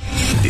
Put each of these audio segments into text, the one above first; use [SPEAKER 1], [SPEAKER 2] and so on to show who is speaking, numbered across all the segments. [SPEAKER 1] The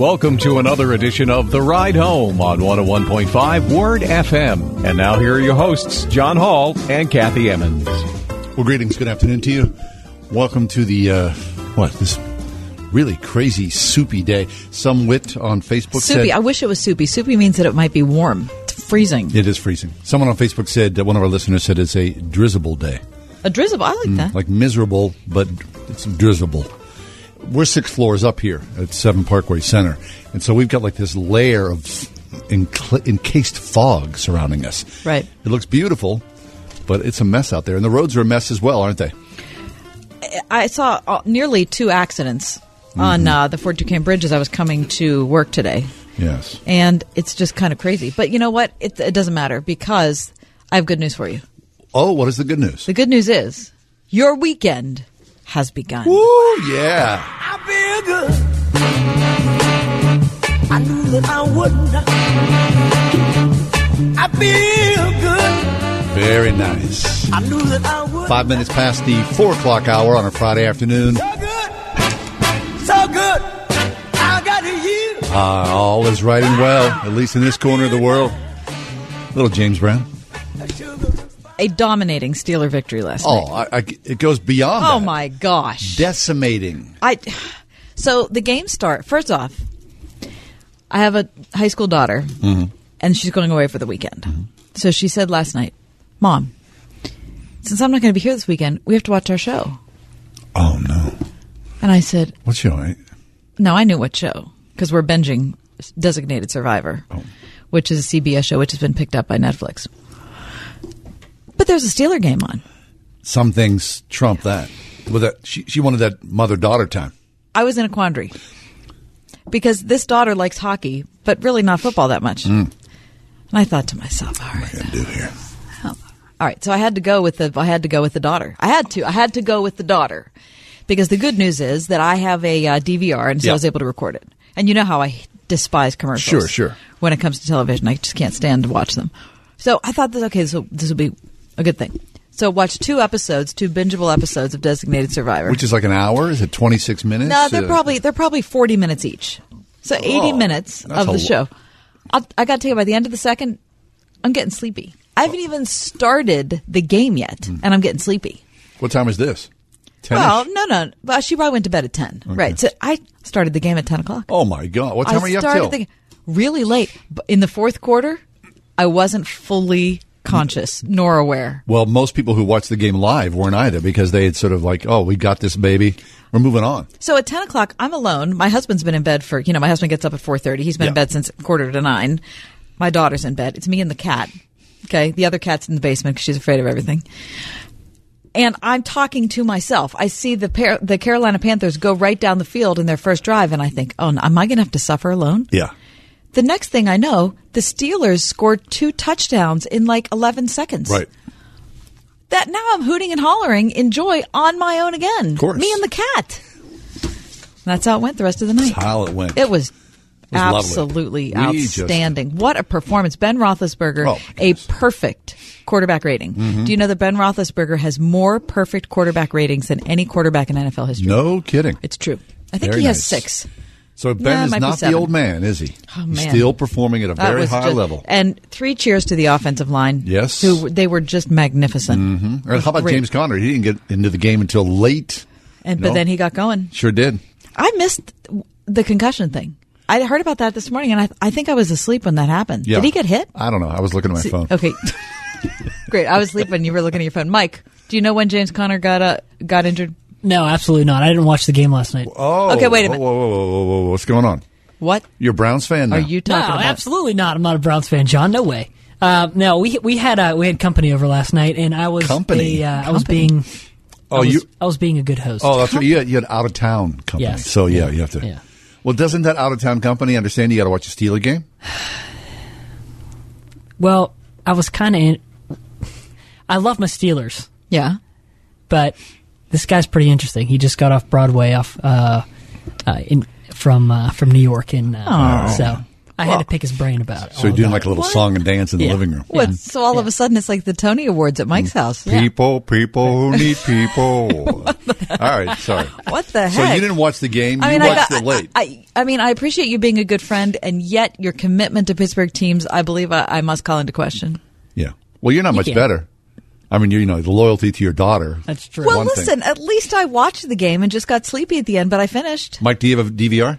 [SPEAKER 2] Welcome to another edition of The Ride Home on 101.5 Word FM. And now here are your hosts, John Hall and Kathy Emmons.
[SPEAKER 3] Well, greetings. Good afternoon to you. Welcome to the, uh, what, this really crazy soupy day. Some wit on Facebook
[SPEAKER 4] Soupy. I
[SPEAKER 3] said.
[SPEAKER 4] wish it was soupy. Soupy means that it might be warm. It's freezing.
[SPEAKER 3] It is freezing. Someone on Facebook said, that one of our listeners said it's a drizzable day. Mm,
[SPEAKER 4] A drizzle. I like that.
[SPEAKER 3] Like miserable, but it's drizzable. We're six floors up here at Seven Parkway Center. And so we've got like this layer of enc- encased fog surrounding us.
[SPEAKER 4] Right.
[SPEAKER 3] It looks beautiful, but it's a mess out there. And the roads are a mess as well, aren't they?
[SPEAKER 4] I saw uh, nearly two accidents
[SPEAKER 3] Mm-hmm.
[SPEAKER 4] on uh, the Fort Duquesne Bridge as I was coming to work today.
[SPEAKER 3] Yes.
[SPEAKER 4] And it's just kind of crazy. But you know what? It, it doesn't matter because I have good news for you.
[SPEAKER 3] Oh, what is the good news?
[SPEAKER 4] The good news is your weekend has begun.
[SPEAKER 3] Woo, yeah.
[SPEAKER 5] I feel good. I knew that I would not. I feel good.
[SPEAKER 3] Very nice.
[SPEAKER 5] I knew that I would.
[SPEAKER 3] Five minutes past the four o'clock hour on a Friday afternoon.
[SPEAKER 5] So good. So good. I got a year.
[SPEAKER 3] Uh, all is right and well, at least in this corner of the world. Little James Brown.
[SPEAKER 5] of Sugar.
[SPEAKER 4] A dominating Steeler victory last night.
[SPEAKER 3] Oh, I, I, it goes beyond.
[SPEAKER 4] Oh
[SPEAKER 3] that.
[SPEAKER 4] my gosh.
[SPEAKER 3] Decimating.
[SPEAKER 4] I so the game start first off. I have a high school daughter,
[SPEAKER 3] Mm-hmm.
[SPEAKER 4] and she's going away for the weekend. So she said last night, "Mom, since I'm not going to be here this weekend, we have to watch our show."
[SPEAKER 3] Oh no.
[SPEAKER 4] And I said,
[SPEAKER 3] What's your name?
[SPEAKER 4] "No, I knew what show because we're binging Designated Survivor, which is a CBS show which has been picked up by Netflix." But there's a Steeler game on.
[SPEAKER 3] Some things trump that. With that, she, she wanted that mother daughter time.
[SPEAKER 4] I was in a quandary because this daughter likes hockey, but really not football that much.
[SPEAKER 3] Mm.
[SPEAKER 4] And I thought to myself, all right,
[SPEAKER 3] Gonna do here.
[SPEAKER 4] all right. So I had to go with the I had to go with the daughter. I had to I had to go with the daughter because the good news is that I have a uh, DVR and so
[SPEAKER 3] Yeah.
[SPEAKER 4] I was able to record it. And you know how I despise commercials.
[SPEAKER 3] Sure, sure.
[SPEAKER 4] When it comes to television, I just can't stand to watch them. So I thought this okay, this will, this will be a good thing. So watch two episodes, two bingeable episodes of Designated Survivor.
[SPEAKER 3] Which is like an hour? Is it twenty six minutes?
[SPEAKER 4] No, they're
[SPEAKER 3] Uh,
[SPEAKER 4] probably they're probably forty minutes each. So eighty
[SPEAKER 3] Oh,
[SPEAKER 4] minutes
[SPEAKER 3] that's
[SPEAKER 4] of
[SPEAKER 3] a
[SPEAKER 4] the
[SPEAKER 3] lo-
[SPEAKER 4] show. I'll, I got to tell you, by the end of the second, I'm getting sleepy. I haven't even started the game yet,
[SPEAKER 3] Mm.
[SPEAKER 4] and I'm getting sleepy.
[SPEAKER 3] What time is this? Ten.
[SPEAKER 4] Well, no, no. Well, she probably went to bed at ten, right? So I started the game at ten o'clock.
[SPEAKER 3] oh my God! What time
[SPEAKER 4] I
[SPEAKER 3] are you up
[SPEAKER 4] started
[SPEAKER 3] till?
[SPEAKER 4] the g- really late But in the fourth quarter. I wasn't fully conscious
[SPEAKER 3] Mm-hmm.
[SPEAKER 4] nor aware.
[SPEAKER 3] Well, most people who watched the game live weren't either because they had sort of like, oh, we got this baby. We're moving on.
[SPEAKER 4] So at ten o'clock, I'm alone. My husband's been in bed for you know my husband gets up at four thirty. He's been in
[SPEAKER 3] Yeah.
[SPEAKER 4] bed since quarter to nine. My daughter's in bed. It's me and the cat. Okay, the other cat's in the basement because she's afraid of everything. And I'm talking to myself. I see the Par- the Carolina Panthers go right down the field in their first drive, and I think, oh, no, am I going to have to suffer alone?
[SPEAKER 3] Yeah.
[SPEAKER 4] The next thing I know, the Steelers scored two touchdowns in like eleven seconds.
[SPEAKER 3] Right.
[SPEAKER 4] That now I'm hooting and hollering in joy on my own again. Of
[SPEAKER 3] course.
[SPEAKER 4] me and the cat. That's how it went the rest of the night.
[SPEAKER 3] How it went.
[SPEAKER 4] It was,
[SPEAKER 3] was lovely.
[SPEAKER 4] absolutely
[SPEAKER 3] We just-
[SPEAKER 4] outstanding. what a performance. Ben Roethlisberger,
[SPEAKER 3] Oh, my
[SPEAKER 4] a
[SPEAKER 3] goodness. Mm-hmm.
[SPEAKER 4] perfect quarterback rating. Do you know that Ben Roethlisberger has more perfect quarterback ratings than any quarterback in NFL history?
[SPEAKER 3] No kidding.
[SPEAKER 4] It's true. I think
[SPEAKER 3] Very
[SPEAKER 4] he
[SPEAKER 3] nice.
[SPEAKER 4] has six.
[SPEAKER 3] So
[SPEAKER 4] Nah,
[SPEAKER 3] Ben
[SPEAKER 4] it
[SPEAKER 3] is
[SPEAKER 4] might be
[SPEAKER 3] not the
[SPEAKER 4] seven.
[SPEAKER 3] old man, is he?
[SPEAKER 4] Oh,
[SPEAKER 3] He's
[SPEAKER 4] man.
[SPEAKER 3] still performing at a
[SPEAKER 4] That
[SPEAKER 3] very
[SPEAKER 4] was
[SPEAKER 3] high
[SPEAKER 4] just-
[SPEAKER 3] level.
[SPEAKER 4] And three cheers to the offensive line.
[SPEAKER 3] Yes.
[SPEAKER 4] Who were- they were just magnificent.
[SPEAKER 3] And how about
[SPEAKER 4] Great.
[SPEAKER 3] James Conner? He didn't get into the game until late.
[SPEAKER 4] And
[SPEAKER 3] No.
[SPEAKER 4] but then he got going.
[SPEAKER 3] Sure did.
[SPEAKER 4] I missed the concussion thing. I heard about that this morning, and I, I think I was asleep when that happened.
[SPEAKER 3] Yeah.
[SPEAKER 4] Did he get hit?
[SPEAKER 3] I don't know. I was looking at my
[SPEAKER 4] See-
[SPEAKER 3] phone.
[SPEAKER 4] Okay. Great. I was asleep when you were looking at your phone. Mike, do you know when James Conner got uh, got injured?
[SPEAKER 6] No, absolutely not. I didn't watch the game last night.
[SPEAKER 3] Oh.
[SPEAKER 4] Okay, wait a minute.
[SPEAKER 3] Whoa, whoa, whoa, whoa, whoa, whoa. What's going on?
[SPEAKER 4] What
[SPEAKER 3] You're a Browns fan now.
[SPEAKER 4] are you
[SPEAKER 6] no,
[SPEAKER 4] talking about?
[SPEAKER 6] absolutely not. I'm not a Browns fan, John. No way. Uh, no, we we had uh, we had company over last night, and I was
[SPEAKER 3] Company?
[SPEAKER 6] a, uh, I was
[SPEAKER 4] Company.
[SPEAKER 6] being
[SPEAKER 3] Oh,
[SPEAKER 6] I was,
[SPEAKER 3] you-
[SPEAKER 6] I was being a good host.
[SPEAKER 3] Oh, that's right. You had, you had out of town company.
[SPEAKER 6] Yes.
[SPEAKER 3] So yeah,
[SPEAKER 6] Yeah.
[SPEAKER 3] you have to.
[SPEAKER 6] Yeah.
[SPEAKER 3] Well, doesn't that out of town company understand you got to watch a Steeler game?
[SPEAKER 6] well, I was kind of in. I love my Steelers,
[SPEAKER 4] Yeah.
[SPEAKER 6] but this guy's pretty interesting. He just got off Broadway off uh, uh, in from uh, from New York, and uh,
[SPEAKER 4] Oh.
[SPEAKER 6] so I had to pick his brain about it.
[SPEAKER 3] So you're doing like a little song and dance in the
[SPEAKER 6] Oh, Yeah.
[SPEAKER 3] living room. Mm.
[SPEAKER 4] What? So all of a sudden, it's like the Tony Awards at Mike's house.
[SPEAKER 3] People, people who need people. All right, sorry.
[SPEAKER 4] What the heck?
[SPEAKER 3] So you didn't watch the game.
[SPEAKER 4] I mean,
[SPEAKER 3] you
[SPEAKER 4] I,
[SPEAKER 3] watched
[SPEAKER 4] got-
[SPEAKER 3] it late.
[SPEAKER 4] I, I, I mean, I appreciate you being a good friend, and yet your commitment to Pittsburgh teams, I believe, I, I must call into question.
[SPEAKER 3] yeah. Well, you're not much
[SPEAKER 6] can't.
[SPEAKER 3] better. I mean, you you know the loyalty to your daughter.
[SPEAKER 6] That's true.
[SPEAKER 4] Well,
[SPEAKER 3] One thing.
[SPEAKER 4] listen, at least I watched the game and just got sleepy at the end, but I finished.
[SPEAKER 3] Mike, do you have a DVR?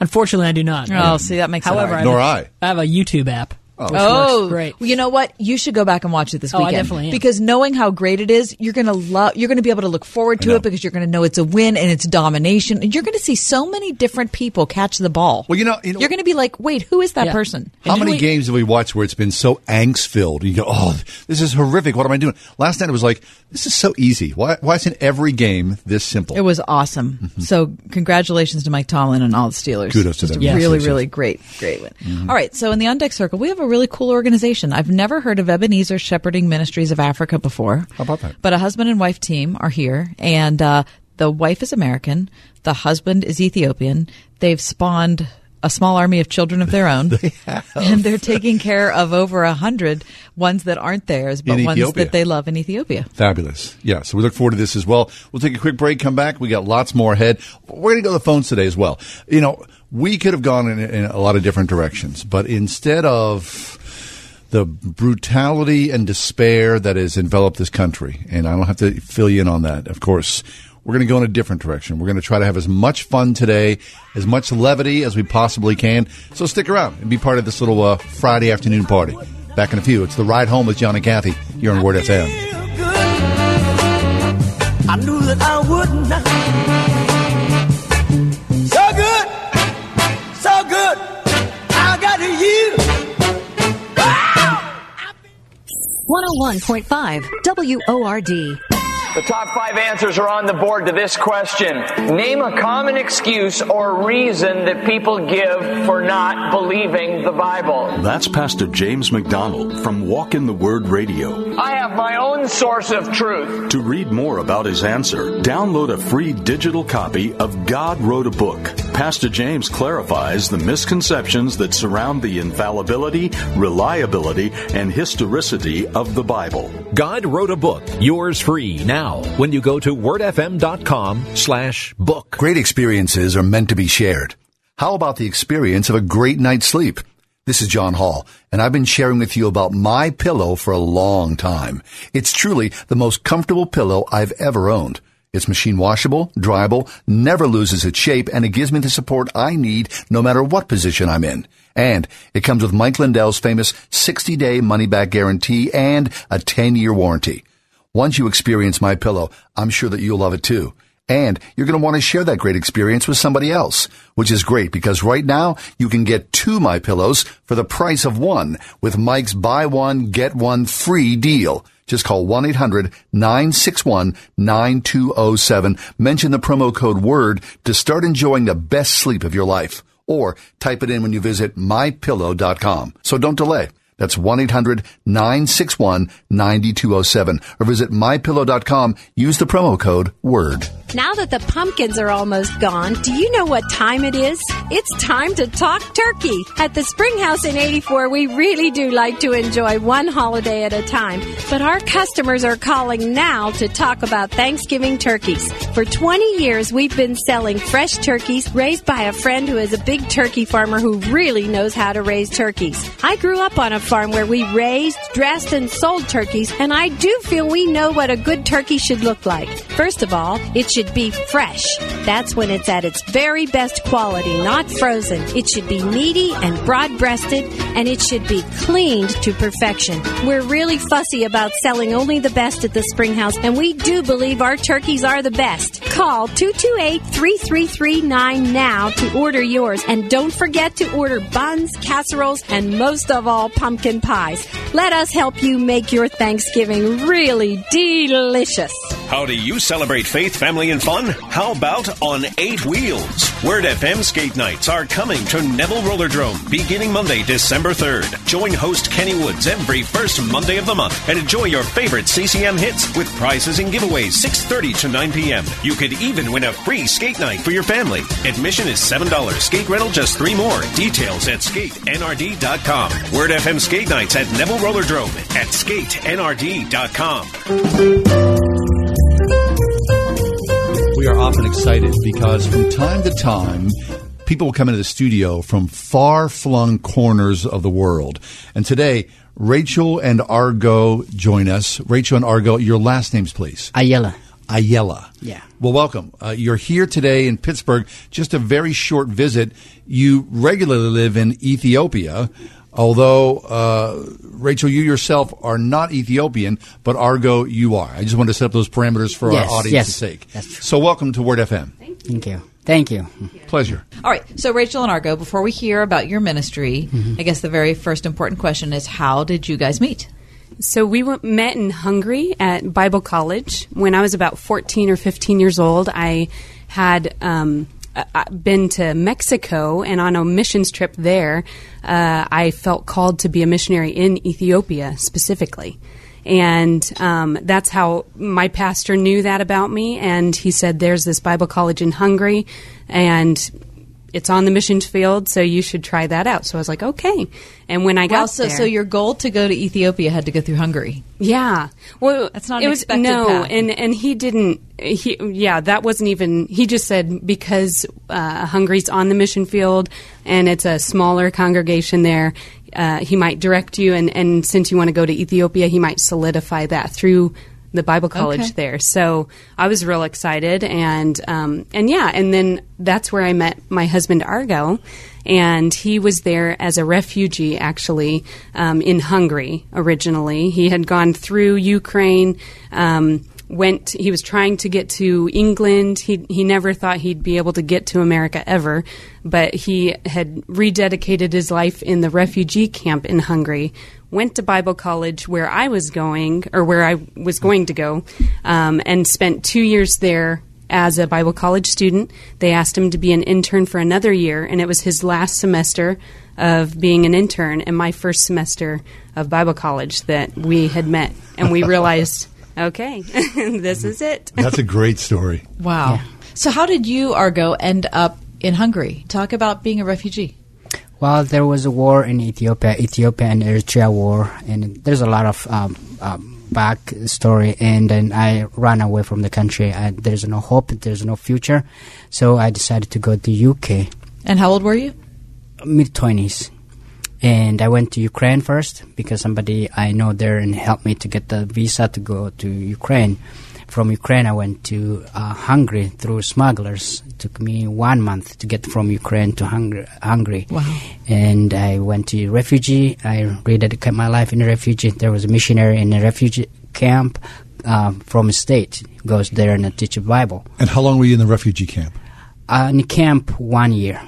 [SPEAKER 6] Unfortunately, I do not.
[SPEAKER 4] Oh, see, that makes it
[SPEAKER 6] However,
[SPEAKER 4] hard.
[SPEAKER 6] I
[SPEAKER 3] Nor
[SPEAKER 6] have a-
[SPEAKER 3] I.
[SPEAKER 6] I have a YouTube app. Oh,
[SPEAKER 4] Oh,
[SPEAKER 6] great.
[SPEAKER 4] Well, you know what? You should go back and watch it this
[SPEAKER 6] Oh, I
[SPEAKER 4] weekend.
[SPEAKER 6] definitely am.
[SPEAKER 4] Because knowing how great it is, you're gonna love. You're gonna be able to look forward to
[SPEAKER 3] know.
[SPEAKER 4] it because you're gonna know it's a win and it's domination, and you're gonna see so many different people catch the ball.
[SPEAKER 3] Well, you know- you know-
[SPEAKER 4] are gonna be like, wait, who is that
[SPEAKER 6] Yeah.
[SPEAKER 4] person?
[SPEAKER 3] How
[SPEAKER 6] And
[SPEAKER 3] many
[SPEAKER 6] we-
[SPEAKER 3] games have we watched where it's been so angst filled? You go, oh, this is horrific. What am I doing? Last night it was like, this is so easy. Why, why isn't every game this simple?
[SPEAKER 4] It was awesome. So congratulations to Mike Tomlin and all the Steelers.
[SPEAKER 3] Mm-hmm. Kudos to
[SPEAKER 4] Just
[SPEAKER 3] them.
[SPEAKER 4] a
[SPEAKER 3] Yes.
[SPEAKER 4] Really,
[SPEAKER 3] Yes.
[SPEAKER 4] really great, great win. Mm-hmm. All right. So in the On Deck Circle, we have a really cool organization. I've never heard of Ebenezer Shepherding Ministries of Africa before.
[SPEAKER 3] How about that?
[SPEAKER 4] But a husband and wife team are here, and uh, the wife is American, the husband is Ethiopian. They've spawned a small army of children of their own, and they're taking care of over a hundred ones that aren't theirs, but
[SPEAKER 3] In
[SPEAKER 4] ones
[SPEAKER 3] Ethiopia.
[SPEAKER 4] that they love in Ethiopia.
[SPEAKER 3] Fabulous. Yeah, so we look forward to this as well. We'll take a quick break, come back. We got lots more ahead. We're going to go to the phones today as well. You know, we could have gone in, in a lot of different directions, but instead of the brutality and despair that has enveloped this country, and I don't have to fill you in on that, of course, we're going to go in a different direction. We're going to try to have as much fun today, as much levity as we possibly can. So stick around and be part of this little uh, Friday afternoon party. Back in a few. It's the ride home with John and Kathy. You're on Word FM.
[SPEAKER 5] Feel good. I knew that I would not. So good, so good. I got Ah! you.
[SPEAKER 7] 101.5 WORD.
[SPEAKER 8] The top five answers are on the board to this question. Name a common excuse or reason that people give for not believing the Bible.
[SPEAKER 9] That's Pastor James McDonald from Walk in the Word Radio.
[SPEAKER 8] I have my own source of truth.
[SPEAKER 9] To read more about his answer, download a free digital copy of God Wrote a Book. Pastor James clarifies the misconceptions that surround the infallibility, reliability, and historicity of the Bible.
[SPEAKER 10] God wrote a book, yours free now when you go to wordfm.com slash book.
[SPEAKER 3] Great experiences are meant to be shared. How about the experience of a great night's sleep? This is John Hall, and I've been sharing with you about my pillow for a long time. It's truly the most comfortable pillow I've ever owned. It's machine washable, dryable, never loses its shape, and it gives me the support I need no matter what position I'm in. And it comes with Mike Lindell's famous 60-day money-back guarantee and a 10-year warranty. Once you experience my pillow, I'm sure that you'll love it too. And you're going to want to share that great experience with somebody else, which is great because right now you can get two my pillows for the price of one with Mike's buy one get one free deal. Just call 1-800-961-9207. Mention the promo code word to start enjoying the best sleep of your life or type it in when you visit mypillow.com. So don't delay. That's 1-800-961-9207 or visit mypillow.com. Use the promo code WORD.
[SPEAKER 7] Now that the pumpkins are almost gone, do you know what time it is? It's time to talk turkey. At the Springhouse in 84, we really do like to enjoy one holiday at a time, but our customers are calling now to talk about Thanksgiving turkeys. For 20 years, we've been selling fresh turkeys raised by a friend who is a big turkey farmer who really knows how to raise turkeys. I grew up on a farm where we raised, dressed, and sold turkeys, and I do feel we know what a good turkey should look like. First of all, it should be fresh. That's when it's at its very best quality, not frozen. It should be meaty and broad breasted, and it should be cleaned to perfection. We're really fussy about selling only the best at the Springhouse, and we do believe our turkeys are the best. Call 228 3339 now to order yours, and don't forget to order buns, casseroles, and most of all, pumpkin pumpkin pies. Let us help you make your Thanksgiving really delicious.
[SPEAKER 11] How do you celebrate faith, family, and fun? How about on eight wheels? Word FM skate nights are coming to Neville Rollerdrome beginning Monday, December 3rd. Join host Kenny Woods every first Monday of the month and enjoy your favorite CCM hits with prizes and giveaways 6.30 to 9 p.m. You could even win a free skate night for your family. Admission is $7. Skate rental just three more. Details at skatenrd.com. Word FM skate nights at Neville Rollerdrome at skatenrd.com.
[SPEAKER 3] We are often excited because from time to time, people will come into the studio from far flung corners of the world. And today, Rachel and Argo join us. Rachel and Argo, your last names, please.
[SPEAKER 12] Ayala.
[SPEAKER 3] Ayala.
[SPEAKER 12] Yeah.
[SPEAKER 3] Well, welcome. Uh, you're here today in Pittsburgh. Just a very short visit. You regularly live in Ethiopia, although, uh, Rachel, you yourself are not Ethiopian, but Argo, you are. I just wanted to set up those parameters for
[SPEAKER 12] Yes,
[SPEAKER 3] our
[SPEAKER 12] yes.
[SPEAKER 3] audience's sake. So, welcome to Word FM.
[SPEAKER 12] Thank you. Thank you.
[SPEAKER 3] Pleasure.
[SPEAKER 4] All right. So, Rachel and Argo, before we hear about your ministry,
[SPEAKER 3] Mm-hmm.
[SPEAKER 12] Mhm.
[SPEAKER 4] I guess the very first important question is how did you guys meet?
[SPEAKER 13] So we went, met in Hungary at Bible College when I was about 14 or 15 years old. I had um, uh, uh, been to Mexico, and on a missions trip there, uh, I felt called to be a missionary in Ethiopia specifically. And um, that's how my pastor knew that about me. And he said, There's this Bible college in Hungary, and it's on the missions field, so you should try that out. So I was like, Okay. And when I got
[SPEAKER 4] Wow, so-
[SPEAKER 13] there,
[SPEAKER 4] so your goal to go to Ethiopia had to go through Hungary.
[SPEAKER 13] yeah. Well, that's
[SPEAKER 4] not
[SPEAKER 13] it
[SPEAKER 4] an
[SPEAKER 13] was
[SPEAKER 4] expected
[SPEAKER 13] no,
[SPEAKER 4] path.
[SPEAKER 13] and and he didn't. He yeah, that wasn't even. He just said because uh, Hungary's on the mission field and it's a smaller congregation there. Uh, he might direct you, and and since you want to go to Ethiopia, he might solidify that through the Bible college
[SPEAKER 14] Okay.
[SPEAKER 13] there. So I was real excited, and um, and yeah, and then that's where I met my husband Argo, and he was there as a refugee actually um, in Hungary originally. He had gone through Ukraine. Um, Went. He was trying to get to England. He he never thought he'd be able to get to America ever, but he had rededicated his life in the refugee camp in Hungary went to Bible college where I was going, or where I was going to go, um, and spent two years there as a Bible college student. They asked him to be an intern for another year, and it was his last semester of being an intern and my first semester of Bible college that we had met. And we realized, okay, this is it.
[SPEAKER 3] That's a great story.
[SPEAKER 4] Wow. So, how did you, Argo, end up in Hungary? Talk about being a refugee.
[SPEAKER 12] Well, there was a war in Ethiopia, Ethiopia and Eritrea war, and there's a lot of um, um, back story. And then I ran away from the country. I, there's no hope. There's no future. So I decided to go to UK.
[SPEAKER 4] And how old were you?
[SPEAKER 12] Mid twenties. And I went to Ukraine first because somebody I know there and helped me to get the visa to go to Ukraine. From Ukraine, I went to uh, Hungary through smugglers. It took me one month to get from Ukraine to Hungary. Hungary.
[SPEAKER 4] Wow.
[SPEAKER 12] And I went to refugee. I rededicated my life in a refugee. There was a missionary in a refugee camp uh, from a state. Goes there and teach the Bible.
[SPEAKER 3] And how long were you in the refugee camp?
[SPEAKER 12] Uh, in camp one year,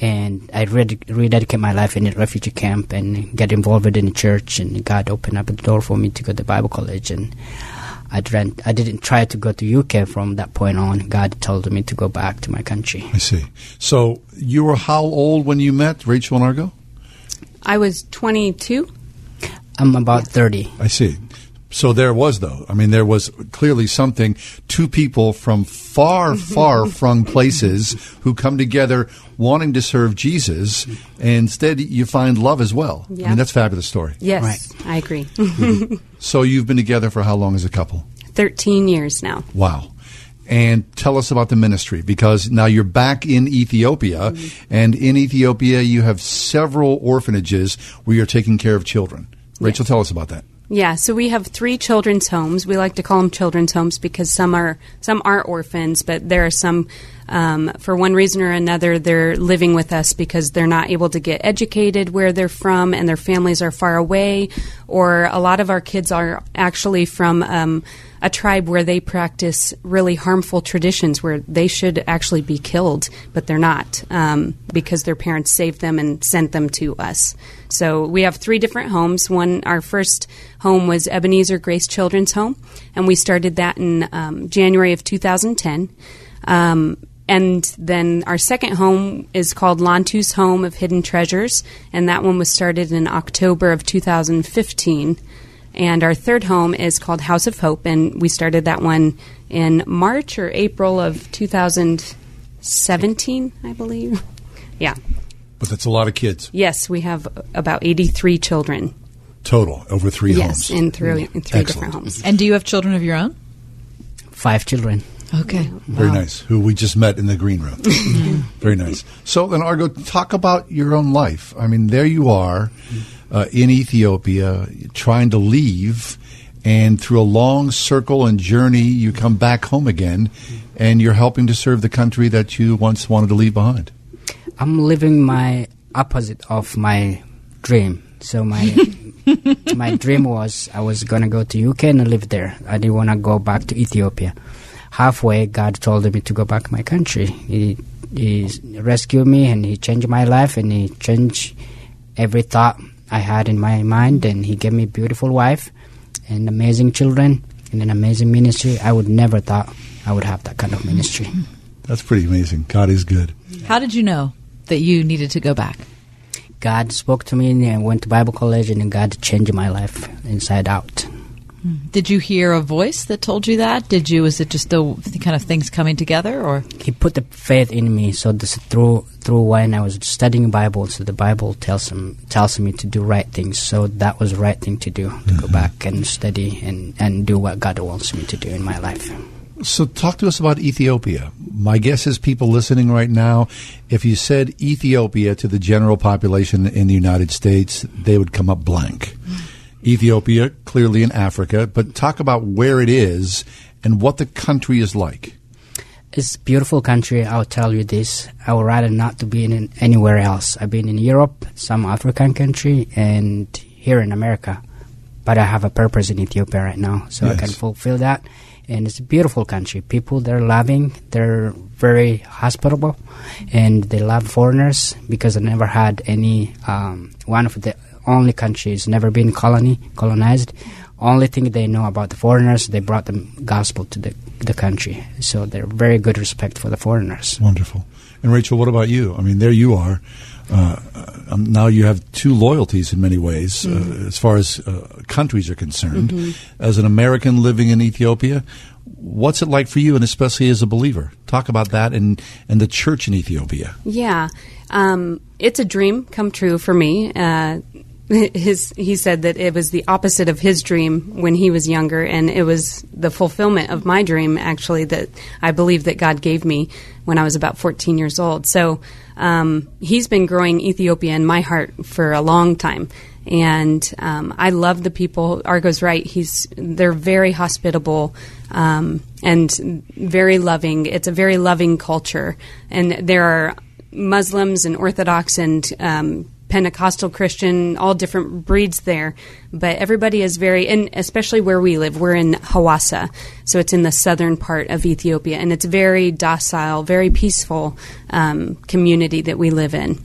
[SPEAKER 12] and I red- rededicate my life in a refugee camp and get involved in the church. And God opened up the door for me to go to Bible college. And I didn't, I didn't try to go to UK from that point on. God told me to go back to my country.
[SPEAKER 3] I see. So you were how old when you met Rachel and Argo?
[SPEAKER 13] I was 22.
[SPEAKER 12] I'm about 30.
[SPEAKER 3] I see. So there was, though. I mean, there was clearly something. Two people from far, far flung places who come together wanting to serve Jesus, and instead you find love as well. I
[SPEAKER 13] Yeah.
[SPEAKER 3] mean, that's a fabulous story.
[SPEAKER 13] Yes, I agree.
[SPEAKER 3] So you've been together for how long as a couple?
[SPEAKER 13] 13 years now.
[SPEAKER 3] Wow. And tell us about the ministry because now you're back in Ethiopia,
[SPEAKER 13] Mm-hmm.
[SPEAKER 3] and in Ethiopia, you have several orphanages where you're taking care of children. Rachel, tell us about that.
[SPEAKER 13] Yeah, so we have three children's homes. We like to call them children's homes because some are some are orphans, but there are some um, for one reason or another they're living with us because they're not able to get educated where they're from and their families are far away, or a lot of our kids are actually from um, a tribe where they practice really harmful traditions where they should actually be killed, but they're not um, because their parents saved them and sent them to us. So we have three different homes. One, our first home was Ebenezer Grace Children's Home, and we started that in um, January of 2010. Um, and then our second home is called Lantu's Home of Hidden Treasures, and that one was started in October of 2015. And our third home is called House of Hope, and we started that one in March or April of 2017, I believe. Yeah.
[SPEAKER 3] But that's a lot of kids
[SPEAKER 13] Yes, we have about 83 children.
[SPEAKER 3] total over three
[SPEAKER 13] yes,
[SPEAKER 3] homes.
[SPEAKER 13] in three, in three
[SPEAKER 3] Excellent.
[SPEAKER 13] different homes.
[SPEAKER 4] And do you have children of your own?
[SPEAKER 12] Five children.
[SPEAKER 4] Okay.
[SPEAKER 3] Very nice. Who we just met in the green room. Very nice. So then, Argo, talk about your own life. I mean, there you are uh, in Ethiopia, trying to leave, and through a long circle and journey, you come back home again, and you're helping to serve the country that you once wanted to leave behind.
[SPEAKER 12] I'm living my opposite of my dream. So my my dream was I was gonna go to UK and live there. I didn't wanna go back to Ethiopia. Halfway, God told me to go back to my country. He, he rescued me and He changed my life and He changed every thought I had in my mind. And He gave me a beautiful wife and amazing children and an amazing ministry. I would never thought I would have that kind of ministry.
[SPEAKER 3] That's pretty amazing. God is good.
[SPEAKER 4] How did you know that you needed to go back?
[SPEAKER 12] God spoke to me and I went to Bible college and God changed my life inside out.
[SPEAKER 4] Did you hear a voice that told you that? Did you? Was it just the, the kind of things coming together, or
[SPEAKER 12] He put the faith in me. So this through through when I was studying Bible, so the Bible tells him tells me to do right things. So that was right thing to do to go back and study and and do what God wants me to do in my life.
[SPEAKER 3] So, talk to us about Ethiopia. My guess is people listening right now, if you said Ethiopia to the general population in the United States, they would come up blank. Ethiopia, clearly in Africa, but talk about where it is and what the country is like.
[SPEAKER 12] It's beautiful country. I'll tell you this. I would rather not to be in anywhere else. I've been in Europe, some African country, and here in America. But I have a purpose in Ethiopia right now, so I can
[SPEAKER 15] Yes.
[SPEAKER 12] fulfill that. And it's a beautiful country. People they're loving. They're very hospitable, and they love foreigners because they never had any. Um, one of the only countries never been colony colonized. Only thing they know about the foreigners, they brought the gospel to the the country. So they're very good respect for the foreigners.
[SPEAKER 3] Wonderful. And Rachel, what about you? I mean, there you are. Uh, um, now you have two loyalties in many ways, uh,
[SPEAKER 16] Mhm.
[SPEAKER 3] as far as uh, countries are concerned.
[SPEAKER 16] Mhm.
[SPEAKER 3] As an American living in Ethiopia, what's it like for you, and especially as a believer? Talk about that and, and the church in Ethiopia.
[SPEAKER 13] Yeah, um, it's a dream come true for me. Uh, his he said that it was the opposite of his dream when he was younger, and it was the fulfillment of my dream actually that I believe that God gave me when I was about 14 years old. So um, he's been growing Ethiopia in my heart for a long time. And um, I love the people. Argo's right. He's they're very hospitable um, and very loving. It's a very loving culture, and there are Muslims and Orthodox and um, Pentecostal Christian, all different breeds there. But everybody is very, and especially where we live, we're in Hawassa, so it's in the southern part of Ethiopia, and it's very docile, very peaceful um, community that we live in.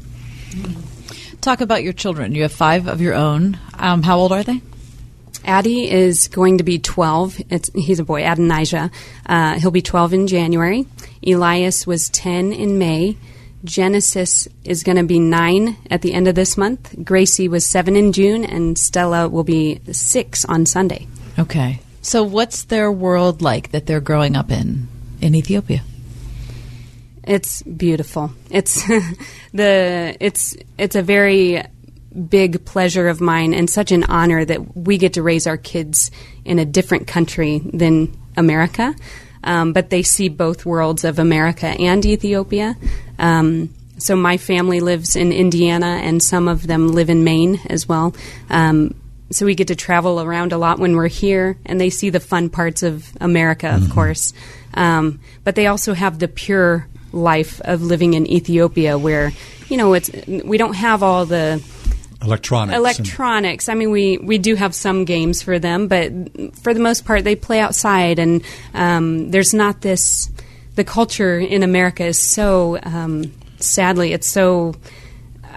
[SPEAKER 4] Talk about your children. You have five of your own. Um, how old are they?
[SPEAKER 13] Addie is going to be 12. It's, he's a boy, Adonijah. Uh, he'll be 12 in January. Elias was 10 in May. Genesis is going to be 9 at the end of this month. Gracie was 7 in June, and Stella will be 6 on Sunday.
[SPEAKER 4] Okay. So, what's their world like that they're growing up in in Ethiopia?
[SPEAKER 13] It's beautiful. It's the it's it's a very big pleasure of mine and such an honor that we get to raise our kids in a different country than America. Um, but they see both worlds of America and Ethiopia. Um, so my family lives in Indiana, and some of them live in Maine as well. Um, so we get to travel around a lot when we're here, and they see the fun parts of America, of
[SPEAKER 17] Mhm.
[SPEAKER 13] course. Um, but they also have the pure life of living in Ethiopia, where you know it's we don't have all the
[SPEAKER 3] Electronics.
[SPEAKER 13] electronics. I mean, we we do have some games for them, but for the most part, they play outside, and um, there's not this. The culture in America is so um, sadly, it's so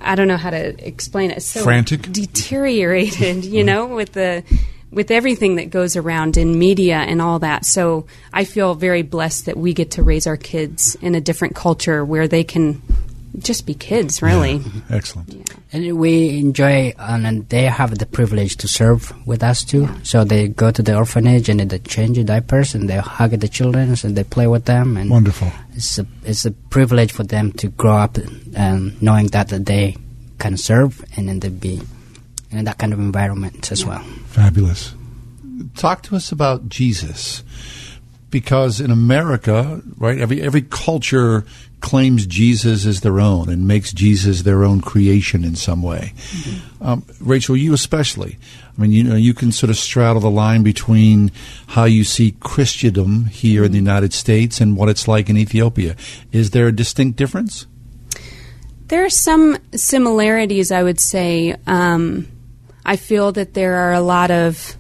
[SPEAKER 13] I don't know how to explain it. So
[SPEAKER 3] Frantic? Mm-hmm.
[SPEAKER 13] deteriorated, you know, with the with everything that goes around in media and all that. So I feel very blessed that we get to raise our kids in a different culture where they can just be kids, really.
[SPEAKER 3] Excellent.
[SPEAKER 12] And we enjoy, and then they have the privilege to serve with us too. So they go to the orphanage and they change the diapers and they hug the children and they play with them. And
[SPEAKER 3] Wonderful.
[SPEAKER 12] It's a, it's a privilege for them to grow up um, knowing that they can serve and then they be in that kind of environment as well.
[SPEAKER 3] Fabulous. Talk to us about Jesus. Because in America, right, every every culture claims Jesus as their own and makes Jesus their own creation in some way. Um, Rachel, you especially. I mean, you know, you can sort of straddle the line between how you see Christendom here in the United States and what it's like in Ethiopia. Is there a distinct difference?
[SPEAKER 13] There are some similarities, I would say. Um, I feel that there are a lot of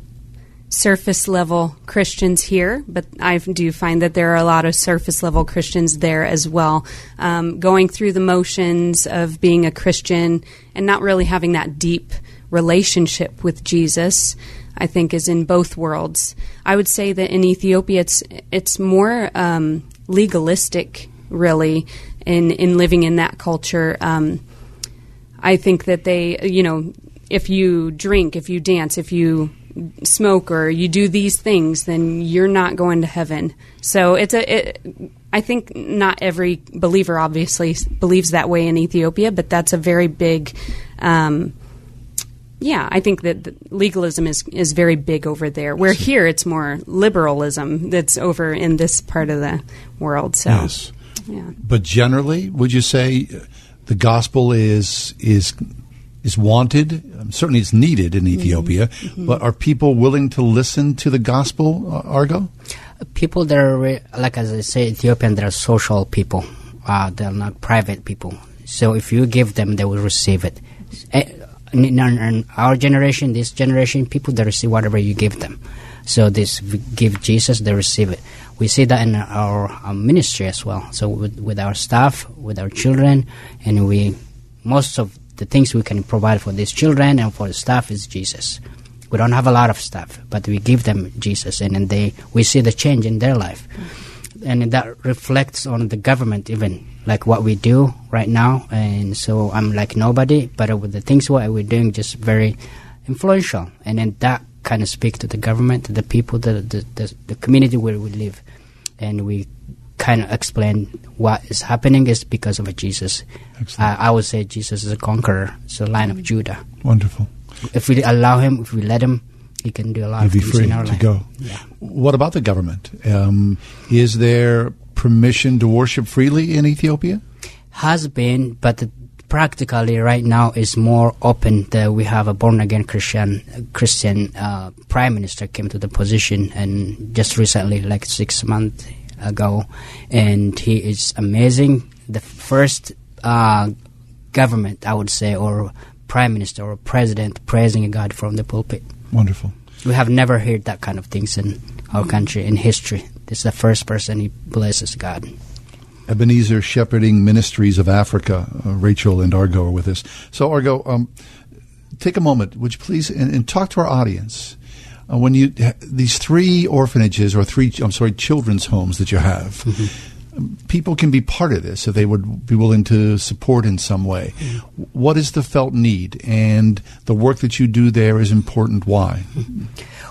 [SPEAKER 13] surface level Christians here, but I do find that there are a lot of surface level Christians there as well, um, going through the motions of being a Christian and not really having that deep relationship with Jesus. I think is in both worlds. I would say that in Ethiopia, it's it's more um, legalistic, really, in in living in that culture. Um, I think that they, you know, if you drink, if you dance, if you smoke, or you do these things, then you're not going to heaven. So it's a. It, I think not every believer obviously s- believes that way in Ethiopia, but that's a very big. Um, yeah, I think that th- legalism is is very big over there. Where here, it's more liberalism that's over in this part of the world. So,
[SPEAKER 3] Yes.
[SPEAKER 13] yeah.
[SPEAKER 3] But generally, would you say uh, the gospel is is is wanted? Um, Certainly, it's needed in Ethiopia. But are people willing to listen to the gospel, Ar- Argo?
[SPEAKER 12] people that are re- like as I say Ethiopian they're social people uh, they're not private people so if you give them they will receive it Eh, in, in- in our generation this generation people they receive whatever you give them so this we give Jesus they receive it we see that in our, our ministry as well so with, with our staff with our children and we most of the things we can provide for these children and for the staff is Jesus we don't have a lot of stuff, but we give them Jesus, and then they we see the change in their life, and that reflects on the government even like what we do right now. And so I'm like nobody, but with the things what we're doing, just very influential, and then that kind of speak to the government, to the people, the the, the, the community where we live, and we kind of explain what is happening is because of Jesus. I, I would say Jesus is a conqueror, it's the line of Judah
[SPEAKER 3] Mm. Wonderful.
[SPEAKER 12] if we allow him, if we let him, he can do a lot
[SPEAKER 3] You'd
[SPEAKER 12] of
[SPEAKER 3] be
[SPEAKER 12] things
[SPEAKER 3] free
[SPEAKER 12] in our
[SPEAKER 3] to
[SPEAKER 12] life.
[SPEAKER 3] go. What about the government? Um, is there permission to worship freely in Ethiopia?
[SPEAKER 12] Has been, but the- practically right now is more open that we have a born again Christian Christian uh, prime minister came to the position and just recently, like six months ago, and he is amazing. The first uh, government, I would say, or prime minister or president praising God from the pulpit.
[SPEAKER 3] Wonderful.
[SPEAKER 12] We have never heard that kind of things in our country in history. This is the first person he blesses God.
[SPEAKER 3] Ebenezer Shepherding Ministries of Africa. Uh, Rachel and Argo are with us. So, Argo, um, take a moment, would you please, and, and talk to our audience. Uh, when you these three orphanages or three, I'm sorry, children's homes that you have, um, people can be part of this if they would be willing to support in some way. What is the felt need, and the work that you do there is important. Why?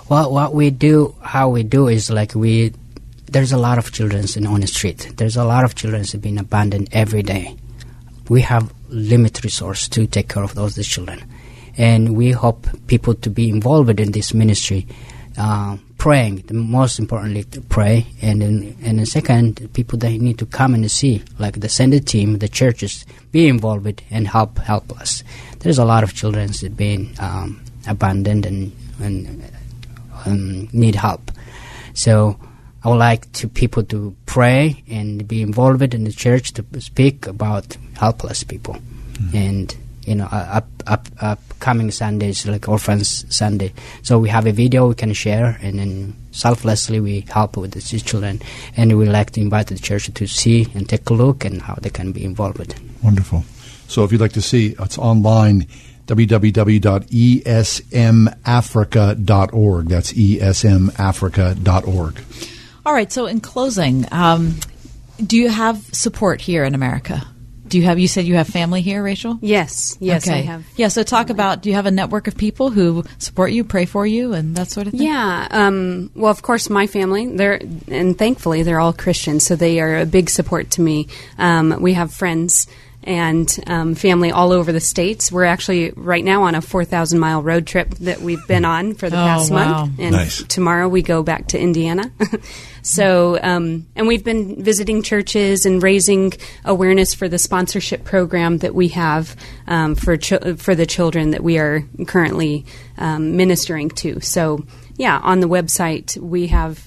[SPEAKER 12] Well, what we do, how we do is like we, there's a lot of children in on the street. There's a lot of children being abandoned every day. We have limited resource to take care of those children, and we hope people to be involved in this ministry, uh, praying. The most importantly, to pray, and then, and then second, people that need to come and see, like the send a team, the churches, be involved and help help us. There's a lot of children being um, abandoned and and um, need help. So I would like to people to pray and be involved in the church to speak about helpless people, and you know uh, up up upcoming Sundays like Orphans Sunday. So we have a video we can share, and then selflessly we help with these children, and we like to invite the church to see and take a look and how they can be involved.
[SPEAKER 3] Wonderful. So if you'd like to see, it's online E www.esmafrica.org. That's E esmafrica.org.
[SPEAKER 4] All right. So, in closing, um, do you have support here in America? Do you have? You said you have family here, Rachel.
[SPEAKER 13] Yes, yes,
[SPEAKER 4] okay.
[SPEAKER 13] I have.
[SPEAKER 4] Yeah. So, talk about. Do you have a network of people who support you, pray for you, and that sort of thing?
[SPEAKER 13] Yeah. Um, well, of course, my family. They're and thankfully they're all Christians, so they are a big support to me. Um, we have friends and um, family all over the states. We're actually right now on a four thousand mile road trip that we've been on for the
[SPEAKER 4] Oh,
[SPEAKER 13] past
[SPEAKER 4] wow.
[SPEAKER 13] month, and
[SPEAKER 4] Nice.
[SPEAKER 13] tomorrow we go back to Indiana. so, um, and we've been visiting churches and raising awareness for the sponsorship program that we have um, for chil- for the children that we are currently um, ministering to. So, yeah, on the website we have.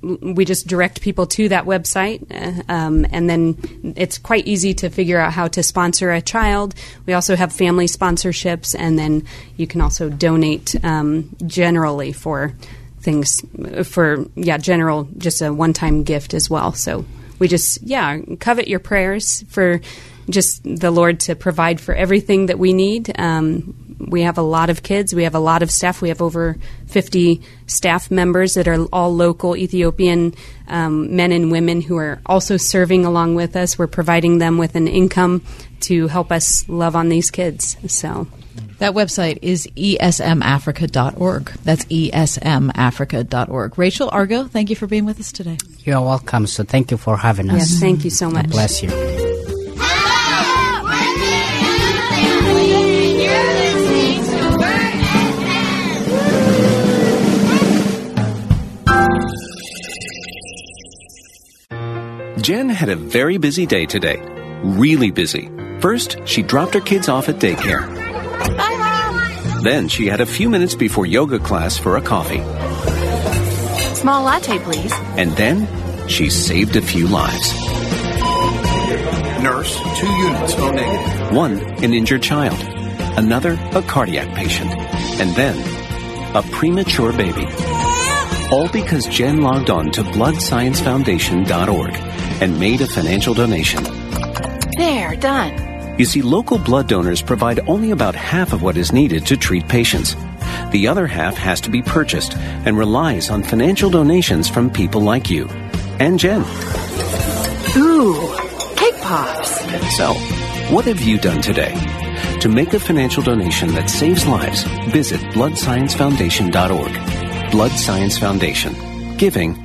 [SPEAKER 13] We just direct people to that website, uh, um, and then it's quite easy to figure out how to sponsor a child. We also have family sponsorships, and then you can also donate um, generally for things for yeah general just a one time gift as well so we just yeah covet your prayers for just the lord to provide for everything that we need um, we have a lot of kids we have a lot of staff we have over 50 staff members that are all local ethiopian um, men and women who are also serving along with us we're providing them with an income to help us love on these kids so
[SPEAKER 4] That website is E esmafrica.org. That's E esmafrica.org. Rachel Argo, thank you for being with us today.
[SPEAKER 12] You're welcome. So thank you for having us.
[SPEAKER 13] Yes, thank you so
[SPEAKER 12] God
[SPEAKER 13] much.
[SPEAKER 12] bless you.
[SPEAKER 16] Jen had a very busy day today. Really busy. First, she dropped her kids off at daycare. Then she had a few minutes before yoga class for a coffee.
[SPEAKER 5] Small latte, please.
[SPEAKER 16] And then she saved a few lives. Nurse, two units, O negative. One, an injured child. Another, a cardiac patient. And then, a premature baby. All because Jen logged on to bloodsciencefoundation.org and made a financial donation.
[SPEAKER 5] There, done.
[SPEAKER 16] You see, local blood donors provide only about half of what is needed to treat patients. The other half has to be purchased and relies on financial donations from people like you and Jen.
[SPEAKER 5] Ooh, cake pops.
[SPEAKER 16] So, what have you done today? To make a financial donation that saves lives, visit bloodsciencefoundation.org. Blood Science Foundation. Giving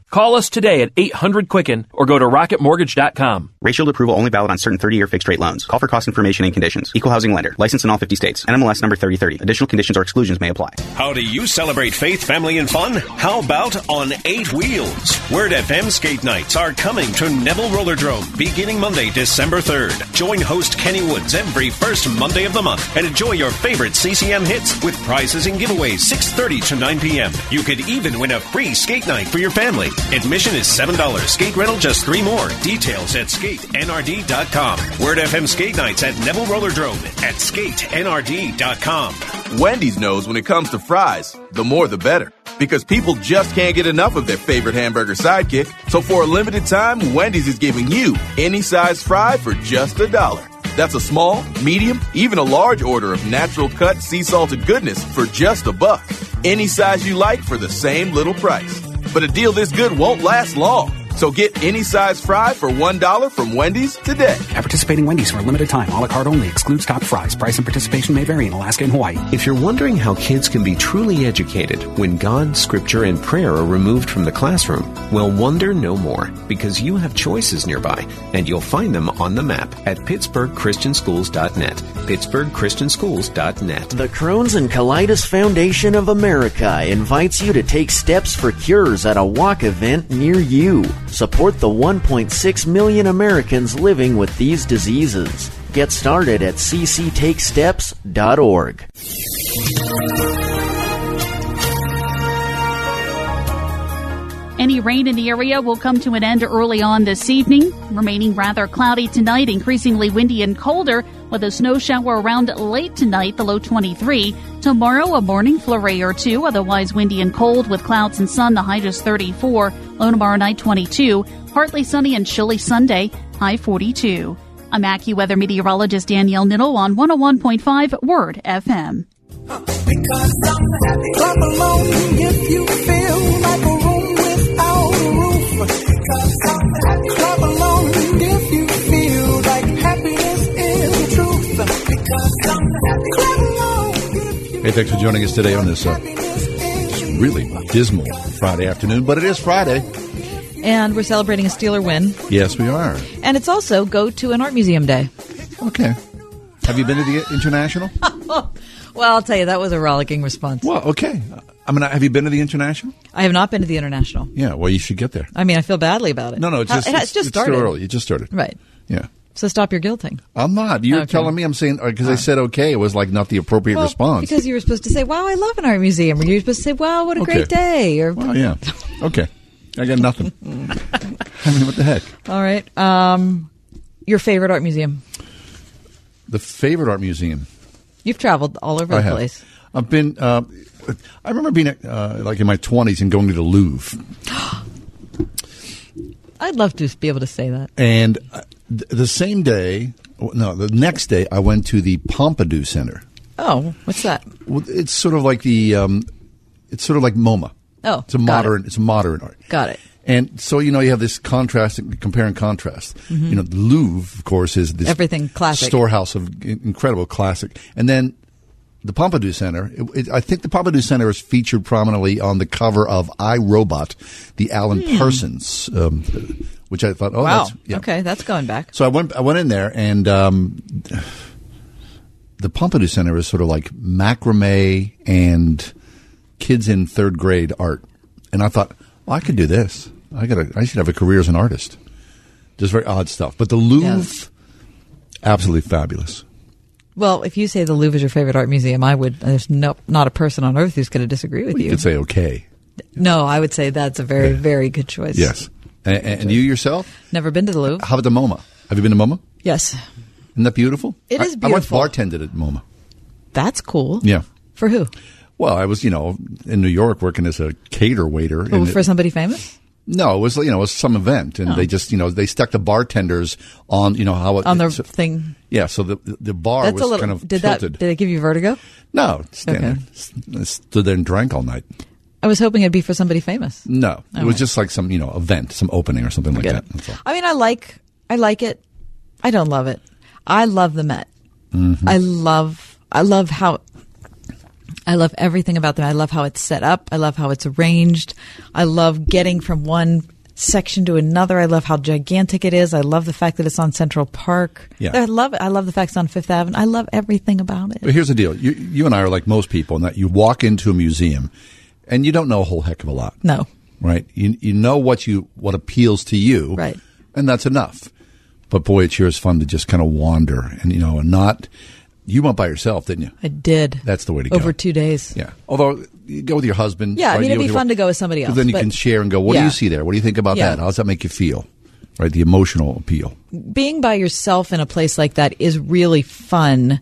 [SPEAKER 18] Call us today at 800 Quicken or go to rocketmortgage.com.
[SPEAKER 19] Rate shield approval only valid on certain 30-year fixed-rate loans. Call for cost information and conditions. Equal housing lender. Licensed in all 50 states. NMLS number 3030. Additional conditions or exclusions may apply.
[SPEAKER 11] How do you celebrate faith, family, and fun? How about on eight wheels? Word FM skate nights are coming to Neville Rollerdrome beginning Monday, December 3rd. Join host Kenny Woods every first Monday of the month and enjoy your favorite CCM hits with prizes and giveaways 6.30 to 9 p.m. You could even win a free skate night for your family. Admission is $7. Skate rental just three more. Details at skatenrd.com. Word FM skate nights at Neville Rollerdrome at skatenrd.com.
[SPEAKER 20] Wendy's knows when it comes to fries, the more the better. Because people just can't get enough of their favorite hamburger sidekick. So for a limited time, Wendy's is giving you any size fry for just a dollar. That's a small, medium, even a large order of natural cut sea salted goodness for just a buck. Any size you like for the same little price. But a deal this good won't last long. So get any size fry for $1 from Wendy's today.
[SPEAKER 21] At participating Wendy's for a limited time, a la carte only, excludes top fries. Price and participation may vary in Alaska and Hawaii.
[SPEAKER 16] If you're wondering how kids can be truly educated when God, Scripture, and prayer are removed from the classroom, well, wonder no more because you have choices nearby and you'll find them on the map at pittsburghchristianschools.net. pittsburghchristianschools.net.
[SPEAKER 22] The Crohn's and Colitis Foundation of America invites you to take steps for cures at a walk event near you. Support the 1.6 million Americans living with these diseases. Get started at cctakesteps.org.
[SPEAKER 23] Any rain in the area will come to an end early on this evening, remaining rather cloudy tonight, increasingly windy and colder, with a snow shower around late tonight, the low 23. Tomorrow, a morning flurry or two, otherwise windy and cold with clouds and sun, the high just 34, low tomorrow night 22, partly sunny and chilly Sunday, high 42. I'm AccuWeather meteorologist Danielle Niddle on 101.5 Word FM.
[SPEAKER 5] Because I'm happy. Clap along if you feel like a room without a roof. Because I'm happy. Clap along if you feel like happiness is the truth. Because I'm happy. Clap along.
[SPEAKER 3] Hey, thanks for joining us today on this uh, it's really dismal Friday afternoon, but it is Friday.
[SPEAKER 4] And we're celebrating a Steeler win.
[SPEAKER 3] Yes, we are.
[SPEAKER 4] And it's also Go to an Art Museum Day.
[SPEAKER 3] Okay. Have you been to the International?
[SPEAKER 4] well, I'll tell you, that was a rollicking response.
[SPEAKER 3] Well, okay. I mean, have you been to the International?
[SPEAKER 4] I have not been to the International.
[SPEAKER 3] Yeah, well, you should get there.
[SPEAKER 4] I mean, I feel badly about it.
[SPEAKER 3] No, no, it's
[SPEAKER 4] How-
[SPEAKER 3] just,
[SPEAKER 4] it
[SPEAKER 3] it's,
[SPEAKER 4] has just
[SPEAKER 3] it's too
[SPEAKER 4] started.
[SPEAKER 3] early. It just started.
[SPEAKER 4] Right.
[SPEAKER 3] Yeah.
[SPEAKER 4] So stop your guilting.
[SPEAKER 3] I'm not. You're telling me I'm saying, because I said okay, it was like not the appropriate
[SPEAKER 4] Well,
[SPEAKER 3] response.
[SPEAKER 4] Because you were supposed to say, wow, I love an art museum. Or you were supposed to say, wow, what a
[SPEAKER 3] Okay.
[SPEAKER 4] great day. Or,
[SPEAKER 3] Oh, yeah. Okay. I got nothing. I mean, what the heck?
[SPEAKER 4] All right. Um, your favorite art museum?
[SPEAKER 3] The favorite art museum.
[SPEAKER 4] You've traveled all over
[SPEAKER 3] I
[SPEAKER 4] the
[SPEAKER 3] have.
[SPEAKER 4] place.
[SPEAKER 3] I've been. Uh, I remember being uh, like in my twenties and going to the Louvre,
[SPEAKER 4] I'd love to be able to say that.
[SPEAKER 3] and uh, th- the same day, no, the next day, I went to the Pompidou Center.
[SPEAKER 4] Oh, what's that?
[SPEAKER 3] Well, It's sort of like the. Um, it's sort of like MoMA.
[SPEAKER 4] Oh,
[SPEAKER 3] it's a
[SPEAKER 4] got
[SPEAKER 3] modern. It's modern art.
[SPEAKER 4] Got it.
[SPEAKER 3] And so you know you have this contrast, compare and contrast.
[SPEAKER 4] Mhm.
[SPEAKER 3] You know, the Louvre, of course, is this
[SPEAKER 4] Everything classic.
[SPEAKER 3] storehouse of i- incredible classic, and then the Pompidou Center. It, it, I think the Pompidou Center is featured prominently on the cover of I Robot, the Alan
[SPEAKER 4] Hmm.
[SPEAKER 3] Parsons, um, which I thought, oh,
[SPEAKER 4] wow.
[SPEAKER 3] that's, yeah.
[SPEAKER 4] Okay, that's going back.
[SPEAKER 3] So I went, I went in there, and um, the Pompidou Center is sort of like macrame and kids in third grade art. And I thought, well, I could do this. I got, I should have a career as an artist. Just very odd stuff. But the Louvre, absolutely fabulous.
[SPEAKER 4] Well, if you say the Louvre is your favorite art museum, I would. There's no, not a person on earth who's going to disagree with
[SPEAKER 3] You
[SPEAKER 4] you.
[SPEAKER 3] could say okay.
[SPEAKER 4] no, I would say that's a very, very good choice.
[SPEAKER 3] Yes. And, and and you yourself?
[SPEAKER 4] Never been to the Louvre.
[SPEAKER 3] How about the MoMA? Have you been to MoMA?
[SPEAKER 4] Yes.
[SPEAKER 3] Isn't that beautiful?
[SPEAKER 4] It
[SPEAKER 3] I-
[SPEAKER 4] is
[SPEAKER 3] I
[SPEAKER 4] beautiful.
[SPEAKER 3] once bartended at MoMA.
[SPEAKER 4] That's cool.
[SPEAKER 3] Yeah.
[SPEAKER 4] For who?
[SPEAKER 3] Well, I was, you know, in New York working as a cater waiter.
[SPEAKER 4] Oh,
[SPEAKER 3] and
[SPEAKER 4] for somebody famous?
[SPEAKER 3] No, it was you know it was some event, and
[SPEAKER 4] Oh.
[SPEAKER 3] they just you know they stuck the bartenders on you know how it,
[SPEAKER 4] On their
[SPEAKER 3] so-
[SPEAKER 4] thing.
[SPEAKER 3] Yeah, so the the bar
[SPEAKER 4] That's
[SPEAKER 3] was
[SPEAKER 4] a little.
[SPEAKER 3] kind of
[SPEAKER 4] did
[SPEAKER 3] tilted.
[SPEAKER 4] that? Did it give you vertigo?
[SPEAKER 3] no, stand
[SPEAKER 4] Okay.
[SPEAKER 3] there, s- stood there and drank all night.
[SPEAKER 4] I was hoping it'd be for somebody famous.
[SPEAKER 3] No, it
[SPEAKER 4] All
[SPEAKER 3] was
[SPEAKER 4] right.
[SPEAKER 3] just like some you know event, some opening or something like that. That's all.
[SPEAKER 4] I mean, I like. I like it. I don't love it. I love the Met.
[SPEAKER 3] Mhm.
[SPEAKER 4] I love I love how I love everything about them. I love how it's set up. I love how it's arranged. I love getting from one section to another. I love how gigantic it is. I love the fact that it's on Central Park.
[SPEAKER 3] Yeah.
[SPEAKER 4] I love it. I love the fact it's on Fifth Avenue. I love everything about it.
[SPEAKER 3] But here's the deal: you you and I are like most people in that you walk into a museum, and you don't know a whole heck of a lot.
[SPEAKER 4] No.
[SPEAKER 3] right? You you know what you what appeals to you, right? And that's enough. But boy, it sure is fun to just kind of wander and you know and not. You went by yourself, didn't you?
[SPEAKER 4] I did.
[SPEAKER 3] That's the way to go.
[SPEAKER 4] Over two days.
[SPEAKER 3] Yeah. Although you go with your husband.
[SPEAKER 4] Yeah, I
[SPEAKER 3] right?
[SPEAKER 4] mean,
[SPEAKER 3] You
[SPEAKER 4] it'd
[SPEAKER 3] with
[SPEAKER 4] be
[SPEAKER 3] your-
[SPEAKER 4] fun to go with somebody
[SPEAKER 3] 'cause
[SPEAKER 4] else.
[SPEAKER 3] Then you
[SPEAKER 4] but
[SPEAKER 3] can share and go. What do
[SPEAKER 4] Yeah.
[SPEAKER 3] you see there? What do you think about
[SPEAKER 4] Yeah.
[SPEAKER 3] that? How does that make you feel? Right, the emotional appeal.
[SPEAKER 4] being by yourself in a place like that is really fun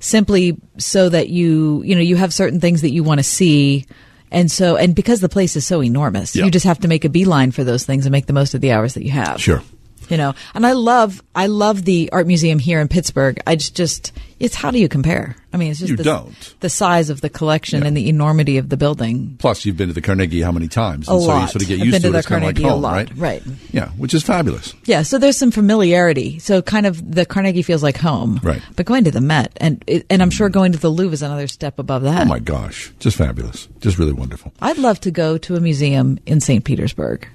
[SPEAKER 4] simply so that you you know you have certain things that you want to see and so and because the place is so enormous
[SPEAKER 3] Yeah.
[SPEAKER 4] you just have to make a beeline for those things and make the most of the hours that you have
[SPEAKER 3] Sure.
[SPEAKER 4] you know and i love i love the art museum here in pittsburgh i just just it's how do you compare i mean it's just
[SPEAKER 3] You
[SPEAKER 4] the,
[SPEAKER 3] don't.
[SPEAKER 4] the size of the collection and the enormity of the building
[SPEAKER 3] Plus, you've been to the Carnegie how many times?
[SPEAKER 4] a
[SPEAKER 3] And so
[SPEAKER 4] lot
[SPEAKER 3] you sort of get
[SPEAKER 4] I've
[SPEAKER 3] used
[SPEAKER 4] been
[SPEAKER 3] to
[SPEAKER 4] to,
[SPEAKER 3] it.
[SPEAKER 4] the
[SPEAKER 3] It's kind of like
[SPEAKER 4] carnegie
[SPEAKER 3] home,
[SPEAKER 4] a lot
[SPEAKER 3] right?
[SPEAKER 4] right
[SPEAKER 3] Yeah, which is fabulous.
[SPEAKER 4] Yeah, so there's some familiarity. So kind of the Carnegie feels like home.
[SPEAKER 3] Right. Mm.
[SPEAKER 4] But going to the Met and and I'm sure going to the Louvre is another step above that.
[SPEAKER 3] Oh my gosh, just fabulous, just really wonderful.
[SPEAKER 4] I'd love to go to a museum in St. Petersburg.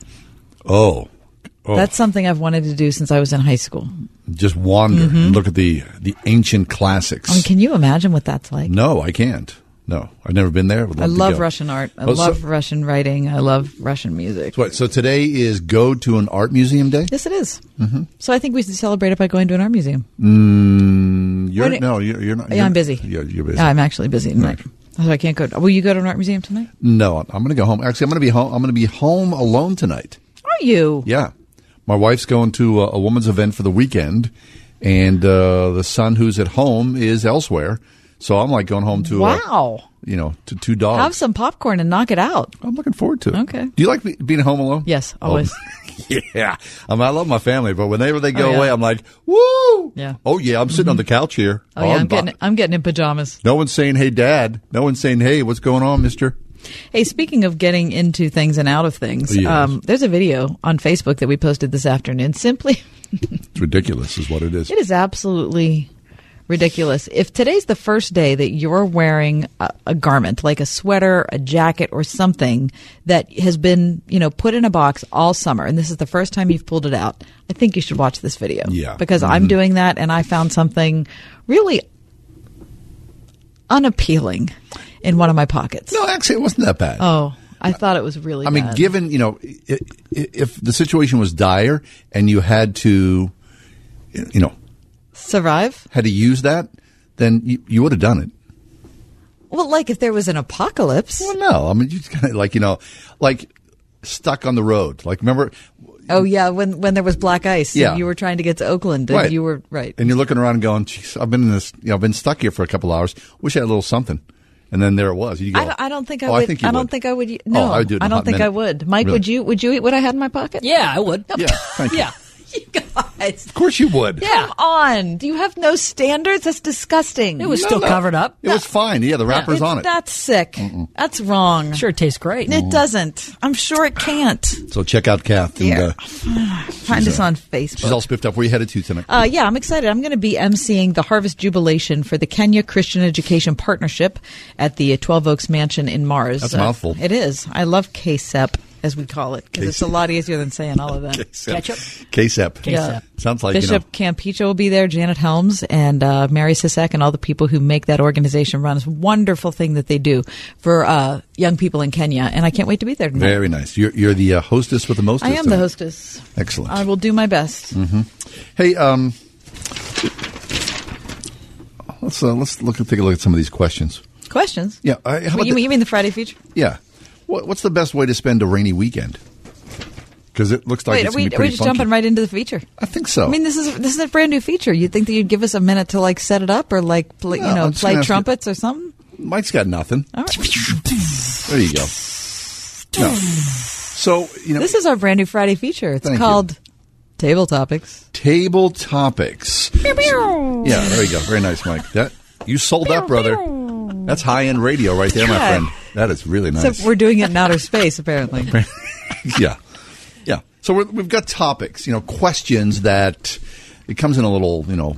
[SPEAKER 3] Oh, oh.
[SPEAKER 4] That's something I've wanted to do since I was in high school.
[SPEAKER 3] just wander
[SPEAKER 4] Mhm.
[SPEAKER 3] and look at the the ancient classics.
[SPEAKER 4] I mean, can you imagine what that's like?
[SPEAKER 3] no, I can't. No, I've never been there. I, would
[SPEAKER 4] I
[SPEAKER 3] to
[SPEAKER 4] love
[SPEAKER 3] go.
[SPEAKER 4] Russian art. I
[SPEAKER 3] Oh, so-
[SPEAKER 4] love Russian writing. I love Russian music.
[SPEAKER 3] So, what, so today is go to an art museum day.
[SPEAKER 4] Yes, it is.
[SPEAKER 3] Mm-hmm.
[SPEAKER 4] So I think we should celebrate it by going to an art museum.
[SPEAKER 3] Mm, you're
[SPEAKER 4] When it-
[SPEAKER 3] no, Mm, you're, you're not.
[SPEAKER 4] Yeah,
[SPEAKER 3] you're-
[SPEAKER 4] I'm busy.
[SPEAKER 3] Yeah, you're busy.
[SPEAKER 4] Yeah, I'm actually busy tonight. So I can't go. Will you go to an art museum tonight?
[SPEAKER 3] No, I'm going to go home. Actually, I'm going to be home. I'm going to be home alone tonight.
[SPEAKER 4] Are you?
[SPEAKER 3] Yeah, my wife's going to a, a woman's event for the weekend, and uh, the son who's at home is elsewhere. So I'm like going home to uh,
[SPEAKER 4] Wow.
[SPEAKER 3] you know, to two dogs.
[SPEAKER 4] Have some popcorn and knock it out.
[SPEAKER 3] Oh. I'm looking forward to it.
[SPEAKER 4] Okay.
[SPEAKER 3] Do you like be- being home alone?
[SPEAKER 4] Yes, always.
[SPEAKER 3] Oh, yeah, I mean, I love my family, but whenever they go
[SPEAKER 4] Oh, yeah.
[SPEAKER 3] away, I'm like, woo!
[SPEAKER 4] Yeah.
[SPEAKER 3] Oh yeah, I'm sitting on the couch here.
[SPEAKER 4] Oh yeah, I'm
[SPEAKER 3] bu-
[SPEAKER 4] getting I'm getting in pajamas.
[SPEAKER 3] No one's saying, "Hey, Dad." No one's saying, "Hey, what's going on, Mister?"
[SPEAKER 4] Hey, speaking of getting into things and out of things,
[SPEAKER 3] Yes.
[SPEAKER 4] um, there's a video on Facebook that we posted this afternoon. Simply,
[SPEAKER 3] It's ridiculous, is what it is.
[SPEAKER 4] it is absolutely ridiculous. If today's the first day that you're wearing a, a garment, like a sweater, a jacket, or something that has been, you know, put in a box all summer, and this is the first time you've pulled it out, I think you should watch this video.
[SPEAKER 5] Yeah.
[SPEAKER 4] Because
[SPEAKER 3] Mm-hmm.
[SPEAKER 4] I'm doing that, and I found something really unappealing in one of my pockets.
[SPEAKER 3] No, actually, it wasn't that bad.
[SPEAKER 4] Oh, I thought it was really.
[SPEAKER 3] I mean,
[SPEAKER 4] bad.
[SPEAKER 3] given you know, i- i- if the situation was dire and you had to, you know,
[SPEAKER 4] survive.
[SPEAKER 3] had to use that, then you, you would have done it.
[SPEAKER 4] Well, like if there was an apocalypse.
[SPEAKER 3] Well, no, I mean, you kind of like you know, like stuck on the road. Like remember,
[SPEAKER 4] Oh yeah, when when there was black ice,
[SPEAKER 3] Yeah.
[SPEAKER 4] and you were trying to get to Oakland, and
[SPEAKER 3] Right.
[SPEAKER 4] you were right.
[SPEAKER 3] and you're looking around and going, "Jeez, I've been in this, you know, I've been stuck here for a couple hours. Wish I had a little something." And then there it was. You go,
[SPEAKER 4] I don't, I don't think I
[SPEAKER 3] "Oh,
[SPEAKER 4] would.
[SPEAKER 3] I, think you
[SPEAKER 4] don't
[SPEAKER 3] would."
[SPEAKER 4] think I would.
[SPEAKER 3] Oh,
[SPEAKER 4] No,
[SPEAKER 3] I would do it in a
[SPEAKER 4] don't
[SPEAKER 3] hot
[SPEAKER 4] think I
[SPEAKER 3] minute.
[SPEAKER 4] would. Mike,
[SPEAKER 3] Really?
[SPEAKER 4] would you? Would you eat what I had in my pocket?
[SPEAKER 6] Yeah, I would.
[SPEAKER 3] Yeah, thank you.
[SPEAKER 6] Yeah.
[SPEAKER 3] Of course you would.
[SPEAKER 4] Come on, do you have no standards? That's disgusting.
[SPEAKER 6] It was still covered up.
[SPEAKER 3] It was fine. Yeah, the wrapper's on it.
[SPEAKER 4] That's sick. That's wrong. Sure,
[SPEAKER 6] it tastes great.
[SPEAKER 4] It doesn't. I'm sure it can't.
[SPEAKER 3] So check out Kath. And, uh,
[SPEAKER 4] Find us
[SPEAKER 3] uh,
[SPEAKER 4] on Facebook.
[SPEAKER 3] she's all spiffed up. Where you headed to tonight?
[SPEAKER 4] Uh, yeah, I'm excited. I'm going to be emceeing the Harvest Jubilation for the Kenya Christian Education Partnership at the Twelve Oaks Mansion in Mars. Uh,
[SPEAKER 3] That's a mouthful. E
[SPEAKER 4] it is. I love KSEP, as we call it, because it's a
[SPEAKER 3] KSEP.
[SPEAKER 4] lot easier than saying all of that.
[SPEAKER 3] E
[SPEAKER 4] Ketchup.
[SPEAKER 3] KSEP.
[SPEAKER 4] Yeah.
[SPEAKER 3] E Sounds like,
[SPEAKER 4] Bishop Campicho will be there, Janet Helms, and uh, Mary Sisek, and all the people who make that organization run. It's a wonderful thing that they do for uh, young people in Kenya, and I can't wait to be there.
[SPEAKER 3] you know,
[SPEAKER 4] Tonight.
[SPEAKER 3] very nice. You're, you're the uh, hostess with the most.
[SPEAKER 4] I am the hostess.
[SPEAKER 3] Excellent.
[SPEAKER 4] I will do my best.
[SPEAKER 3] hmm Hey, um, let's uh, let's look take a look at some of these questions.
[SPEAKER 4] Questions?
[SPEAKER 3] Yeah, I- how about
[SPEAKER 4] you,
[SPEAKER 3] the-
[SPEAKER 4] you mean the Friday feature?
[SPEAKER 3] Yeah, what, what's the best way to spend a rainy weekend? Because it looks like
[SPEAKER 4] Wait, are
[SPEAKER 3] it's gonna
[SPEAKER 4] we,
[SPEAKER 3] be
[SPEAKER 4] are we
[SPEAKER 3] pretty
[SPEAKER 4] just
[SPEAKER 3] funky.
[SPEAKER 4] jumping right into the feature?
[SPEAKER 3] I think so.
[SPEAKER 4] I mean, this is this is a brand new feature. You'd think that you'd give us a minute to like set it up or like play,
[SPEAKER 3] Yeah,
[SPEAKER 4] you
[SPEAKER 3] I'm
[SPEAKER 4] know
[SPEAKER 3] just gonna
[SPEAKER 4] play
[SPEAKER 3] ask you-
[SPEAKER 4] trumpets or something.
[SPEAKER 3] Mike's got nothing.
[SPEAKER 4] All right.
[SPEAKER 3] There you go. No. So you know,
[SPEAKER 4] this is our brand new Friday feature. It's
[SPEAKER 3] Thank you.
[SPEAKER 4] called Table Topics.
[SPEAKER 3] Table topics. Yeah, there you go. Very nice, Mike. That you sold out, brother. That's high end radio right there, my
[SPEAKER 4] Yeah.
[SPEAKER 3] friend. That is really nice.
[SPEAKER 4] Except we're doing it in outer space, apparently.
[SPEAKER 3] yeah, yeah. So we're, we've got topics, you know, questions that it comes in a little, you know,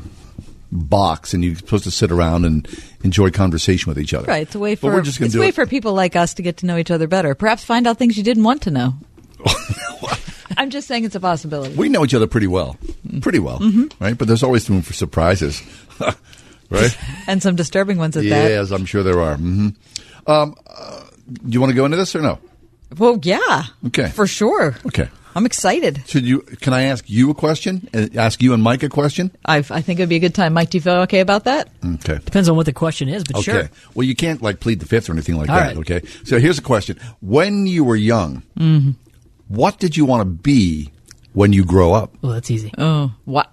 [SPEAKER 3] box, and you're supposed to sit around and enjoy conversation with each other.
[SPEAKER 4] Right. It's a way
[SPEAKER 3] But
[SPEAKER 4] for
[SPEAKER 3] we're just gonna
[SPEAKER 4] it's a
[SPEAKER 3] do
[SPEAKER 4] way
[SPEAKER 3] it.
[SPEAKER 4] for people like us to get to know each other better. Perhaps find out things you didn't want to know. I'm just saying it's a possibility.
[SPEAKER 3] We know each other pretty well, pretty well,
[SPEAKER 4] Mhm.
[SPEAKER 3] right? But there's always room for surprises, right?
[SPEAKER 4] And some disturbing ones at that.
[SPEAKER 3] yes, I'm sure there are. hmm Um, uh, do you want to go into this or no?
[SPEAKER 4] Well, yeah.
[SPEAKER 3] Okay.
[SPEAKER 4] For sure.
[SPEAKER 3] Okay.
[SPEAKER 4] I'm excited.
[SPEAKER 3] Should you? Can I ask you a question? Uh, Ask you and Mike a question?
[SPEAKER 4] i I think it would be a good time. Mike, do you feel okay about that?
[SPEAKER 3] Okay.
[SPEAKER 6] Depends on what the question is, but
[SPEAKER 3] okay.
[SPEAKER 6] sure.
[SPEAKER 3] Well, you can't like plead the fifth or anything like
[SPEAKER 6] All
[SPEAKER 3] that.
[SPEAKER 6] right.
[SPEAKER 3] Okay. So here's a question: When you were young,
[SPEAKER 6] Mhm.
[SPEAKER 3] what did you want to be when you grow up?
[SPEAKER 6] Well, that's easy.
[SPEAKER 4] Oh, what?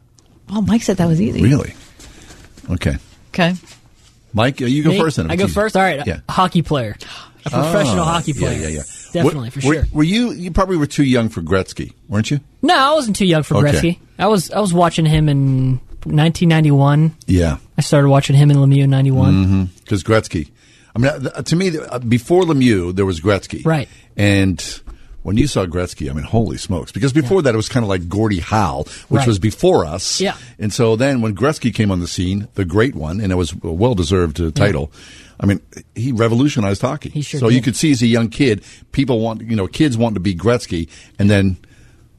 [SPEAKER 4] Oh, Mike said that was easy.
[SPEAKER 3] Really? Okay.
[SPEAKER 4] Okay.
[SPEAKER 3] Mike, uh, you go
[SPEAKER 6] Me?
[SPEAKER 3] first. Then if
[SPEAKER 6] I
[SPEAKER 3] it's
[SPEAKER 6] go
[SPEAKER 3] easy.
[SPEAKER 6] first. All right,
[SPEAKER 3] Yeah.
[SPEAKER 6] a hockey player, a professional
[SPEAKER 3] Oh,
[SPEAKER 6] hockey player.
[SPEAKER 3] Yeah, yeah, yeah.
[SPEAKER 6] Definitely
[SPEAKER 3] Were-
[SPEAKER 6] for
[SPEAKER 3] were-
[SPEAKER 6] sure.
[SPEAKER 3] Were you? You probably were too young for Gretzky, weren't you?
[SPEAKER 6] No, I wasn't too young for
[SPEAKER 3] Okay.
[SPEAKER 6] Gretzky. I was I was watching him in 1991.
[SPEAKER 3] Yeah. Mm-hmm.
[SPEAKER 6] I started watching him in Lemieux in 91.
[SPEAKER 3] Because Gretzky. I mean, uh, th- to me, th- uh, before Lemieux, there was Gretzky.
[SPEAKER 6] Right.
[SPEAKER 3] And when you saw Gretzky, I mean, holy smokes. Because before that, it was kind of like Gordie Howe, which
[SPEAKER 6] Right.
[SPEAKER 3] was before us.
[SPEAKER 6] Yeah.
[SPEAKER 3] And so then when Gretzky came on the scene, the great one, and it was a well deserved uh, title. I mean, he revolutionized hockey. He
[SPEAKER 6] sure
[SPEAKER 3] so you
[SPEAKER 6] did.
[SPEAKER 3] could see as a young kid, people want, you know, kids want to be Gretzky, and then,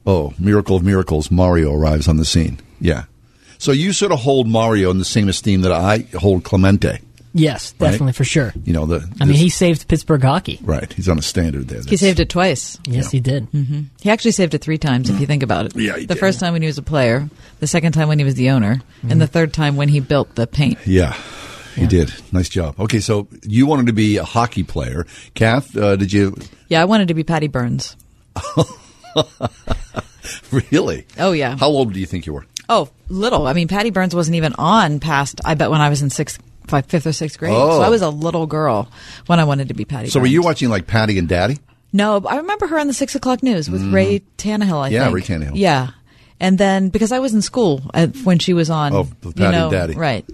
[SPEAKER 3] oh, miracle of miracles, Mario arrives on the scene. Yeah. So you sort of hold Mario in the same esteem that I hold Clemente.
[SPEAKER 6] Yes,
[SPEAKER 3] Right.
[SPEAKER 6] definitely for sure.
[SPEAKER 3] You know the.
[SPEAKER 6] I mean, he saved Pittsburgh hockey.
[SPEAKER 3] right. He's on a standard there.
[SPEAKER 4] He saved it twice.
[SPEAKER 6] Yes, he did.
[SPEAKER 4] hmm He actually saved it three times, if you think about it.
[SPEAKER 3] Yeah, he
[SPEAKER 4] the
[SPEAKER 3] did.
[SPEAKER 4] first time when he was a player, the second time when he was the owner, and the third time when he built the paint.
[SPEAKER 3] Yeah, You did. Nice job. Okay, so you wanted to be a hockey player. Kath, uh, did you
[SPEAKER 4] Yeah, I wanted to be Patty Burns.
[SPEAKER 3] really?
[SPEAKER 4] Oh, yeah.
[SPEAKER 3] How old do you think you were?
[SPEAKER 4] Oh, little. I mean, Patty Burns wasn't even on past. I bet when I was in sixth, fi- fifth or sixth grade.
[SPEAKER 3] Oh.
[SPEAKER 4] So I was a little girl when I wanted to be Patty.
[SPEAKER 3] so were
[SPEAKER 4] Burns.
[SPEAKER 3] you watching like Patty and Daddy?
[SPEAKER 4] No, but I remember her on the six o'clock news with
[SPEAKER 3] Mhm.
[SPEAKER 4] Ray Tannehill. I
[SPEAKER 3] Yeah,
[SPEAKER 4] think.
[SPEAKER 3] Ray Tannehill.
[SPEAKER 4] Yeah, and then because I was in school at, when she was on.
[SPEAKER 3] Oh, the
[SPEAKER 4] you
[SPEAKER 3] Patty
[SPEAKER 4] know,
[SPEAKER 3] Daddy.
[SPEAKER 4] Right.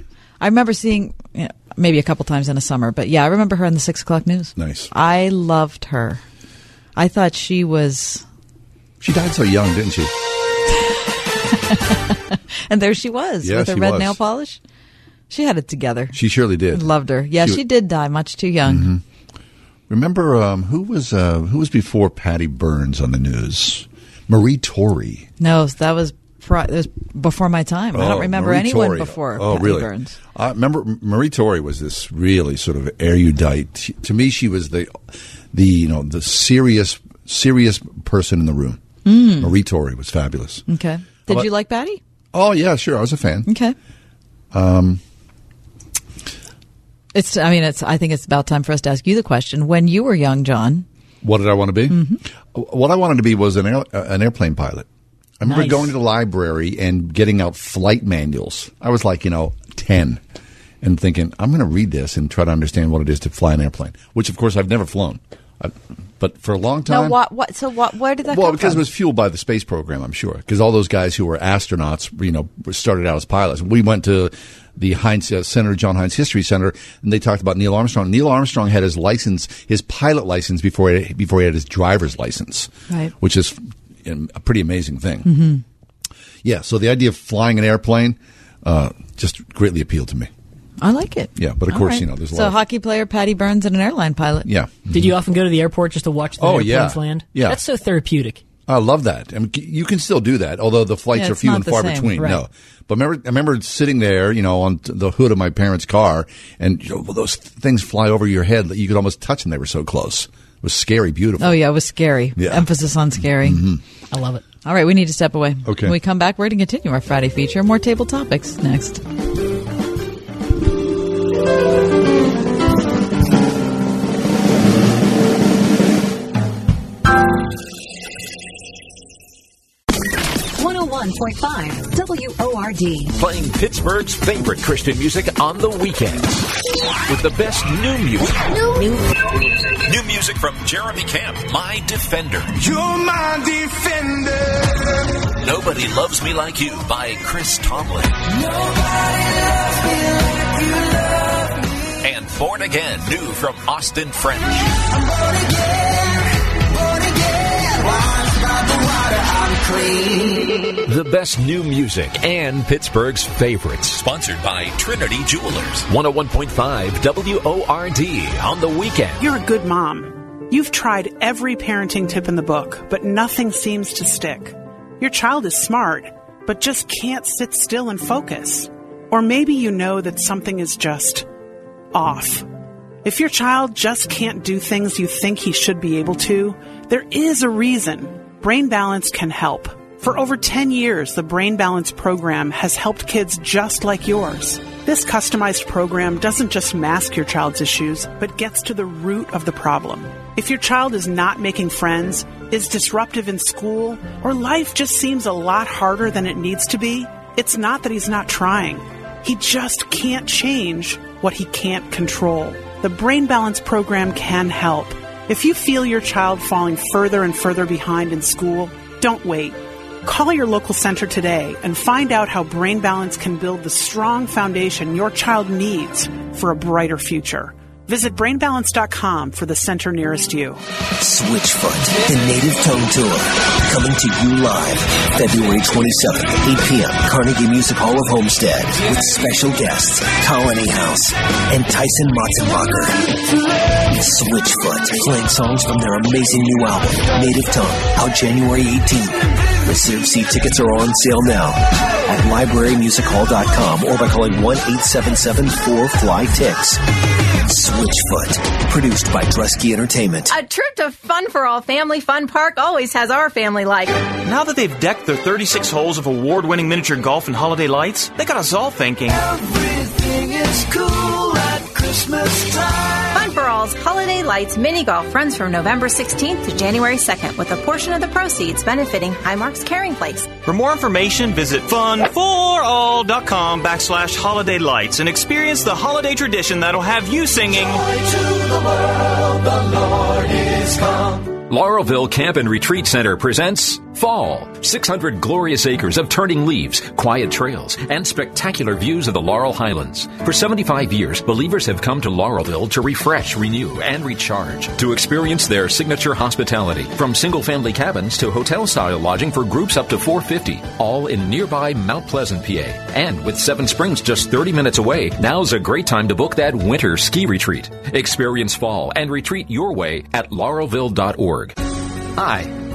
[SPEAKER 4] I remember seeing you know, maybe a couple times in a summer, but yeah, I remember her on the six o'clock news.
[SPEAKER 3] Nice.
[SPEAKER 4] I loved her. I thought she was,
[SPEAKER 3] She died so young, didn't she?
[SPEAKER 4] and there she was
[SPEAKER 3] Yeah,
[SPEAKER 4] with her
[SPEAKER 3] she
[SPEAKER 4] red
[SPEAKER 3] was.
[SPEAKER 4] nail polish. She had it together.
[SPEAKER 3] She surely did.
[SPEAKER 4] Loved her. Yeah, she,
[SPEAKER 3] She-
[SPEAKER 4] did die much too young.
[SPEAKER 3] Mhm. Remember um, who was uh, who was before Patty Burns on the news? Marie Torrey.
[SPEAKER 4] No, that was pri- it was before my time. I
[SPEAKER 3] Oh,
[SPEAKER 4] don't remember
[SPEAKER 3] Marie
[SPEAKER 4] anyone
[SPEAKER 3] Torrey.
[SPEAKER 4] before
[SPEAKER 3] Oh,
[SPEAKER 4] Patty
[SPEAKER 3] really?
[SPEAKER 4] Burns.
[SPEAKER 3] I remember M- Marie Torrey was this really sort of erudite. She- to me, she was the the you know the serious serious person in the room.
[SPEAKER 4] Mm.
[SPEAKER 3] Marie Torrey was fabulous.
[SPEAKER 4] Okay. Did
[SPEAKER 3] Well,
[SPEAKER 4] you like Patty?
[SPEAKER 3] Oh yeah, sure. I was a fan.
[SPEAKER 4] Okay.
[SPEAKER 3] Um,
[SPEAKER 4] It's. I mean, it's. I think it's about time for us to ask you the question. When you were young, John.
[SPEAKER 3] what did I want to be?
[SPEAKER 4] Mm-hmm.
[SPEAKER 3] What I wanted to be was an air, uh, an airplane pilot. I remember
[SPEAKER 4] Nice.
[SPEAKER 3] going to the library and getting out flight manuals. I was like, you know, ten, and thinking I'm going to read this and try to understand what it is to fly an airplane. Which, of course, I've never flown, I, but for a long time.
[SPEAKER 4] No. What? What? So what? Where did that?
[SPEAKER 3] well,
[SPEAKER 4] come
[SPEAKER 3] because
[SPEAKER 4] from?
[SPEAKER 3] it was fueled by the space program, I'm sure. Because all those guys who were astronauts, you know, started out as pilots. We went to the Heinz uh, Center, John Heinz History Center, and they talked about Neil Armstrong. Neil Armstrong had his license, his pilot license, before he, before he had his driver's license,
[SPEAKER 4] Right.
[SPEAKER 3] which is um, a pretty amazing thing.
[SPEAKER 4] hmm
[SPEAKER 3] Yeah. So the idea of flying an airplane uh, just greatly appealed to me.
[SPEAKER 4] I like it.
[SPEAKER 3] Yeah, but of
[SPEAKER 4] All
[SPEAKER 3] course,
[SPEAKER 4] right.
[SPEAKER 3] you know, there's a
[SPEAKER 4] so
[SPEAKER 3] lot of-
[SPEAKER 4] hockey player Patty Burns and an airline pilot.
[SPEAKER 3] Yeah. Mm-hmm.
[SPEAKER 6] Did you often go to the airport just to watch the
[SPEAKER 3] Oh,
[SPEAKER 6] airplanes
[SPEAKER 3] yeah.
[SPEAKER 6] land?
[SPEAKER 3] Yeah.
[SPEAKER 6] That's so therapeutic.
[SPEAKER 3] I love that. I mean, c- you can still do that, although the flights
[SPEAKER 6] Yeah,
[SPEAKER 3] are
[SPEAKER 6] it's
[SPEAKER 3] few
[SPEAKER 6] not
[SPEAKER 3] and
[SPEAKER 6] the
[SPEAKER 3] far
[SPEAKER 6] same,
[SPEAKER 3] between.
[SPEAKER 6] right.
[SPEAKER 3] No, but remember, I remember sitting there, you know, on t- the hood of my parents' car, and you know, well, those things fly over your head that you could almost touch them. They were so close. It was scary, beautiful.
[SPEAKER 4] Oh yeah, it was scary.
[SPEAKER 3] Yeah. Mm-hmm.
[SPEAKER 4] Emphasis on scary.
[SPEAKER 6] I love it.
[SPEAKER 4] All right, we need to step away.
[SPEAKER 3] Okay.
[SPEAKER 4] When we come back, we're going to continue our Friday feature. More table topics next.
[SPEAKER 17] WORD.
[SPEAKER 10] Playing Pittsburgh's favorite Christian music on the weekends with the best new music. New, music from Jeremy Camp, My Defender.
[SPEAKER 5] You're my defender.
[SPEAKER 10] Nobody Loves Me Like You by Chris Tomlin. And Born Again, new from Austin French. The best new music and Pittsburgh's favorites. Sponsored by Trinity Jewelers. 101.5 WORD on the weekend.
[SPEAKER 24] You're a good mom. You've tried every parenting tip in the book, but nothing seems to stick. Your child is smart, but just can't sit still and focus. Or maybe you know that something is just off. If your child just can't do things you think he should be able to, there is a reason. Brain Balance can help. For over 10 years, the Brain Balance program has helped kids just like yours. This customized program doesn't just mask your child's issues, but gets to the root of the problem. If your child is not making friends, is disruptive in school, or life just seems a lot harder than it needs to be, it's not that he's not trying. He just can't change what he can't control. The Brain Balance program can help. If you feel your child falling further and further behind in school, don't wait. Call your local center today and find out how Brain Balance can build the strong foundation your child needs for a brighter future. Visit brainbalance.com for the center nearest you.
[SPEAKER 2] Switchfoot, the Native Tongue Tour, coming to you live February 27th, 8 p.m. Carnegie Music Hall of Homestead with special guests Colony House and Tyson Motzenbacher. Switchfoot, playing songs from their amazing new album, Native Tongue, out January 18th. Reserved seat tickets are on sale now at librarymusichall.com or by calling 1-877-4FLY-TIX. Switchfoot, produced by Dresky Entertainment.
[SPEAKER 25] A trip to Fun for All Family Fun Park always has our family like.
[SPEAKER 26] Now that they've decked their 36 holes of award winning miniature golf and holiday lights, they got us all thinking.
[SPEAKER 2] Everything is cool
[SPEAKER 5] Christmas time.
[SPEAKER 25] Fun for All's Holiday Lights Mini Golf runs from November 16th to January 2nd, with a portion of the proceeds benefiting Highmark's Caring Place.
[SPEAKER 26] For more information, visit funforall.com backslash holiday lights and experience the holiday tradition that'll have you singing.
[SPEAKER 10] Laurelville Camp and Retreat Center presents Fall. 600 glorious acres of turning leaves, quiet trails, and spectacular views of the Laurel Highlands. For 75 years, believers have come to Laurelville to refresh, renew, and recharge. To experience their signature hospitality, from single family cabins to hotel style lodging for groups up to 450, all in nearby Mount Pleasant, PA. And with Seven Springs just 30 minutes away, now's a great time to book that winter ski retreat. Experience fall and retreat your way at laurelville.org.
[SPEAKER 27] Hi,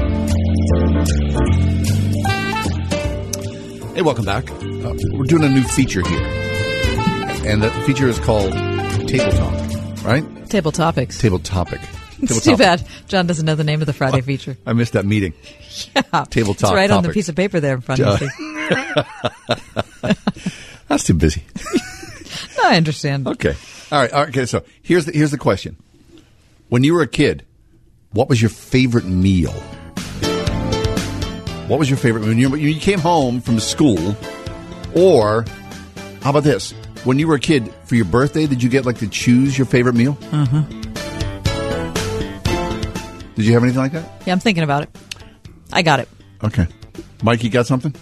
[SPEAKER 6] Oh.
[SPEAKER 3] Hey, welcome back. Uh, we're doing a new feature here, and the feature is called Table Talk, right?
[SPEAKER 4] Table Topics.
[SPEAKER 3] Table Topic. Table
[SPEAKER 4] It's too
[SPEAKER 3] Topic.
[SPEAKER 4] bad John doesn't know the name of the Friday feature.
[SPEAKER 3] I missed that meeting.
[SPEAKER 4] Yeah.
[SPEAKER 3] Table
[SPEAKER 4] It's
[SPEAKER 3] Talk.
[SPEAKER 4] right on the
[SPEAKER 3] topic.
[SPEAKER 4] piece of paper there in front of you.
[SPEAKER 3] That's too busy.
[SPEAKER 4] I understand.
[SPEAKER 3] Okay. All right. All right. Okay. So here's the here's the question. When you were a kid, what was your favorite meal? What was your favorite when you when you came home from school? Or how about this? When you were a kid, for your birthday, did you get like to choose your favorite meal?
[SPEAKER 4] Uh-huh.
[SPEAKER 3] Did you have anything like that?
[SPEAKER 4] Yeah, I'm thinking about it. I got it.
[SPEAKER 3] Okay. Mike, you got something?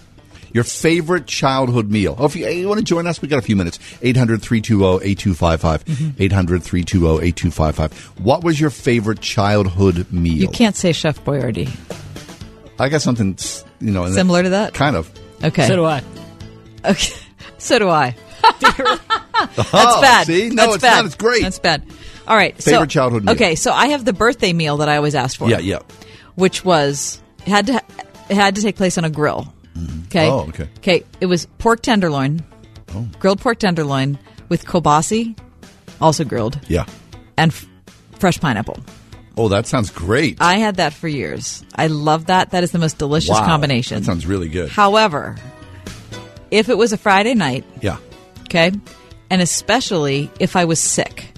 [SPEAKER 3] Your favorite childhood meal. Oh, if you, you want to join us, we got a few minutes. 800 320 8255. 800 320 8255. What was your favorite childhood meal?
[SPEAKER 4] You can't say Chef Boyardee.
[SPEAKER 3] I got something, s- you know, in the-
[SPEAKER 4] Similar to that?
[SPEAKER 3] Kind of.
[SPEAKER 4] Okay. So do
[SPEAKER 6] I.
[SPEAKER 4] Okay. So do I. That's
[SPEAKER 3] Oh,
[SPEAKER 4] bad.
[SPEAKER 3] see? No,
[SPEAKER 4] That's
[SPEAKER 3] it's
[SPEAKER 4] bad.
[SPEAKER 3] not. It's great.
[SPEAKER 4] That's bad. All right. so-
[SPEAKER 3] Favorite childhood meal.
[SPEAKER 4] Okay, so I have the birthday meal that I always asked for.
[SPEAKER 3] Yeah, yeah.
[SPEAKER 4] Which was it had to ha- it had to take place on a grill. Okay.
[SPEAKER 3] Oh, okay.
[SPEAKER 4] Okay. It was pork tenderloin,
[SPEAKER 3] Oh.
[SPEAKER 4] grilled pork tenderloin with kobasi, also grilled,
[SPEAKER 3] Yeah.
[SPEAKER 4] and f- fresh pineapple.
[SPEAKER 3] Oh, that sounds great.
[SPEAKER 4] I had that for years. I love that. That is the most delicious
[SPEAKER 3] Wow.
[SPEAKER 4] combination.
[SPEAKER 3] That sounds really good.
[SPEAKER 4] However, if it was a Friday night,
[SPEAKER 3] yeah.
[SPEAKER 4] okay, and especially if I was sick,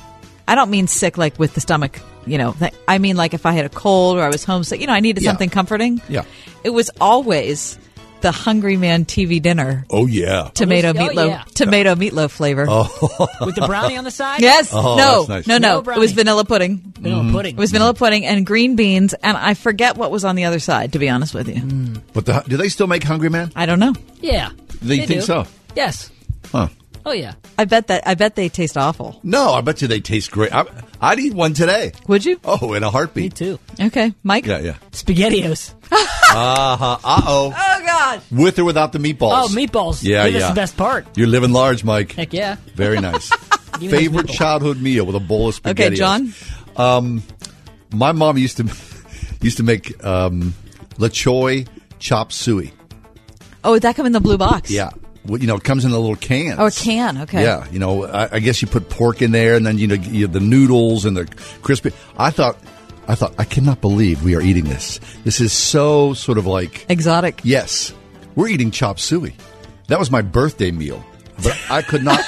[SPEAKER 4] I don't mean sick like with the stomach, you know, th- I mean like if I had a cold or I was homesick, you know, I needed
[SPEAKER 3] Yeah.
[SPEAKER 4] something comforting.
[SPEAKER 3] Yeah.
[SPEAKER 4] It was always the Hungry Man TV dinner.
[SPEAKER 3] Oh, yeah.
[SPEAKER 4] Tomato
[SPEAKER 6] Oh,
[SPEAKER 4] meatloaf,
[SPEAKER 6] yeah.
[SPEAKER 4] tomato meatloaf flavor.
[SPEAKER 3] Oh.
[SPEAKER 6] With the brownie on the side?
[SPEAKER 4] Yes.
[SPEAKER 3] Oh,
[SPEAKER 4] no.
[SPEAKER 3] that's nice.
[SPEAKER 4] No.
[SPEAKER 6] No
[SPEAKER 4] No. it
[SPEAKER 6] brownie.
[SPEAKER 4] was vanilla pudding.
[SPEAKER 6] Vanilla Mm. pudding.
[SPEAKER 4] It was vanilla pudding and green beans, and I forget what was on the other side. To be honest with you,
[SPEAKER 3] But the, do they still make Hungry Man?
[SPEAKER 4] I don't know.
[SPEAKER 6] Yeah.
[SPEAKER 3] Mm. They think
[SPEAKER 6] do.
[SPEAKER 3] so?
[SPEAKER 6] Yes.
[SPEAKER 3] Huh.
[SPEAKER 6] Oh, yeah.
[SPEAKER 4] I bet that. I bet they taste awful.
[SPEAKER 3] No, I bet you they taste great. I, I'd eat one today.
[SPEAKER 4] Would you?
[SPEAKER 3] Oh, in a heartbeat. Me
[SPEAKER 6] too.
[SPEAKER 4] Okay, Mike.
[SPEAKER 3] Yeah, yeah.
[SPEAKER 6] SpaghettiOs.
[SPEAKER 3] uh-huh. Uh-oh.
[SPEAKER 4] Oh God.
[SPEAKER 3] With or without the meatballs?
[SPEAKER 6] Oh, meatballs.
[SPEAKER 3] Yeah,
[SPEAKER 6] Dude,
[SPEAKER 3] yeah.
[SPEAKER 6] That's the best part.
[SPEAKER 3] You're living large, Mike.
[SPEAKER 6] Heck yeah.
[SPEAKER 3] Very nice.
[SPEAKER 6] Give me those
[SPEAKER 3] Favorite
[SPEAKER 6] meatballs.
[SPEAKER 3] childhood meal with a bowl of spaghetti.
[SPEAKER 4] Okay, John?
[SPEAKER 3] Um, my mom used to used to make um, lechoy chop suey.
[SPEAKER 4] Oh, would that come in the blue box?
[SPEAKER 3] Yeah, Well, you know, it comes in a little can.
[SPEAKER 4] Oh, a can. Okay.
[SPEAKER 3] Yeah, you know, I, I guess you put pork in there, and then you know you, the noodles and the crispy. I thought, I thought, I cannot believe we are eating this. This is so sort of like
[SPEAKER 4] exotic.
[SPEAKER 3] Yes, we're eating chop suey. That was my birthday meal, but I could not.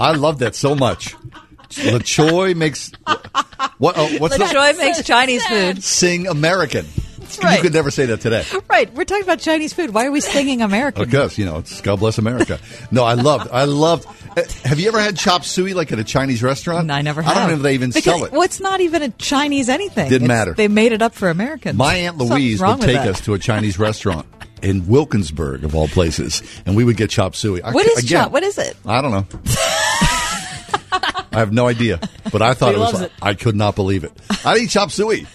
[SPEAKER 3] I love that so much. LaChoy makes what? Oh, what's
[SPEAKER 4] LaChoy
[SPEAKER 3] the
[SPEAKER 4] makes Chinese food.
[SPEAKER 3] sing American? That's
[SPEAKER 4] right.
[SPEAKER 3] You could never say that today.
[SPEAKER 4] Right. We're talking about Chinese food. Why are we singing American?
[SPEAKER 3] Because Oh, you know it's God bless America. No, I loved. I loved. uh, Have you ever had chop suey like at a Chinese restaurant? I never. I don't know if they even
[SPEAKER 4] because
[SPEAKER 3] sell it.
[SPEAKER 4] Well, it's not even a Chinese anything.
[SPEAKER 3] Didn't
[SPEAKER 4] It's-
[SPEAKER 3] matter.
[SPEAKER 4] They made it up for Americans.
[SPEAKER 3] My aunt
[SPEAKER 4] Something's
[SPEAKER 3] Louise
[SPEAKER 4] wrong
[SPEAKER 3] would
[SPEAKER 4] with
[SPEAKER 3] take
[SPEAKER 4] that.
[SPEAKER 3] us to a Chinese restaurant in Wilkinsburg, of all places, and we would get chop suey. I
[SPEAKER 4] What
[SPEAKER 3] c-
[SPEAKER 4] is
[SPEAKER 3] again,
[SPEAKER 4] chop- what is it?
[SPEAKER 3] I don't know. I have no idea, but I thought
[SPEAKER 4] He
[SPEAKER 3] it was.
[SPEAKER 4] loves it.
[SPEAKER 3] I could not believe it. I eat chop suey.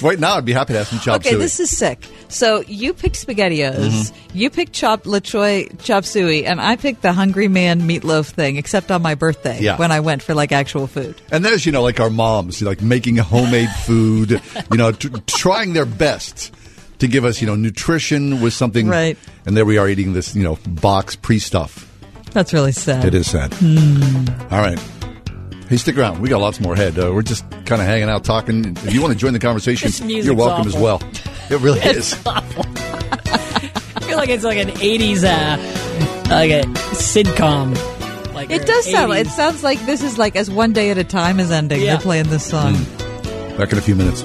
[SPEAKER 3] Right now, I'd be happy to have some chop
[SPEAKER 4] okay,
[SPEAKER 3] suey.
[SPEAKER 4] this is sick. So you picked SpaghettiOs,
[SPEAKER 3] Mhm.
[SPEAKER 4] you picked chopped LaChoy chop suey, and I picked the Hungry Man meatloaf thing, except on my birthday
[SPEAKER 3] Yeah.
[SPEAKER 4] when I went for like actual food.
[SPEAKER 3] And there's, you know, like our moms, like making homemade food, you know, tr trying their best to give us, you know, nutrition with something.
[SPEAKER 4] Right.
[SPEAKER 3] And there we are eating this, you know, box pre stuff.
[SPEAKER 4] That's really sad.
[SPEAKER 3] It is sad.
[SPEAKER 4] Hmm.
[SPEAKER 3] All right. Hey, stick around. We got lots more ahead. Uh, we're just kind of hanging out, talking. If you want to join the conversation,
[SPEAKER 6] This music's
[SPEAKER 3] you're welcome
[SPEAKER 6] awful.
[SPEAKER 3] as well. It really
[SPEAKER 6] It's
[SPEAKER 3] is.
[SPEAKER 6] awful. I feel like it's like an '80s, uh, like a sitcom. Like
[SPEAKER 4] It does sound. It
[SPEAKER 6] 80s.
[SPEAKER 4] sounds like this is like as one day at a time is ending.
[SPEAKER 6] Yeah.
[SPEAKER 4] They're playing this
[SPEAKER 3] Mm.
[SPEAKER 4] song.
[SPEAKER 3] Back in a few minutes.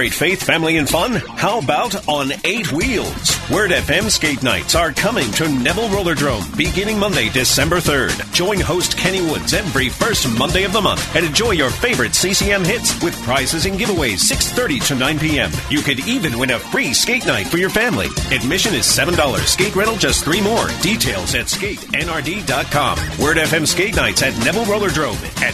[SPEAKER 11] faith, family, and fun? How about on eight wheels? Word FM skate nights are coming to Neville Rollerdrome beginning Monday, December 3rd. Join host Kenny Woods every first Monday of the month and enjoy your favorite CCM hits with prizes and giveaways 6.30 to 9 p.m. You could even win a free skate night for your family. Admission is $7. Skate rental just three more. Details at skatenrd.com. Word FM skate nights at Neville Rollerdrome at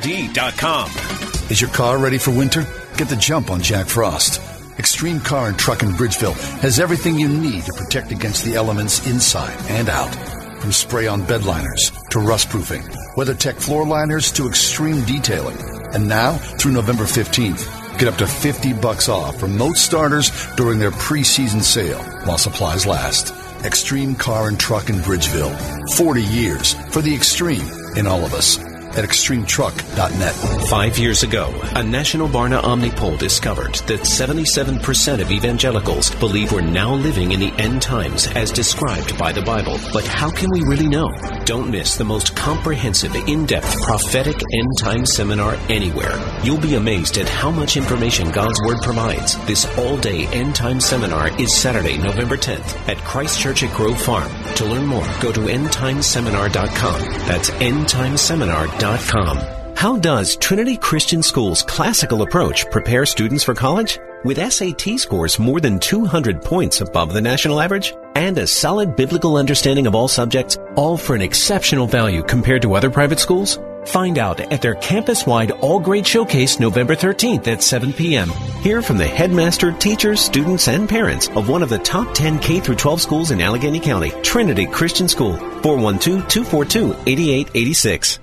[SPEAKER 11] skatenrd.com.
[SPEAKER 28] Is your car ready for winter? Get the jump on Jack Frost. Extreme Car and Truck in Bridgeville has everything you need to protect against the elements inside and out. From spray on bed liners to rust proofing, WeatherTech floor liners to extreme detailing. And now through November 15th, get up to 50 bucks off remote starters during their preseason sale while supplies last. Extreme Car and Truck in Bridgeville. 40 years for the extreme in all of us at extremetruck.net.
[SPEAKER 16] Five years ago, a National Barna Omni poll discovered that 77% of evangelicals believe we're now living in the end times as described by the Bible. But how can we really know? Don't miss the most comprehensive, in depth prophetic end time seminar anywhere. You'll be amazed at how much information God's Word provides. This all day end time seminar is Saturday, November 10th at Christ Church at Grove Farm. To learn more, go to endtimeseminar.com. That's endtimeseminar.com. How does Trinity Christian School's classical approach prepare students for college? With SAT scores more than 200 points above the national average and a solid biblical understanding of all subjects, all for an exceptional value compared to other private schools? Find out at their campus wide all grade showcase November 13th at 7 p.m. Hear from the headmaster, teachers, students, and parents of one of the top 10 K 12 schools in Allegheny County, Trinity Christian School, 412 242 8886.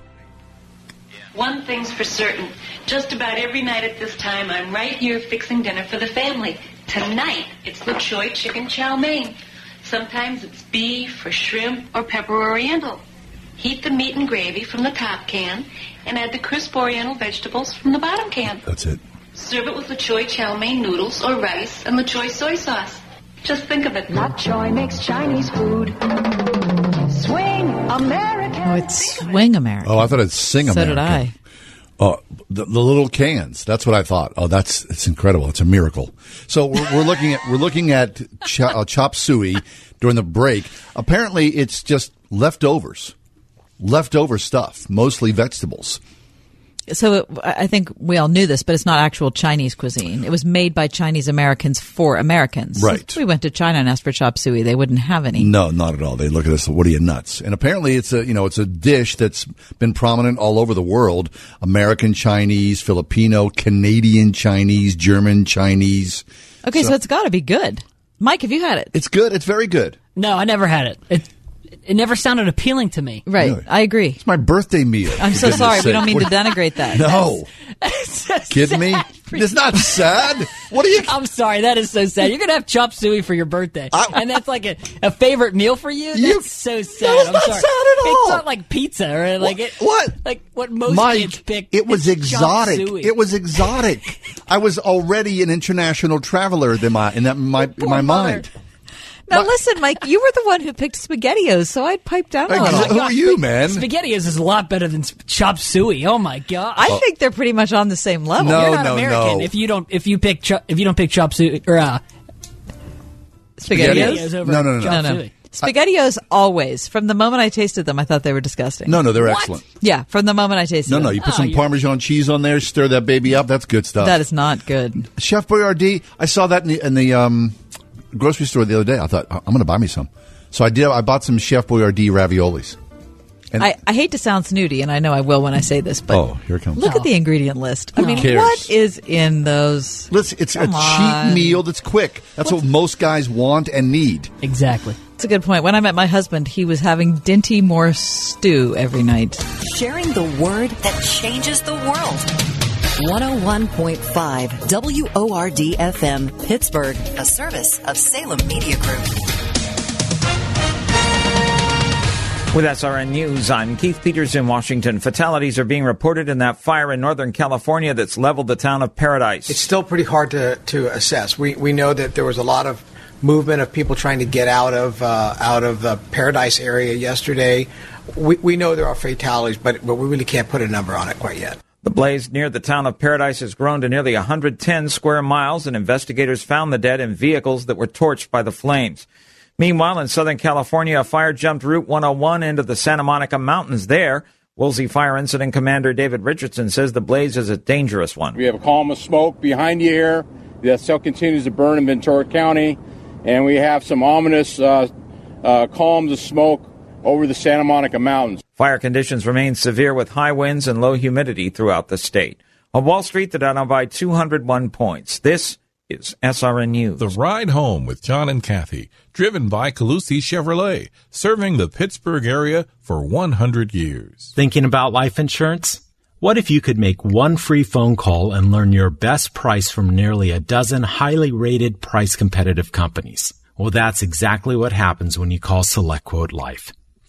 [SPEAKER 13] One thing's for certain. Just about every night at this time, I'm right here fixing dinner for the family. Tonight, it's the choy chicken chow mein. Sometimes it's beef or shrimp or pepper oriental. Heat the meat and gravy from the top can and add the crisp oriental vegetables from the bottom can.
[SPEAKER 3] That's it.
[SPEAKER 13] Serve it with the choy chow mein noodles or rice and the choy soy sauce. Just think of it. Lap choy makes Chinese food. Swing American.
[SPEAKER 4] Oh, it's Swing America.
[SPEAKER 3] Oh, I thought it'd sing
[SPEAKER 4] So
[SPEAKER 3] America.
[SPEAKER 4] did I.
[SPEAKER 3] Oh, the, the little cans. That's what I thought. Oh, that's it's incredible. It's a miracle. So we're, we're looking at we're looking at cho- uh, chop suey during the break. Apparently, it's just leftovers, leftover stuff, mostly vegetables.
[SPEAKER 4] So it, I I think we all knew this, but it's not actual Chinese cuisine. It was made by Chinese Americans for Americans.
[SPEAKER 3] Right. Mm.
[SPEAKER 4] We went to China and asked for chop suey. They wouldn't have any.
[SPEAKER 3] No, not at all. They look at us. What are you nuts? And apparently, it's a you know it's a dish that's been prominent all over the world: American Chinese, Filipino, Canadian Chinese, German Chinese.
[SPEAKER 4] Okay, so, it's got to be good. Mike, have you had it?
[SPEAKER 3] It's good. It's very good.
[SPEAKER 6] No, I never had it. It it never sounded appealing to me.
[SPEAKER 4] Right. I agree. It's
[SPEAKER 3] my birthday meal.
[SPEAKER 4] I'm
[SPEAKER 3] for
[SPEAKER 4] so
[SPEAKER 3] goodness
[SPEAKER 4] sorry. We
[SPEAKER 3] sake.
[SPEAKER 4] don't mean to
[SPEAKER 3] What-
[SPEAKER 4] denigrate that.
[SPEAKER 3] No. Kidding me? It's not sad. What are you?
[SPEAKER 6] I'm sorey. That is so sad. You're gonna have chop suey for your birthday, and that's like a, a favorite meal for you. That's so sad.
[SPEAKER 3] that is
[SPEAKER 6] I'm
[SPEAKER 3] not
[SPEAKER 6] sorry.
[SPEAKER 3] sad at
[SPEAKER 6] It's
[SPEAKER 3] all.
[SPEAKER 6] not like pizza or like it.
[SPEAKER 3] What?
[SPEAKER 6] Like what most kids pick.
[SPEAKER 3] it was
[SPEAKER 6] It's chop
[SPEAKER 3] exotic.
[SPEAKER 6] suey.
[SPEAKER 3] It was exotic. I was already an international traveler in my in that
[SPEAKER 4] Oh,
[SPEAKER 3] my in my mind.
[SPEAKER 4] Now listen, Mike, you were the one who picked SpaghettiOs, so I'd pipe down
[SPEAKER 6] Oh
[SPEAKER 4] on
[SPEAKER 3] Exa-
[SPEAKER 4] it.
[SPEAKER 3] who are you, man?
[SPEAKER 6] Spaghettios is a lot better than sp- chop suey. Oh my god!
[SPEAKER 4] I think they're pretty much on the same level.
[SPEAKER 6] You're not American if you don't if you pick cho- if you don't pick chop suey or uh,
[SPEAKER 4] SpaghettiOs?
[SPEAKER 6] over chop suey.
[SPEAKER 4] SpaghettiOs always. From the moment I tasted them, I thought they were disgusting.
[SPEAKER 3] No, no, they're excellent.
[SPEAKER 4] Yeah, from the moment I tasted
[SPEAKER 3] No,
[SPEAKER 4] them.
[SPEAKER 3] no, you put some Parmesan cheese on there, stir that baby up. That's good stuff.
[SPEAKER 4] Oh, That is not good.
[SPEAKER 3] Chef Boyardee, I saw that in the, in the um, grocery store the other day. I thought "I- I'm going to buy me some, so I did. I bought some Chef Boyardee raviolis. And-
[SPEAKER 4] I, I hate to sound snooty, and I know I will when I say this, but
[SPEAKER 3] oh, here it comes.
[SPEAKER 4] look at the ingredient list. I
[SPEAKER 3] Who
[SPEAKER 4] mean,
[SPEAKER 3] cares?
[SPEAKER 4] what is in those?
[SPEAKER 3] Listen, it's a
[SPEAKER 4] Come on.
[SPEAKER 3] cheap meal that's quick. That's what most guys want and need.
[SPEAKER 6] Exactly.
[SPEAKER 4] It's a good point. When I met my husband, he was having Dinty Moore stew every night.
[SPEAKER 12] Sharing the word that changes the world. 101.5 WORD FM, Pittsburgh, a service of Salem Media Group.
[SPEAKER 29] With SRN News, I'm Keith Peters in Washington. Fatalities are being reported in that fire in Northern California that's leveled the town of Paradise.
[SPEAKER 30] It's still pretty hard to, to assess. We, we know that there was a lot of movement of people trying to get out of uh, out of the Paradise area yesterday. We, we know there are fatalities, but, but we really can't put a number on it quite yet.
[SPEAKER 29] The blaze near the town of Paradise has grown to nearly 110 square miles, and investigators found the dead in vehicles that were torched by the flames. Meanwhile, in Southern California, a fire jumped Route 101 into the Santa Monica Mountains there. Woolsey Fire Incident Commander David Richardson says the blaze is a dangerous one.
[SPEAKER 20] We have a column of smoke behind the air that still continues to burn in Ventura County, and we have some ominous uh, uh, columns of smoke over the Santa Monica Mountains.
[SPEAKER 29] Fire conditions remain severe with high winds and low humidity throughout the state. On Wall Street, the Dow now by 201 points. This is SRN News.
[SPEAKER 31] The Ride Home with John and Kathy, driven by Calusi Chevrolet, serving the Pittsburgh area for 100 years.
[SPEAKER 32] Thinking about life insurance? What if you could make one free phone call and learn your best price from nearly a dozen highly rated price competitive companies? Well, that's exactly what happens when you call SelectQuote Life.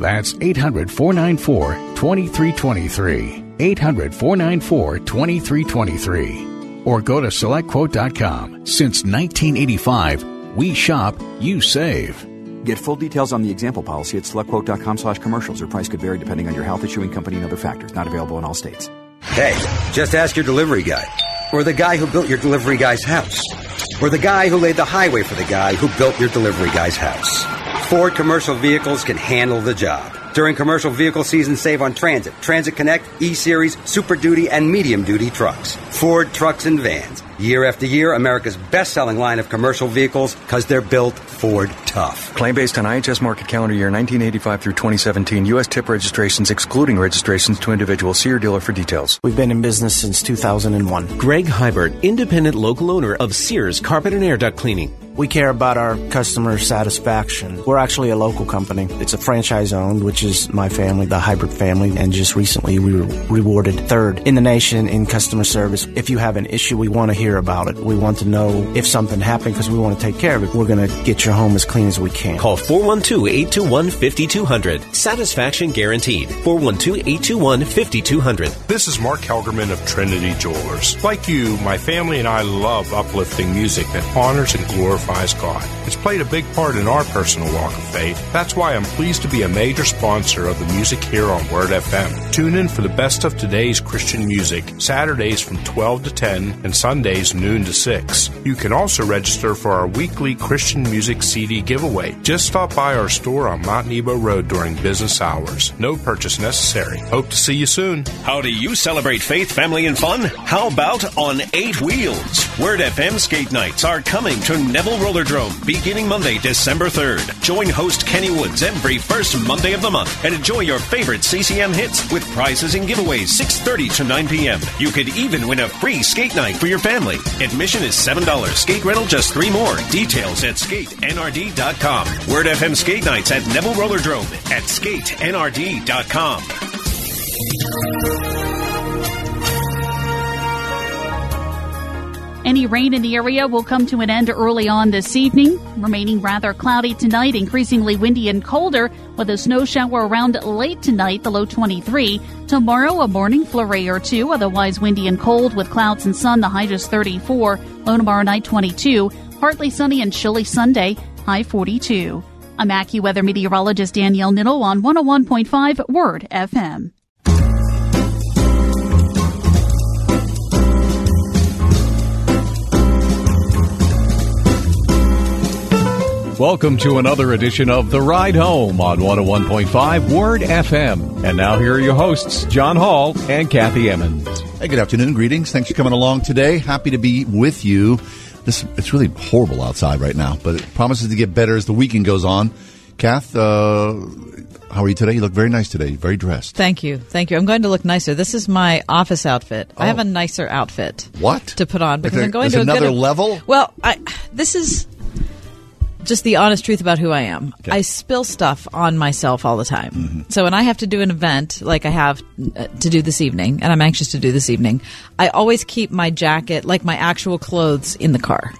[SPEAKER 1] That's 800 494 2323. 800 494 2323. Or go to selectquote.com. Since 1985, we shop, you save.
[SPEAKER 33] Get full details on the example policy at selectquote.com slash commercials. Or price could vary depending on your health issuing company and other factors. Not available in all states.
[SPEAKER 34] Hey, just ask your delivery guy. Or the guy who built your delivery guy's house. Or the guy who laid the highway for the guy who built your delivery guy's house. Ford commercial vehicles can handle the job. During commercial vehicle season, save on Transit, Transit Connect, E Series, Super Duty, and medium duty trucks. Ford trucks and vans. Year after year, America's best selling line of commercial vehicles because they're built Ford tough.
[SPEAKER 33] Claim based on IHS market calendar year 1985 through 2017. U.S. tip registrations excluding registrations to individuals. See your dealer for details.
[SPEAKER 1] We've been in business since 2001.
[SPEAKER 31] Greg Hybert, independent local owner of Sears Carpet and Air Duct Cleaning.
[SPEAKER 1] We care about our customer satisfaction. We're actually a local company. It's a franchise owned, which is my family, the Hybrid family, and just recently we were rewarded third in the nation in customer service. If you have an issue, we want to hear about it. We want to know if something happened because we want to take care of it. We're going to get your home as clean as we can.
[SPEAKER 31] Call 412 821 5200. Satisfaction guaranteed. 412 821 5200.
[SPEAKER 35] This is Mark Helgerman of Trinity Jewelers. Like you, my family and I love uplifting music that honors and glorifies. glorifies God. It's played a big part in our personal walk of faith. That's why I'm pleased to be a major sponsor of the music here on Word FM. Tune in for the best of today's Christian music, Saturdays from 12 to 10 and Sundays noon to 6. You can also register for our weekly Christian music CD giveaway. Just stop by our store on Mount Nebo Road during business hours. No purchase necessary. Hope to see you soon.
[SPEAKER 11] How do you celebrate faith, family, and fun? How about on eight wheels? Word FM skate nights are coming to Neville Rollerdrome beginning Monday, December 3rd. Join host Kenny Woods every first Monday of the month and enjoy your favorite CCM hits with prizes and giveaways 6.30 to 9 p.m. You could even win a free skate night for your family. Admission is $7. Skate rental just three more. Details at skatenrd.com. Word FM skate nights at Neville Rollerdrome at skatenrd.com.
[SPEAKER 36] Any rain in the area will come to an end early on this evening, remaining rather cloudy tonight, increasingly windy and colder, with a snow shower around late tonight, the low 23. Tomorrow, a morning flurry or two, otherwise windy and cold with clouds and sun, the high just 34, low tomorrow night 22, partly sunny and chilly Sunday, high 42. I'm AccuWeather meteorologist Danielle Niddle on 101.5 Word FM.
[SPEAKER 2] Welcome to another edition of The Ride Home on 101.5 Word FM. And now here are your hosts, John Hall and Kathy Emmons.
[SPEAKER 3] Hey, good afternoon. Greetings. Thanks for coming along today. Happy to be with you. This it's really horrible outside right now, but it promises to get better as the weekend goes on. Kath, uh, how are you today? You look very nice today. Very dressed.
[SPEAKER 4] Thank you. Thank you. I'm going to look nicer. This is my office outfit. I have a nicer outfit.
[SPEAKER 3] Oh. What?
[SPEAKER 4] To put on because
[SPEAKER 3] There-
[SPEAKER 4] I'm going
[SPEAKER 3] there's
[SPEAKER 4] to a good- e-
[SPEAKER 3] another level?
[SPEAKER 4] Well, I this is just the honest truth about who I am. I spill stuff on myself all the time.
[SPEAKER 3] Mm-hmm.
[SPEAKER 4] So when I have to do an event like I have uh, to do this evening and I'm anxious to do this evening, I always keep my jacket like my actual clothes in the car.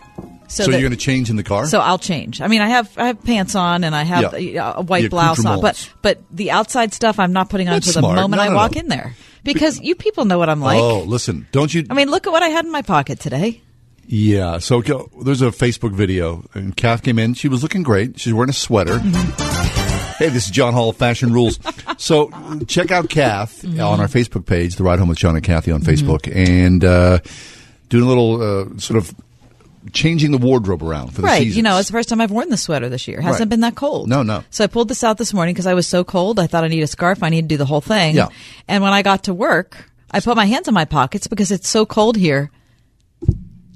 [SPEAKER 3] So,
[SPEAKER 4] that-
[SPEAKER 3] you're going to change in the car?
[SPEAKER 4] so I'll change. I mean, I have I have pants on and I have
[SPEAKER 3] Yeah.
[SPEAKER 4] uh, a white
[SPEAKER 3] The
[SPEAKER 4] blouse on,
[SPEAKER 3] accoutrements.
[SPEAKER 4] but but the outside stuff I'm not putting on
[SPEAKER 3] That's
[SPEAKER 4] until the
[SPEAKER 3] smart.
[SPEAKER 4] moment
[SPEAKER 3] No,
[SPEAKER 4] I
[SPEAKER 3] no,
[SPEAKER 4] walk
[SPEAKER 3] no.
[SPEAKER 4] in there because you people know what I'm like.
[SPEAKER 3] oh, listen, don't you?
[SPEAKER 4] I mean, look at what I had in my pocket today.
[SPEAKER 3] Yeah. So go- there's a Facebook video, and Kath came in. She was looking great. She's wearing a sweater.
[SPEAKER 4] Mm-hmm.
[SPEAKER 3] hey, this is John Hall of Fashion Rules. So check out Kath
[SPEAKER 4] Mm-hmm.
[SPEAKER 37] Mhm.
[SPEAKER 3] on our Facebook page, The Ride Home with John and Kathy on Facebook, and uh, doing a little uh, sort of changing the wardrobe around for the
[SPEAKER 4] Right.
[SPEAKER 3] season.
[SPEAKER 4] You know, it's the first time I've worn this sweater this year. It hasn't
[SPEAKER 3] Right.
[SPEAKER 4] been that cold.
[SPEAKER 3] No, no.
[SPEAKER 4] So I pulled this out this morning because I was so cold. I thought I need a scarf. I need to do the whole thing.
[SPEAKER 3] Yeah.
[SPEAKER 4] And when I got to work, I put my hands in my pockets because it's so cold here.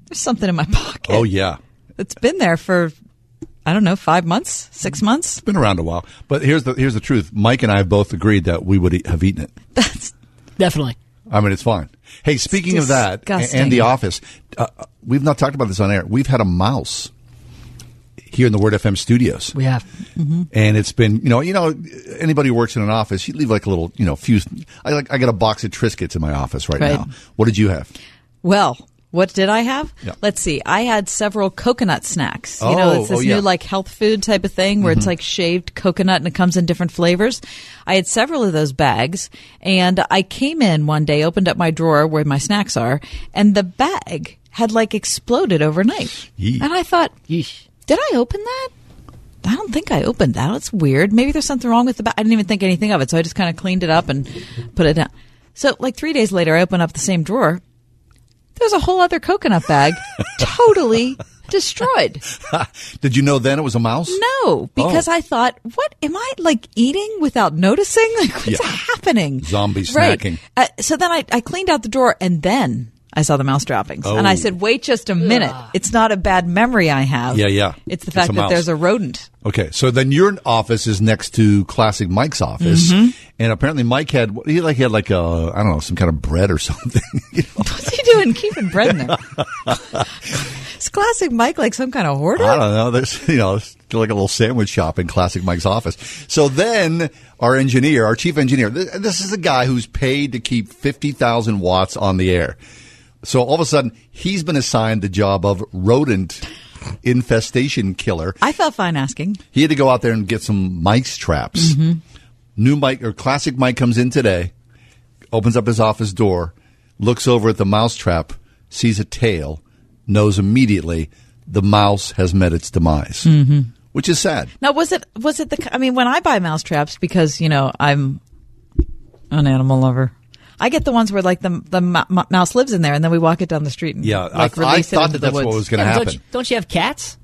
[SPEAKER 4] There's something in my pocket
[SPEAKER 3] Oh yeah.
[SPEAKER 4] that's been there for, I don't know, five months, six months.
[SPEAKER 3] Been around a while, but here's the here's the truth. Mike and I have both agreed that we would eat, have eaten it.
[SPEAKER 6] Definitely.
[SPEAKER 3] I mean, it's fine. Hey, speaking of that a-
[SPEAKER 6] disgusting.
[SPEAKER 3] and the office, uh, uh, we've not talked about this on air. We've had a mouse here in the Word FM studios.
[SPEAKER 6] We have.
[SPEAKER 3] And it's been, you know, you know, anybody who works in an office, you leave like a little, you know, few. I like, I got a box of Triscuits in my office right,
[SPEAKER 4] Right.
[SPEAKER 3] now. What did you have?
[SPEAKER 4] Well, what did I have?
[SPEAKER 3] Yeah.
[SPEAKER 4] Let's see. I had several coconut snacks. you know,
[SPEAKER 3] Oh,
[SPEAKER 4] it's this
[SPEAKER 3] oh, yeah.
[SPEAKER 4] new like health food type of thing where it's
[SPEAKER 3] Mhm.
[SPEAKER 4] like shaved coconut and it comes in different flavors. I had several of those bags and I came in one day, opened up my drawer where my snacks are, and the bag had like exploded overnight.
[SPEAKER 3] Yee.
[SPEAKER 4] And I thought, did I open that? I don't think I opened that. It's weird. Maybe there's something wrong with the bag. I didn't even think anything of it. So I just kind of cleaned it up and put it down. So like three days later, I open up the same drawer. There's a whole other coconut bag totally destroyed.
[SPEAKER 3] did you know then it was a mouse?
[SPEAKER 4] No, because
[SPEAKER 3] Oh.
[SPEAKER 4] I thought, what am I like eating without noticing? Like what's
[SPEAKER 3] Yeah.
[SPEAKER 4] happening?
[SPEAKER 3] Zombie
[SPEAKER 4] Right.
[SPEAKER 3] snacking.
[SPEAKER 4] Uh, so then I, I cleaned out the drawer and then I saw the mouse droppings. And I
[SPEAKER 3] Oh.
[SPEAKER 4] said, wait just a minute. It's not a bad memory I have.
[SPEAKER 3] Yeah, yeah.
[SPEAKER 4] It's the
[SPEAKER 3] It's
[SPEAKER 4] fact
[SPEAKER 3] a
[SPEAKER 4] that
[SPEAKER 3] mouse.
[SPEAKER 4] there's a rodent.
[SPEAKER 3] Okay, so then your office is next to Classic Mike's office,
[SPEAKER 4] Mhm.
[SPEAKER 3] and apparently Mike had he like had like a I don't know some kind of bread or something.
[SPEAKER 4] What's he doing keeping bread in there? It's classic Mike like some kind of hoarder?
[SPEAKER 3] I don't know. There's, you know, it's like a little sandwich shop in Classic Mike's office. So then our engineer, our chief engineer, th- this is the guy who's paid to keep 50,000 watts on the air. So all of a sudden, he's been assigned the job of rodent infestation killer.
[SPEAKER 4] I felt fine asking.
[SPEAKER 3] He had to go out there and get some mice traps.
[SPEAKER 4] Mm-hmm.
[SPEAKER 3] New Mike or Classic Mike comes in today, opens up his office door, looks over at the mouse trap, sees a tail, knows immediately the mouse has met its demise,
[SPEAKER 4] Mhm.
[SPEAKER 3] which is sad.
[SPEAKER 4] Now, was it was it the? I mean, when I buy mousetraps, because you know I'm an animal lover, I get the ones where like the the mou- mou- mouse lives in there, and then we walk it down the street and
[SPEAKER 3] Yeah, I-
[SPEAKER 4] like
[SPEAKER 3] I
[SPEAKER 4] release it
[SPEAKER 3] thought
[SPEAKER 4] into
[SPEAKER 3] that
[SPEAKER 4] the
[SPEAKER 3] that's what
[SPEAKER 4] woods.
[SPEAKER 3] was gonna Yeah, but don't happen. you-
[SPEAKER 4] don't you have cats?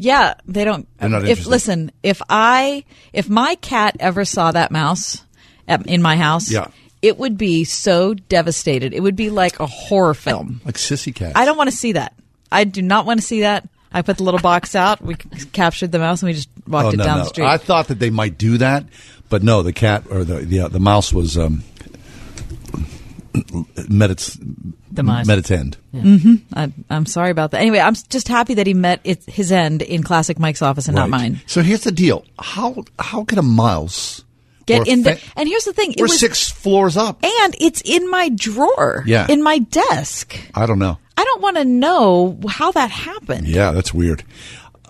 [SPEAKER 4] Yeah, they don't.
[SPEAKER 3] They're not
[SPEAKER 4] if
[SPEAKER 3] interested.
[SPEAKER 4] listen, if I if my cat ever saw that mouse at, in my house,
[SPEAKER 3] Yeah.
[SPEAKER 4] it would be so devastated. It would be like a horror film.
[SPEAKER 3] Like sissy cats.
[SPEAKER 4] I don't want to see that. I do not want to see that. I put the little box out. We c- captured the mouse and we just walked
[SPEAKER 3] Oh,
[SPEAKER 4] it
[SPEAKER 3] no,
[SPEAKER 4] down
[SPEAKER 3] no.
[SPEAKER 4] the street.
[SPEAKER 3] I thought that they might do that, but no, the cat or the the, uh, the mouse was um, met its
[SPEAKER 4] Demise.
[SPEAKER 3] met its end.
[SPEAKER 4] hmm I, I'm sorry about that. Anyway, I'm s- just happy that he met it, his end in Classic Mike's office and not
[SPEAKER 3] Right.
[SPEAKER 4] mine.
[SPEAKER 3] So here's the deal: how how could a mouse
[SPEAKER 4] Get
[SPEAKER 3] or
[SPEAKER 4] in there.
[SPEAKER 3] fa-
[SPEAKER 4] And here's the thing:
[SPEAKER 3] We're six floors up,
[SPEAKER 4] and it's in my drawer.
[SPEAKER 3] Yeah.
[SPEAKER 4] in my desk.
[SPEAKER 3] I don't know.
[SPEAKER 4] I don't want to know how that happened.
[SPEAKER 3] Yeah, that's weird.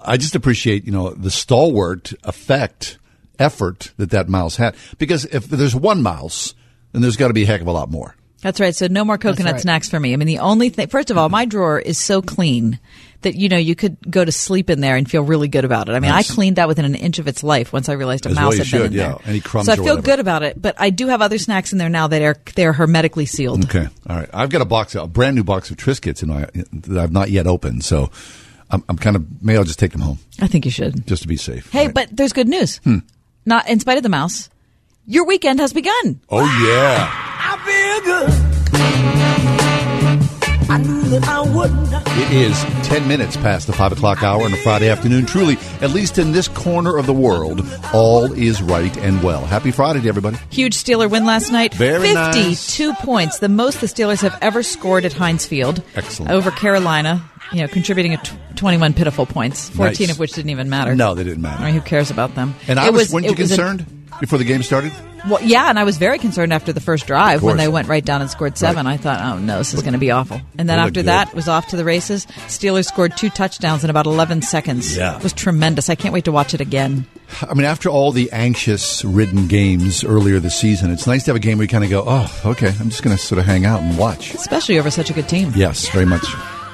[SPEAKER 3] I just appreciate you know the stalwart effect effort that that mouse had because if there's one mouse, then there's got to be a heck of a lot more.
[SPEAKER 4] That's right. So no more coconut
[SPEAKER 3] right.
[SPEAKER 4] snacks for me. I mean, the only thing. First of all, my drawer is so clean that you know you could go to sleep in there and feel really good about it. I mean,
[SPEAKER 3] Nice.
[SPEAKER 4] I cleaned that within an inch of its life once I realized a
[SPEAKER 3] As well
[SPEAKER 4] mouse
[SPEAKER 3] you
[SPEAKER 4] had
[SPEAKER 3] should,
[SPEAKER 4] been in
[SPEAKER 3] yeah.
[SPEAKER 4] there.
[SPEAKER 3] Any crumbs
[SPEAKER 4] So I
[SPEAKER 3] or
[SPEAKER 4] feel
[SPEAKER 3] whatever.
[SPEAKER 4] good about it, but I do have other snacks in there now that are they're hermetically sealed.
[SPEAKER 3] Okay, all right. I've got a box, a brand new box of Triscuits in my, that I've not yet opened, so I'm, I'm kind of maybe I'll just take them home
[SPEAKER 4] I think you should.
[SPEAKER 3] just to be safe.
[SPEAKER 4] Hey, but there's good news.
[SPEAKER 3] Hmm.
[SPEAKER 4] Not in spite of the mouse, your weekend has begun.
[SPEAKER 3] Oh yeah,
[SPEAKER 25] I feel good. I knew that I would.
[SPEAKER 3] it is ten minutes past the five o'clock hour on a Friday afternoon. Truly, at least in this corner of the world, all is right and well. Happy Friday to everybody.
[SPEAKER 4] Huge Steeler win last night.
[SPEAKER 3] Very nice.
[SPEAKER 4] 52 points, the most the Steelers have ever scored at Heinz Field.
[SPEAKER 3] Excellent.
[SPEAKER 4] Over Carolina, you know, contributing a tw 21 pitiful points, 14
[SPEAKER 3] Nice.
[SPEAKER 4] of which didn't even matter.
[SPEAKER 3] No, they didn't matter.
[SPEAKER 4] I mean, who cares about them?
[SPEAKER 3] And I
[SPEAKER 4] It
[SPEAKER 3] was, weren't you
[SPEAKER 4] it was a-
[SPEAKER 3] concerned before the game started?
[SPEAKER 4] well, yeah, and I was very concerned after the first drive
[SPEAKER 3] Of
[SPEAKER 4] when
[SPEAKER 3] course.
[SPEAKER 4] they went right down and scored seven. I thought, oh no, this is going to be awful. And then
[SPEAKER 3] They look
[SPEAKER 4] after
[SPEAKER 3] good.
[SPEAKER 4] that, was off to the races. Steelers scored two touchdowns in about 11 seconds.
[SPEAKER 3] Yeah.
[SPEAKER 4] It was tremendous. I can't wait to watch it again.
[SPEAKER 3] I mean, after all the anxious ridden games earlier this season, it's nice to have a game where you kind of go, oh, okay, I'm just going to sort of hang out and watch.
[SPEAKER 4] Especially over such a good team.
[SPEAKER 3] Yes, very much.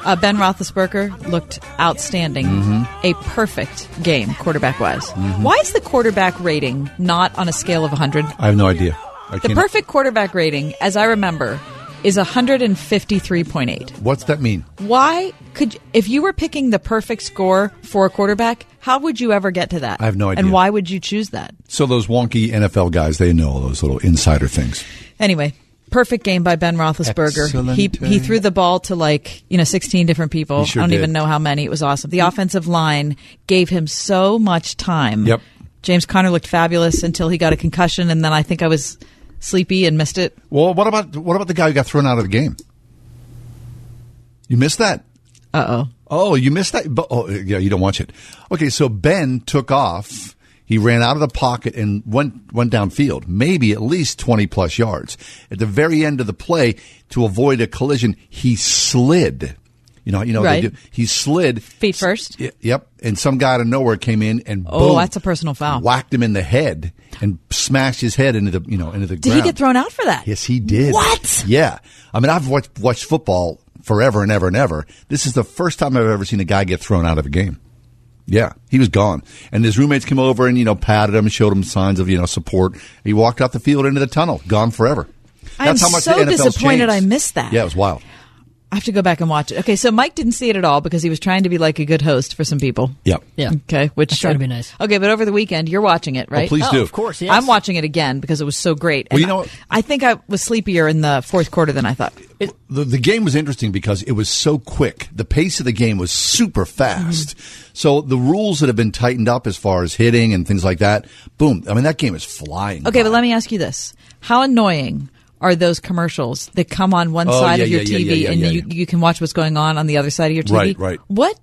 [SPEAKER 4] Uh, ben Roethlisberger looked outstanding.
[SPEAKER 3] Mhm.
[SPEAKER 4] A perfect game, quarterback wise.
[SPEAKER 3] Mhm.
[SPEAKER 4] Why is the quarterback rating not on a scale of 100?
[SPEAKER 3] I have no idea. I
[SPEAKER 4] The
[SPEAKER 3] can't-
[SPEAKER 4] perfect quarterback rating, as I remember, is 153.8.
[SPEAKER 3] What's that mean?
[SPEAKER 4] Why could, if you were picking the perfect score for a quarterback, how would you ever get to that?
[SPEAKER 3] I have no idea.
[SPEAKER 4] And why would you choose that?
[SPEAKER 3] So those wonky NFL guys, they know all those little insider things.
[SPEAKER 4] Anyway, perfect game by Ben Roethlisberger.
[SPEAKER 3] Excellent. eh?
[SPEAKER 4] He he threw the ball to like you know sixteen different people.
[SPEAKER 3] He sure
[SPEAKER 4] I don't
[SPEAKER 3] did.
[SPEAKER 4] even know how many. It was awesome. The offensive line gave him so much time.
[SPEAKER 3] Yep.
[SPEAKER 4] James Conner looked fabulous until he got a concussion, and then I think I was sleepy and missed it.
[SPEAKER 3] Well, what about what about the guy who got thrown out of the game? You missed that.
[SPEAKER 4] Uh oh.
[SPEAKER 3] Oh, you missed that. But, oh, yeah, you don't watch it. Okay, so Ben took off. He ran out of the pocket and went went downfield, maybe at least twenty plus yards. At the very end of the play, to avoid a collision, he slid. You know, you know,
[SPEAKER 4] Right.
[SPEAKER 3] they do. he slid.
[SPEAKER 4] Feet first.
[SPEAKER 3] Y- Yep, and some guy out of nowhere came in and
[SPEAKER 4] Oh,
[SPEAKER 3] boom,
[SPEAKER 4] that's a personal foul.
[SPEAKER 3] whacked him in the head and smashed his head into the you know into the
[SPEAKER 4] Did he
[SPEAKER 3] ground.
[SPEAKER 4] get thrown out for that?
[SPEAKER 3] Yes, he did. What? Yeah. I mean, I've watched, watched football forever and ever and ever. This is the first time I've ever seen a guy get thrown out of a game. Yeah, he was gone. And his roommates came over and, you know, patted him, showed him signs of, you know, support. He walked out the field into the tunnel, gone forever.
[SPEAKER 4] I'm
[SPEAKER 3] That's how much
[SPEAKER 4] so
[SPEAKER 3] the NFL's
[SPEAKER 4] disappointed
[SPEAKER 3] changed.
[SPEAKER 4] I missed that.
[SPEAKER 3] Yeah, it was wild.
[SPEAKER 4] I have to go back and watch it. Okay, so Mike didn't see it at all because he was trying to be like a good host for some people.
[SPEAKER 3] Yep.
[SPEAKER 6] Yeah.
[SPEAKER 4] Okay. Which
[SPEAKER 6] I try to be nice.
[SPEAKER 4] Okay, but over the weekend you're watching it, right?
[SPEAKER 6] please Oh, do. of course, yes.
[SPEAKER 4] I'm watching it again because it was so great.
[SPEAKER 3] Well,
[SPEAKER 4] And
[SPEAKER 3] you know-
[SPEAKER 4] I, I think I was sleepier in the fourth quarter than I thought.
[SPEAKER 3] the, the game was interesting because it was so quick. The pace of the game was super fast. So the rules that have been tightened up as far as hitting and things like that, boom. I mean, that game is flying.
[SPEAKER 4] Okay, but let me ask you this: How annoying are those commercials that come on one
[SPEAKER 3] Oh,
[SPEAKER 4] side
[SPEAKER 3] yeah,
[SPEAKER 4] of your
[SPEAKER 3] yeah, yeah,
[SPEAKER 4] TV
[SPEAKER 3] yeah, yeah,
[SPEAKER 4] and
[SPEAKER 3] yeah,
[SPEAKER 4] you, you can watch what's going on on the other side of your TV?
[SPEAKER 3] Right, right.
[SPEAKER 4] What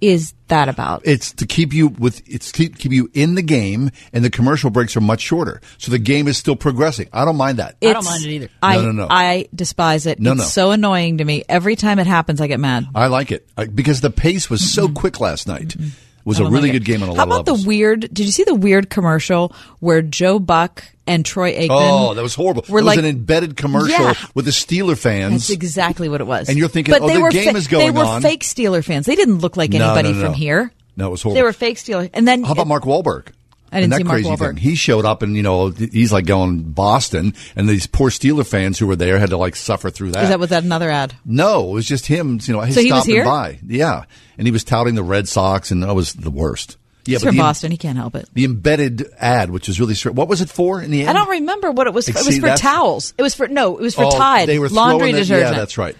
[SPEAKER 4] is that about?
[SPEAKER 3] It's to keep you with it's keep keep you in the game, and the commercial breaks are much shorter, so the game is still progressing. I don't mind that.
[SPEAKER 4] It's- I,
[SPEAKER 3] no, no, no. I,
[SPEAKER 4] I despise it.
[SPEAKER 3] No,
[SPEAKER 4] it's
[SPEAKER 3] no.
[SPEAKER 4] so annoying to me. Every time it happens, I get mad.
[SPEAKER 3] like it I, because the pace was so quick last night. was
[SPEAKER 4] Mm-hmm. I
[SPEAKER 3] a
[SPEAKER 4] don't
[SPEAKER 3] really
[SPEAKER 4] like
[SPEAKER 3] good
[SPEAKER 4] it.
[SPEAKER 3] game on a lot
[SPEAKER 4] How
[SPEAKER 3] of
[SPEAKER 4] about
[SPEAKER 3] levels.
[SPEAKER 4] the weird? Did you see the weird commercial where Joe Buck and Troy Aikman?
[SPEAKER 3] Oh, that was horrible.
[SPEAKER 4] We're
[SPEAKER 3] it
[SPEAKER 4] like
[SPEAKER 3] was an embedded commercial
[SPEAKER 4] Yeah.
[SPEAKER 3] with the Steeler fans.
[SPEAKER 4] That's exactly what it was.
[SPEAKER 3] And you're thinking,
[SPEAKER 4] but
[SPEAKER 3] oh,
[SPEAKER 4] they
[SPEAKER 3] the
[SPEAKER 4] were
[SPEAKER 3] game
[SPEAKER 4] fa-
[SPEAKER 3] is going
[SPEAKER 4] They were
[SPEAKER 3] on.
[SPEAKER 4] fake Steeler fans. They didn't look like
[SPEAKER 3] No, no,
[SPEAKER 4] anybody
[SPEAKER 3] no,
[SPEAKER 4] from
[SPEAKER 3] no.
[SPEAKER 4] here.
[SPEAKER 3] No, it was horrible.
[SPEAKER 4] They were fake Steeler. And then
[SPEAKER 3] How about Mark Wahlberg?
[SPEAKER 4] I didn't
[SPEAKER 3] and that
[SPEAKER 4] see Mark
[SPEAKER 3] crazy
[SPEAKER 4] Wahlberg.
[SPEAKER 3] thing. He showed up, and you know, he's like going Boston, and these poor Steeler fans who were there had to like suffer through that.
[SPEAKER 4] Is that was that another ad?
[SPEAKER 3] no, it was just him. You know, he
[SPEAKER 4] So he was
[SPEAKER 3] stopped and
[SPEAKER 4] here?
[SPEAKER 3] by. Yeah, and he was touting the Red Sox, and that was the worst. Yeah,
[SPEAKER 4] He's
[SPEAKER 3] but
[SPEAKER 4] from
[SPEAKER 3] the,
[SPEAKER 4] Boston. He can't help it.
[SPEAKER 3] the embedded ad, which was really str- what was it for in the end?
[SPEAKER 4] I don't remember what it was. For. It
[SPEAKER 3] See,
[SPEAKER 4] was for
[SPEAKER 3] that's-
[SPEAKER 4] towels. It was for no. It was for
[SPEAKER 3] Oh,
[SPEAKER 4] Tide
[SPEAKER 3] They were
[SPEAKER 4] laundry
[SPEAKER 3] throwing the-
[SPEAKER 4] detergent.
[SPEAKER 3] Yeah, that's right.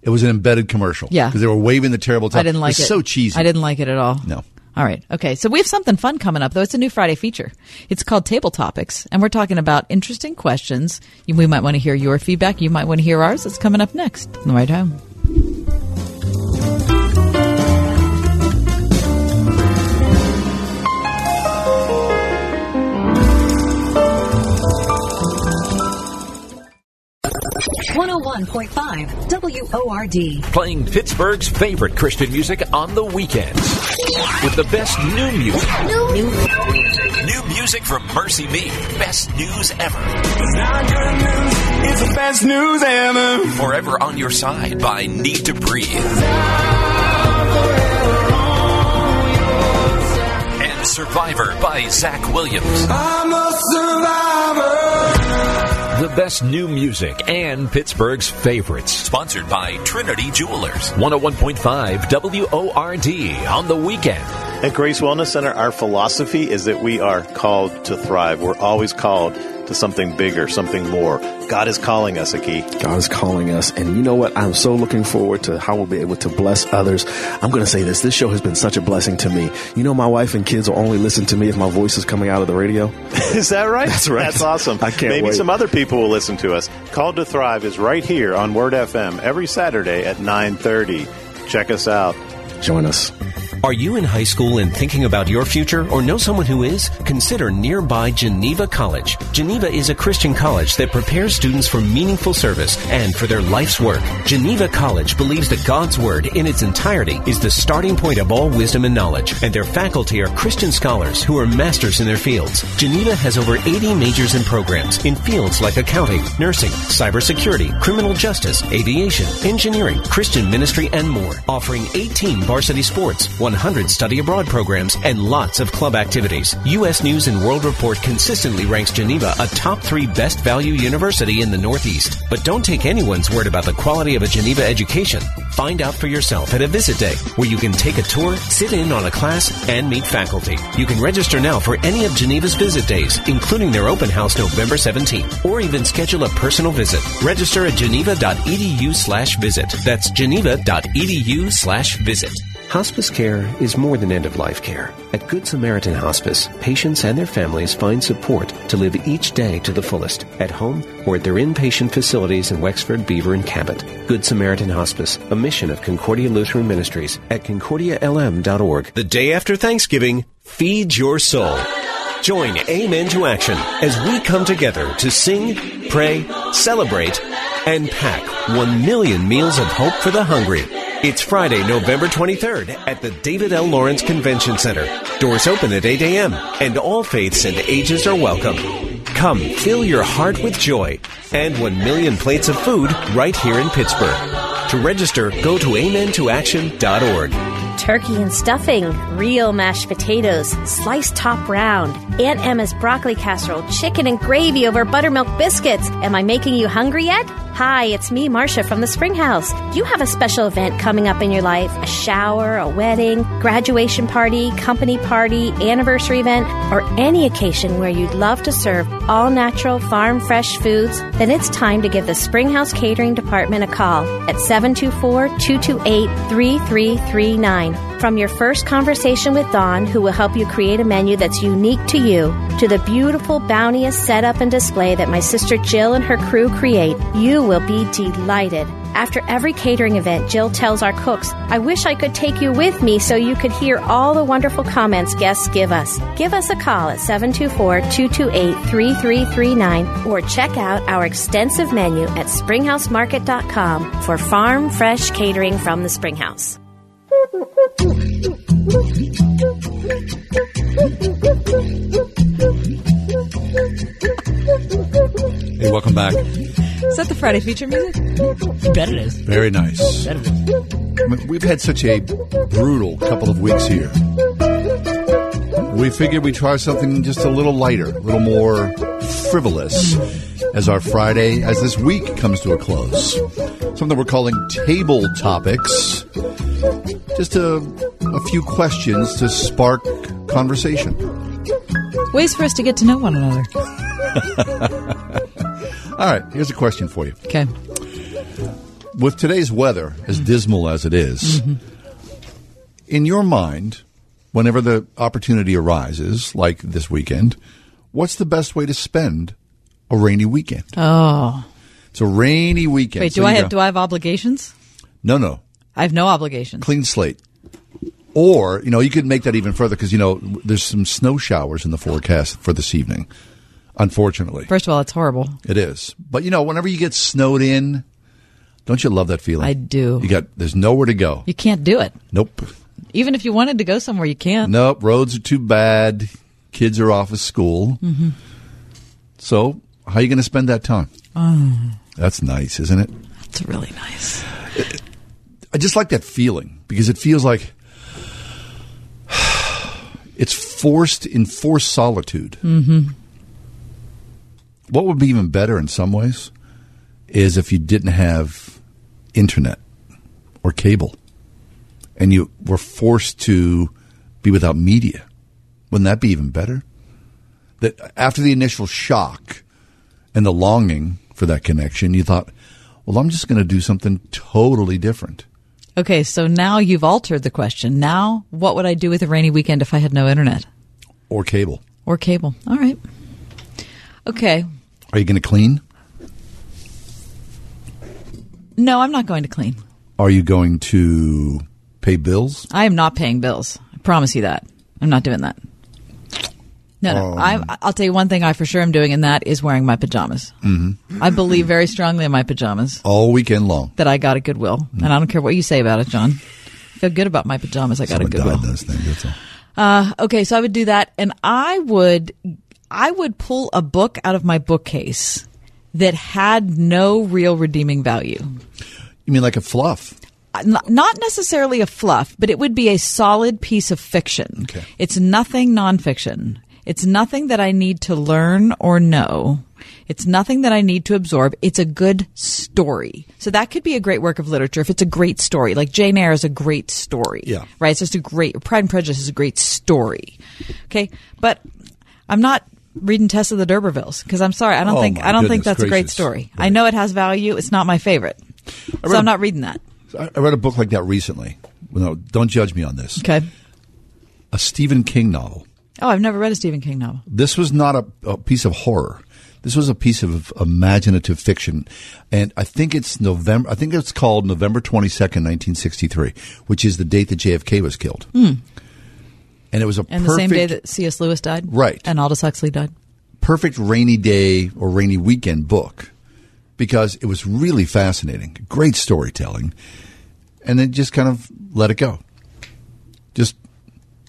[SPEAKER 3] It was an embedded commercial.
[SPEAKER 4] Yeah.
[SPEAKER 3] because they were waving the terrible. Towel.
[SPEAKER 4] I didn't like
[SPEAKER 3] it.
[SPEAKER 4] it.
[SPEAKER 3] was So cheesy.
[SPEAKER 4] I didn't like it at all.
[SPEAKER 3] No.
[SPEAKER 4] All right. Okay. So we have something fun coming up, though. It's a new Friday feature. It's called Table Topics, and we're talking about interesting questions. You- We might want to hear your feedback. You might want to hear ours. It's coming up next. on The Ride Home.
[SPEAKER 38] One point five WORD.
[SPEAKER 10] Playing Pittsburgh's favorite Christian music on the weekends. With the best new music. New music from Mercy Me. Best news ever.
[SPEAKER 5] It's the best news ever.
[SPEAKER 10] Forever on your side by Need to Breathe. And Survivor by Zach Williams.
[SPEAKER 5] I'm a survivor.
[SPEAKER 10] The best new music and Pittsburgh's favorites. Sponsored by Trinity Jewelers. 101.5 WORD on the weekend.
[SPEAKER 39] At Grace Wellness Center, our philosophy is that we are called to thrive. We're always called to something bigger, something more. God is calling us, Aki.
[SPEAKER 40] God is calling us. And you know what? I'm so looking forward to how we'll be able to bless others. I'm going to say this. This show has been such a blessing to me. You know, my wife and kids will only listen to me if my voice is coming out of the radio.
[SPEAKER 39] Is that right?
[SPEAKER 40] That's right.
[SPEAKER 39] That's awesome.
[SPEAKER 40] I can't
[SPEAKER 39] Maybe
[SPEAKER 40] wait.
[SPEAKER 39] some other people will listen to us. Called to Thrive is right here on Word FM every Saturday at 9:30. Check us out.
[SPEAKER 40] Join us.
[SPEAKER 16] Are you in high school and thinking about your future or know someone who is? Consider nearby Geneva College. Geneva is a Christian college that prepares students for meaningful service and for their life's work. Geneva College believes that God's Word in its entirety is the starting point of all wisdom and knowledge, and their faculty are Christian scholars who are masters in their fields. Geneva has over 80 majors and programs in fields like accounting, nursing, cybersecurity, criminal justice, aviation, engineering, Christian ministry, and more, offering 18 varsity sports, 100 study abroad programs, and lots of club activities. U.S. News and World Report consistently ranks Geneva a top three best value university in the Northeast. But don't take anyone's word about the quality of a Geneva education. Find out for yourself at a visit day where you can take a tour, sit in on a class, and meet faculty. You can register now for any of Geneva's visit days, including their open house November 17th, or even schedule a personal visit. Register at geneva.edu slash visit. That's geneva.edu slash visit. Hospice care is more than end of life care. At Good Samaritan Hospice, patients and their families find support to live each day to the fullest, at home or at their inpatient facilities in Wexford, Beaver, and Cabot. Good Samaritan Hospice, a mission of Concordia Lutheran Ministries at concordialm.org. The day after Thanksgiving, feed your soul. Join Amen to Action as we come together to sing, pray, celebrate, and pack 1 million meals of hope for the hungry. It's Friday, November 23rd at the David L. Lawrence Convention Center. Doors open at 8 a.m., and all faiths and ages are welcome. Come fill your heart with joy and 1 million plates of food right here in Pittsburgh. To register, go to amentoaction.org.
[SPEAKER 15] Turkey and stuffing, real mashed potatoes, sliced top round, Aunt Emma's broccoli casserole, chicken and gravy over buttermilk biscuits. Am I making you hungry yet? Hi, it's me, Marcia from the Springhouse. Do you have a special event coming up in your life? A shower, a wedding, graduation party, company party, anniversary event, or any occasion where you'd love to serve all natural, farm fresh foods? Then it's time to give the Springhouse Catering Department a call at 724 228 3339. From your first conversation with Dawn, who will help you create a menu that's unique to you, to the beautiful, bounteous setup and display that my sister Jill and her crew create, you will be delighted. After every catering event, Jill tells our cooks, I wish I could take you with me so you could hear all the wonderful comments guests give us. Give us a call at 724 228 3339 or check out our extensive menu at springhousemarket.com for farm fresh catering from the Springhouse.
[SPEAKER 3] Hey, welcome back.
[SPEAKER 4] Is that the Friday feature music?
[SPEAKER 6] Bet it is.
[SPEAKER 3] Very nice.
[SPEAKER 6] Bet it
[SPEAKER 3] I mean, We've had such a brutal couple of weeks here. We figured we'd try something just a little lighter, a little more frivolous as our Friday, as this week comes to a close. Something we're calling table topics. Just a, a few questions to spark conversation.
[SPEAKER 4] Ways for us to get to know one another.
[SPEAKER 3] All right, here's a question for you.
[SPEAKER 4] Okay. Mm-hmm.
[SPEAKER 3] With today's weather, as dismal as it is, in your mind, whenever the opportunity arises, like this weekend, what's the best way to spend a rainy weekend?
[SPEAKER 4] Oh.
[SPEAKER 3] It's a rainy weekend.
[SPEAKER 4] Wait,
[SPEAKER 3] So
[SPEAKER 4] do I
[SPEAKER 3] you
[SPEAKER 4] have
[SPEAKER 3] go-
[SPEAKER 4] do I have obligations?
[SPEAKER 3] No, no.
[SPEAKER 4] I have no obligations.
[SPEAKER 3] Clean slate. Or, you know, you could make that even further because, you know, there's some snow showers in the forecast for this evening, unfortunately.
[SPEAKER 4] First of all, it's horrible.
[SPEAKER 3] It is. But you know, whenever you get snowed in, don't you love that feeling? I
[SPEAKER 4] do.
[SPEAKER 3] You got there's nowhere to go.
[SPEAKER 4] You can't do it.
[SPEAKER 3] Nope.
[SPEAKER 4] Even if you wanted to go somewhere, you can't.
[SPEAKER 3] Nope, roads are too bad. Kids are off of school.
[SPEAKER 4] Mm-hmm.
[SPEAKER 3] So, how are you going to spend that time?
[SPEAKER 4] Oh.
[SPEAKER 3] That's nice, isn't it?
[SPEAKER 4] It's really nice.
[SPEAKER 3] I just like that feeling because it feels like it's forced enforced solitude.
[SPEAKER 4] Mm-hmm.
[SPEAKER 3] What would be even better in some ways is if you didn't have internet or cable and you were forced to be without media. Wouldn't that be even better? That after the initial shock and the longing for that connection, you thought, well, I'm just going to do something totally different.
[SPEAKER 4] Okay, so now you've altered the question. Now, what would I do with a rainy weekend if I had no internet
[SPEAKER 3] Or cable.
[SPEAKER 4] or cable? All right. Okay.
[SPEAKER 3] Are you going to clean?
[SPEAKER 4] No, I'm not going to clean.
[SPEAKER 3] Are you going to pay bills?
[SPEAKER 4] I am not paying bills. I promise you that. I'm not doing that. No, no.
[SPEAKER 3] Um.
[SPEAKER 4] I, I'll tell you one thing I for sure am doing, and that is wearing my pajamas.
[SPEAKER 3] Mm-hmm.
[SPEAKER 4] I believe very strongly in my pajamas
[SPEAKER 3] All weekend long.
[SPEAKER 4] that I got a Goodwill, and I don't care what you say about it, John. I feel good about my pajamas. I got a
[SPEAKER 3] Someone
[SPEAKER 4] Goodwill.
[SPEAKER 3] died last night, that's all.
[SPEAKER 4] Uh, okay, so I would do that, and I would, I would pull a book out of my bookcase that had no real redeeming value.
[SPEAKER 3] You mean like a fluff?
[SPEAKER 4] Not not necessarily a fluff, but it would be a solid piece of fiction. Okay. It's nothing nonfiction. It's nothing that I need to learn or know. It's nothing that I need to absorb. It's a good story. So that could be a great work of literature if it's a great story. Like Jane Eyre is a great story.
[SPEAKER 28] Yeah.
[SPEAKER 4] Right? It's just a great Pride and Prejudice is a great story. Okay. But I'm not reading Tess of the D'Urbervilles because I'm sorry. I don't
[SPEAKER 28] Oh,
[SPEAKER 4] think
[SPEAKER 28] my
[SPEAKER 4] I don't
[SPEAKER 3] goodness
[SPEAKER 4] think that's a great
[SPEAKER 3] gracious.
[SPEAKER 4] story. I know it has value. It's not my favorite. So
[SPEAKER 3] read-
[SPEAKER 4] I'm not reading that.
[SPEAKER 3] I I read a book like that recently. Well, no, don't judge me on this.
[SPEAKER 4] Okay.
[SPEAKER 3] A Stephen King novel.
[SPEAKER 4] Oh, I've never read a Stephen King novel.
[SPEAKER 3] This was not a, a piece of horror. This was a piece of imaginative fiction, and I think it's November. I think it's called November twenty second, nineteen sixty three, which is the date that JFK was killed. And it was a
[SPEAKER 4] And
[SPEAKER 3] Hmm.
[SPEAKER 4] the
[SPEAKER 3] perfect,
[SPEAKER 4] same day that C.S. Lewis died,
[SPEAKER 3] Right.
[SPEAKER 4] And Aldous Huxley died.
[SPEAKER 3] perfect rainy day or rainy weekend book because it was really fascinating, great storytelling, and then just kind of let it go, just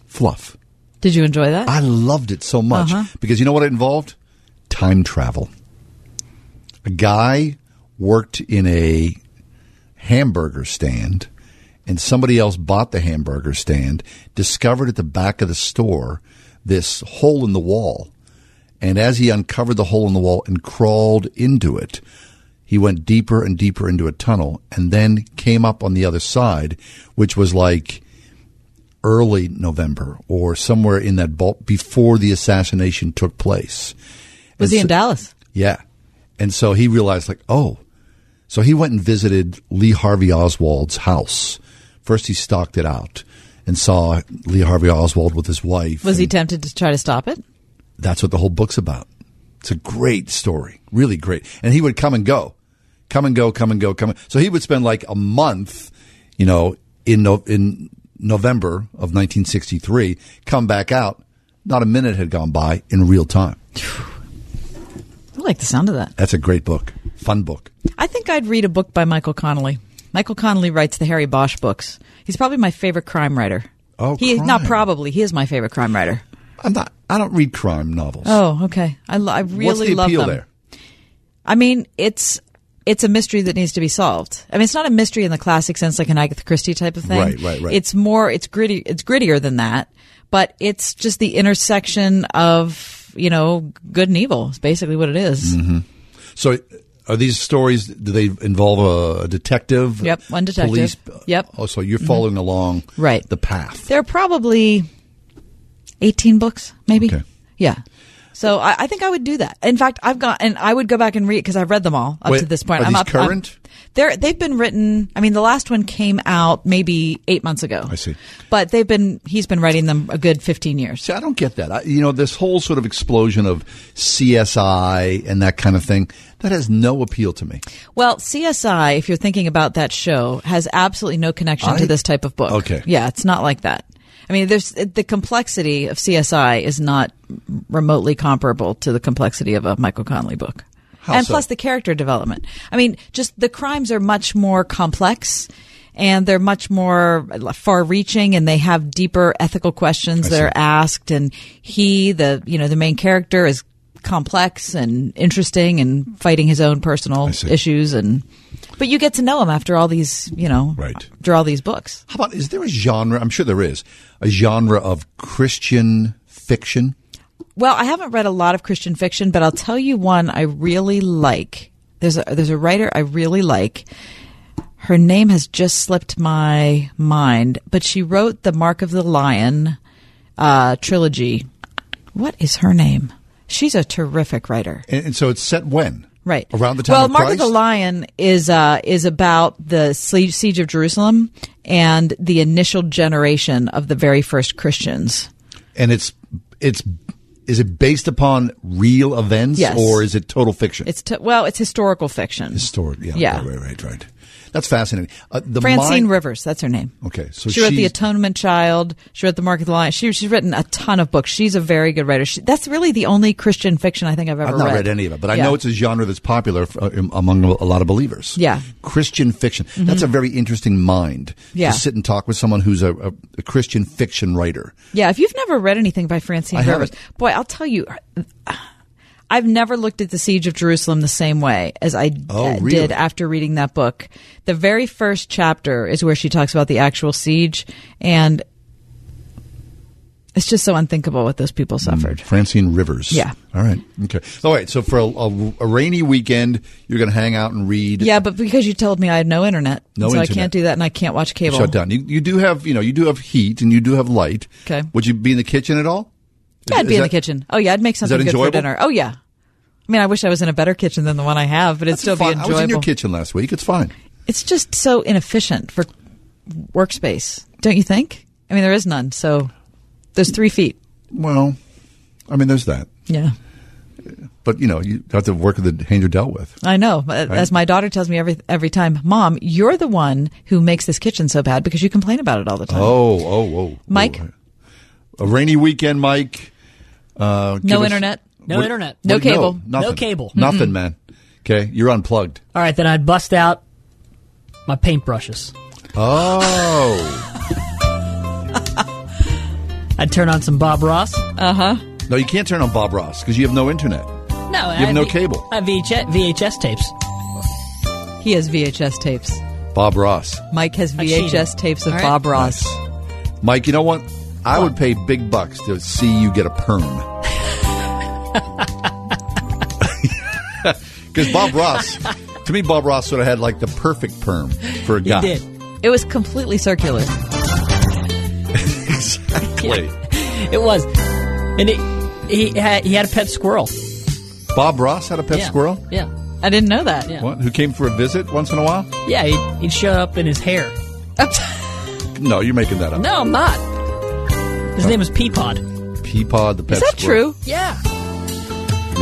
[SPEAKER 3] fluff.
[SPEAKER 4] Did you enjoy that?
[SPEAKER 3] I loved it so much
[SPEAKER 4] Uh-huh.
[SPEAKER 3] because you know what it involved? Time travel. A guy worked in a hamburger stand and somebody else bought the hamburger stand, discovered at the back of the store this hole in the wall. And as he uncovered the hole in the wall and crawled into it, he went deeper and deeper into a tunnel and then came up on the other side, which was like early November or somewhere in that bulk before the assassination took place.
[SPEAKER 4] Was
[SPEAKER 3] And
[SPEAKER 4] he in
[SPEAKER 3] so-
[SPEAKER 4] Dallas?
[SPEAKER 3] Yeah. And so he realized, like, oh. So he went and visited Lee Harvey Oswald's house. First, he stalked it out and saw Lee Harvey Oswald with his wife.
[SPEAKER 4] Was he tempted to try to stop it?
[SPEAKER 3] That's what the whole book's about. It's a great story, really great. And he would come and go, come and go, come and go, come. And, so he would spend like a month, you know, in no, in November of 1963, come back out. Not a minute had gone by in real time.
[SPEAKER 4] I like the sound of that.
[SPEAKER 3] That's a great book, fun book.
[SPEAKER 4] I think I'd read a book by Michael Connolly. Michael Connolly writes the Harry Bosch books. He's probably my favorite crime writer.
[SPEAKER 3] Oh,
[SPEAKER 4] he
[SPEAKER 3] crime.
[SPEAKER 4] not probably. He is my favorite crime writer.
[SPEAKER 3] I'm not. I don't read crime novels.
[SPEAKER 4] Oh, okay. I, lo- I really
[SPEAKER 3] What's the
[SPEAKER 4] love
[SPEAKER 3] appeal
[SPEAKER 4] them.
[SPEAKER 3] there?
[SPEAKER 4] I mean, it's it's a mystery that needs to be solved. I mean, it's not a mystery in the classic sense, like an Agatha Christie type of thing.
[SPEAKER 3] Right, right, right.
[SPEAKER 4] It's more. It's gritty. It's grittier than that, but it's just the intersection of you know good and evil. Is basically what it is.
[SPEAKER 3] hmm So, are these stories? Do they involve a detective?
[SPEAKER 4] Yep, one detective.
[SPEAKER 3] Police.
[SPEAKER 4] Yep. Mm-hmm.
[SPEAKER 3] Oh, so you're following along
[SPEAKER 4] Right.
[SPEAKER 3] the path.
[SPEAKER 4] There are probably eighteen books, maybe.
[SPEAKER 3] Okay.
[SPEAKER 4] Yeah. So I, I think I would do that. In fact, I've got and I would go back and read because I've read them all up
[SPEAKER 3] Wait,
[SPEAKER 4] to this point.
[SPEAKER 3] are
[SPEAKER 4] I'm
[SPEAKER 3] these
[SPEAKER 4] up, I'm-
[SPEAKER 3] current?
[SPEAKER 4] they're they've been written. I mean, the last one came out maybe eight months ago. I
[SPEAKER 3] see.
[SPEAKER 4] But they've been he's been writing them a good fifteen years.
[SPEAKER 3] See, I don't get that. I, you know, this whole sort of explosion of CSI and that kind of thing that has no appeal to me.
[SPEAKER 4] Well, CSI, if you're thinking about that show, has absolutely no connection
[SPEAKER 3] I-
[SPEAKER 4] to this type of book.
[SPEAKER 3] Okay.
[SPEAKER 4] Yeah, it's not like that. I mean, there's the complexity of CSI is not remotely comparable to the complexity of a Michael Connelly book.
[SPEAKER 28] How
[SPEAKER 4] and
[SPEAKER 28] so?
[SPEAKER 4] plus the character development. I mean, just the crimes are much more complex and they're much more far reaching and they have deeper ethical questions
[SPEAKER 28] I
[SPEAKER 4] that
[SPEAKER 28] see.
[SPEAKER 4] are asked and he the you know the main character is complex and interesting and fighting his own personal issues and but you get to know him after all these you know right. after all these books
[SPEAKER 3] How about is there a genre? I'm sure there is a genre of Christian fiction.
[SPEAKER 4] well i haven't read a lot of christian fiction but i'll tell you one i really like there's a there's a writer i really like her name has just slipped my mind but she wrote the mark of the lion uh, trilogy what is her name she's a terrific writer
[SPEAKER 3] And, and so it's set when?
[SPEAKER 4] Right.
[SPEAKER 3] Around the time
[SPEAKER 4] well,
[SPEAKER 3] of
[SPEAKER 4] Mark
[SPEAKER 3] Christ?
[SPEAKER 4] of the Lion is uh, is about the siege siege of Jerusalem and the initial generation of the very first Christians.
[SPEAKER 3] and it's it's is it based upon real events
[SPEAKER 4] Yes.
[SPEAKER 3] or is it total fiction?
[SPEAKER 4] It's t- well, it's historical fiction.
[SPEAKER 3] Historic, yeah,
[SPEAKER 4] Yeah.
[SPEAKER 3] Right, right, right, right. That's fascinating. Uh, the
[SPEAKER 4] Francine
[SPEAKER 3] mind-
[SPEAKER 4] Rivers, that's her name.
[SPEAKER 3] Okay, so
[SPEAKER 4] she wrote The
[SPEAKER 3] she's-
[SPEAKER 4] Atonement Child. She wrote The Mark of the Lion. She, she's written a ton of books. She's a very good writer. She, that's really the only Christian fiction I think I've ever
[SPEAKER 3] I've not read. any of it, but I
[SPEAKER 4] Yeah.
[SPEAKER 3] know it's a genre that's popular f- uh, among a lot of believers.
[SPEAKER 4] Yeah. Mm-hmm.
[SPEAKER 3] Christian fiction. That's a very interesting mind
[SPEAKER 4] Yeah.
[SPEAKER 3] to sit and talk with someone who's a, a, a Christian fiction writer.
[SPEAKER 4] Yeah, if you've never read anything by Francine
[SPEAKER 3] I
[SPEAKER 4] Rivers,
[SPEAKER 3] haven't.
[SPEAKER 4] boy, I'll tell you, I've never looked at the Siege of Jerusalem the same way as I
[SPEAKER 3] Oh,
[SPEAKER 4] uh,
[SPEAKER 3] really?
[SPEAKER 4] did after reading that book. The very first chapter is where she talks about the actual siege, and it's just so unthinkable what those people
[SPEAKER 3] Mm.
[SPEAKER 4] suffered.
[SPEAKER 3] Francine Rivers.
[SPEAKER 4] Yeah.
[SPEAKER 3] All right. Okay. All right. So for a, a- a rainy weekend, you're going to hang out and read.
[SPEAKER 4] Yeah, but because you told me I had no internet,
[SPEAKER 3] No
[SPEAKER 4] so I
[SPEAKER 3] internet.
[SPEAKER 4] can't do that, and I can't watch cable.
[SPEAKER 3] Shut down. You, you do have you know you do have heat and you do have light.
[SPEAKER 4] Okay.
[SPEAKER 3] Would you be in the kitchen at all?
[SPEAKER 4] Yeah, I'd
[SPEAKER 3] Is
[SPEAKER 4] be in the
[SPEAKER 3] that-
[SPEAKER 4] kitchen. Oh yeah, I'd make
[SPEAKER 3] is
[SPEAKER 4] something
[SPEAKER 3] that
[SPEAKER 4] good for
[SPEAKER 3] enjoyable?
[SPEAKER 4] dinner. Oh yeah. I mean, I wish I was in a better kitchen than the one I have, but it'd still be
[SPEAKER 3] Fine. I
[SPEAKER 4] enjoyable.
[SPEAKER 3] was in your kitchen last week. It's fine.
[SPEAKER 4] It's just so inefficient for workspace, don't you think? I mean, there is none. So there's three feet.
[SPEAKER 3] Well, I mean, there's that.
[SPEAKER 4] Yeah.
[SPEAKER 3] But you know, you have to work with the hand you're dealt with.
[SPEAKER 4] I know. but
[SPEAKER 3] Right.
[SPEAKER 4] As my daughter tells me every every time, Mom, you're the one who makes this kitchen so bad because you complain about it all the time.
[SPEAKER 3] Oh, oh, oh.
[SPEAKER 4] Mike?
[SPEAKER 3] A rainy weekend, Mike. Uh, give
[SPEAKER 4] No
[SPEAKER 3] us-
[SPEAKER 4] internet.
[SPEAKER 6] No
[SPEAKER 3] what-
[SPEAKER 6] internet.
[SPEAKER 3] what-
[SPEAKER 6] No cable. No
[SPEAKER 3] nothing.
[SPEAKER 6] cable.
[SPEAKER 3] Nothing,
[SPEAKER 6] Mm-mm.
[SPEAKER 3] man. Okay, you're unplugged.
[SPEAKER 6] All right, then I'd bust out my paintbrushes.
[SPEAKER 3] Oh.
[SPEAKER 6] I'd turn on some Bob Ross.
[SPEAKER 4] Uh huh.
[SPEAKER 3] no, you can't turn on Bob Ross because you have no internet.
[SPEAKER 6] No,
[SPEAKER 3] You have no cable.
[SPEAKER 6] I have VHS, VHS tapes.
[SPEAKER 4] He has VHS tapes.
[SPEAKER 3] Bob Ross.
[SPEAKER 4] Mike has
[SPEAKER 6] I cheated.
[SPEAKER 4] VHS tapes of
[SPEAKER 6] All right.
[SPEAKER 4] Bob Ross.
[SPEAKER 3] Mike, you know what? I would pay big bucks to see you get a perm. Because Bob Ross, to me, Bob Ross sort of had like the perfect perm for a guy.
[SPEAKER 4] It was completely circular.
[SPEAKER 3] exactly.
[SPEAKER 6] It was, and it, he had he had a pet squirrel.
[SPEAKER 3] Bob Ross had a pet
[SPEAKER 6] Yeah.
[SPEAKER 3] squirrel?
[SPEAKER 6] Yeah,
[SPEAKER 4] I didn't know that.
[SPEAKER 6] Yeah,
[SPEAKER 3] What? Who came for a visit once in a while?
[SPEAKER 6] yeah he'd, he'd show up in his hair.
[SPEAKER 3] No, you're making that up.
[SPEAKER 6] No, I'm not. His name was Peapod.
[SPEAKER 3] Peapod the Oh. pet
[SPEAKER 6] Is that
[SPEAKER 3] squirrel.
[SPEAKER 6] Yeah,
[SPEAKER 3] true?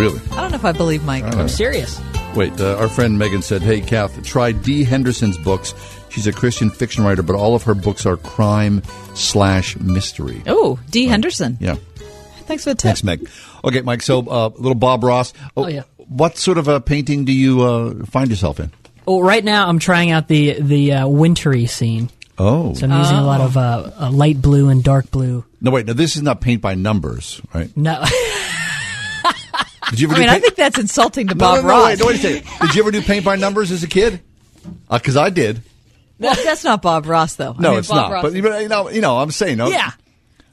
[SPEAKER 3] Really?
[SPEAKER 4] I don't know if I believe Mike.
[SPEAKER 3] I don't know.
[SPEAKER 6] I'm serious.
[SPEAKER 3] Wait, uh, our friend Megan said, "Hey, Kath, try Dee Henderson's books. She's a Christian fiction writer, but all of her books are crime slash mystery."
[SPEAKER 4] Oh, D. Henderson.
[SPEAKER 3] Yeah.
[SPEAKER 4] Thanks for the tip.
[SPEAKER 3] Thanks, Meg. Okay, Mike. So, uh, little Bob Ross.
[SPEAKER 6] Oh, yeah.
[SPEAKER 3] What sort of a painting do you uh, find yourself in?
[SPEAKER 6] Well, right now I'm trying out the the uh, wintry scene.
[SPEAKER 3] Oh.
[SPEAKER 6] So I'm using a lot of uh, uh, light blue and dark blue.
[SPEAKER 3] No, wait. Now this is not paint by numbers, right?
[SPEAKER 6] No,
[SPEAKER 3] Did you ever
[SPEAKER 4] I mean,
[SPEAKER 3] do
[SPEAKER 4] I
[SPEAKER 3] paint?
[SPEAKER 4] think that's insulting to
[SPEAKER 3] no,
[SPEAKER 4] Bob
[SPEAKER 3] no, no,
[SPEAKER 4] Ross.
[SPEAKER 3] wait, no, wait a second. Did you ever do paint by numbers as a kid? Because I did.
[SPEAKER 4] Well, that's not Bob Ross, though. I
[SPEAKER 3] No,
[SPEAKER 4] mean,
[SPEAKER 3] it's
[SPEAKER 4] Bob
[SPEAKER 3] not.
[SPEAKER 4] Ross-
[SPEAKER 3] But but, you know, you know, I'm saying. No,
[SPEAKER 4] yeah.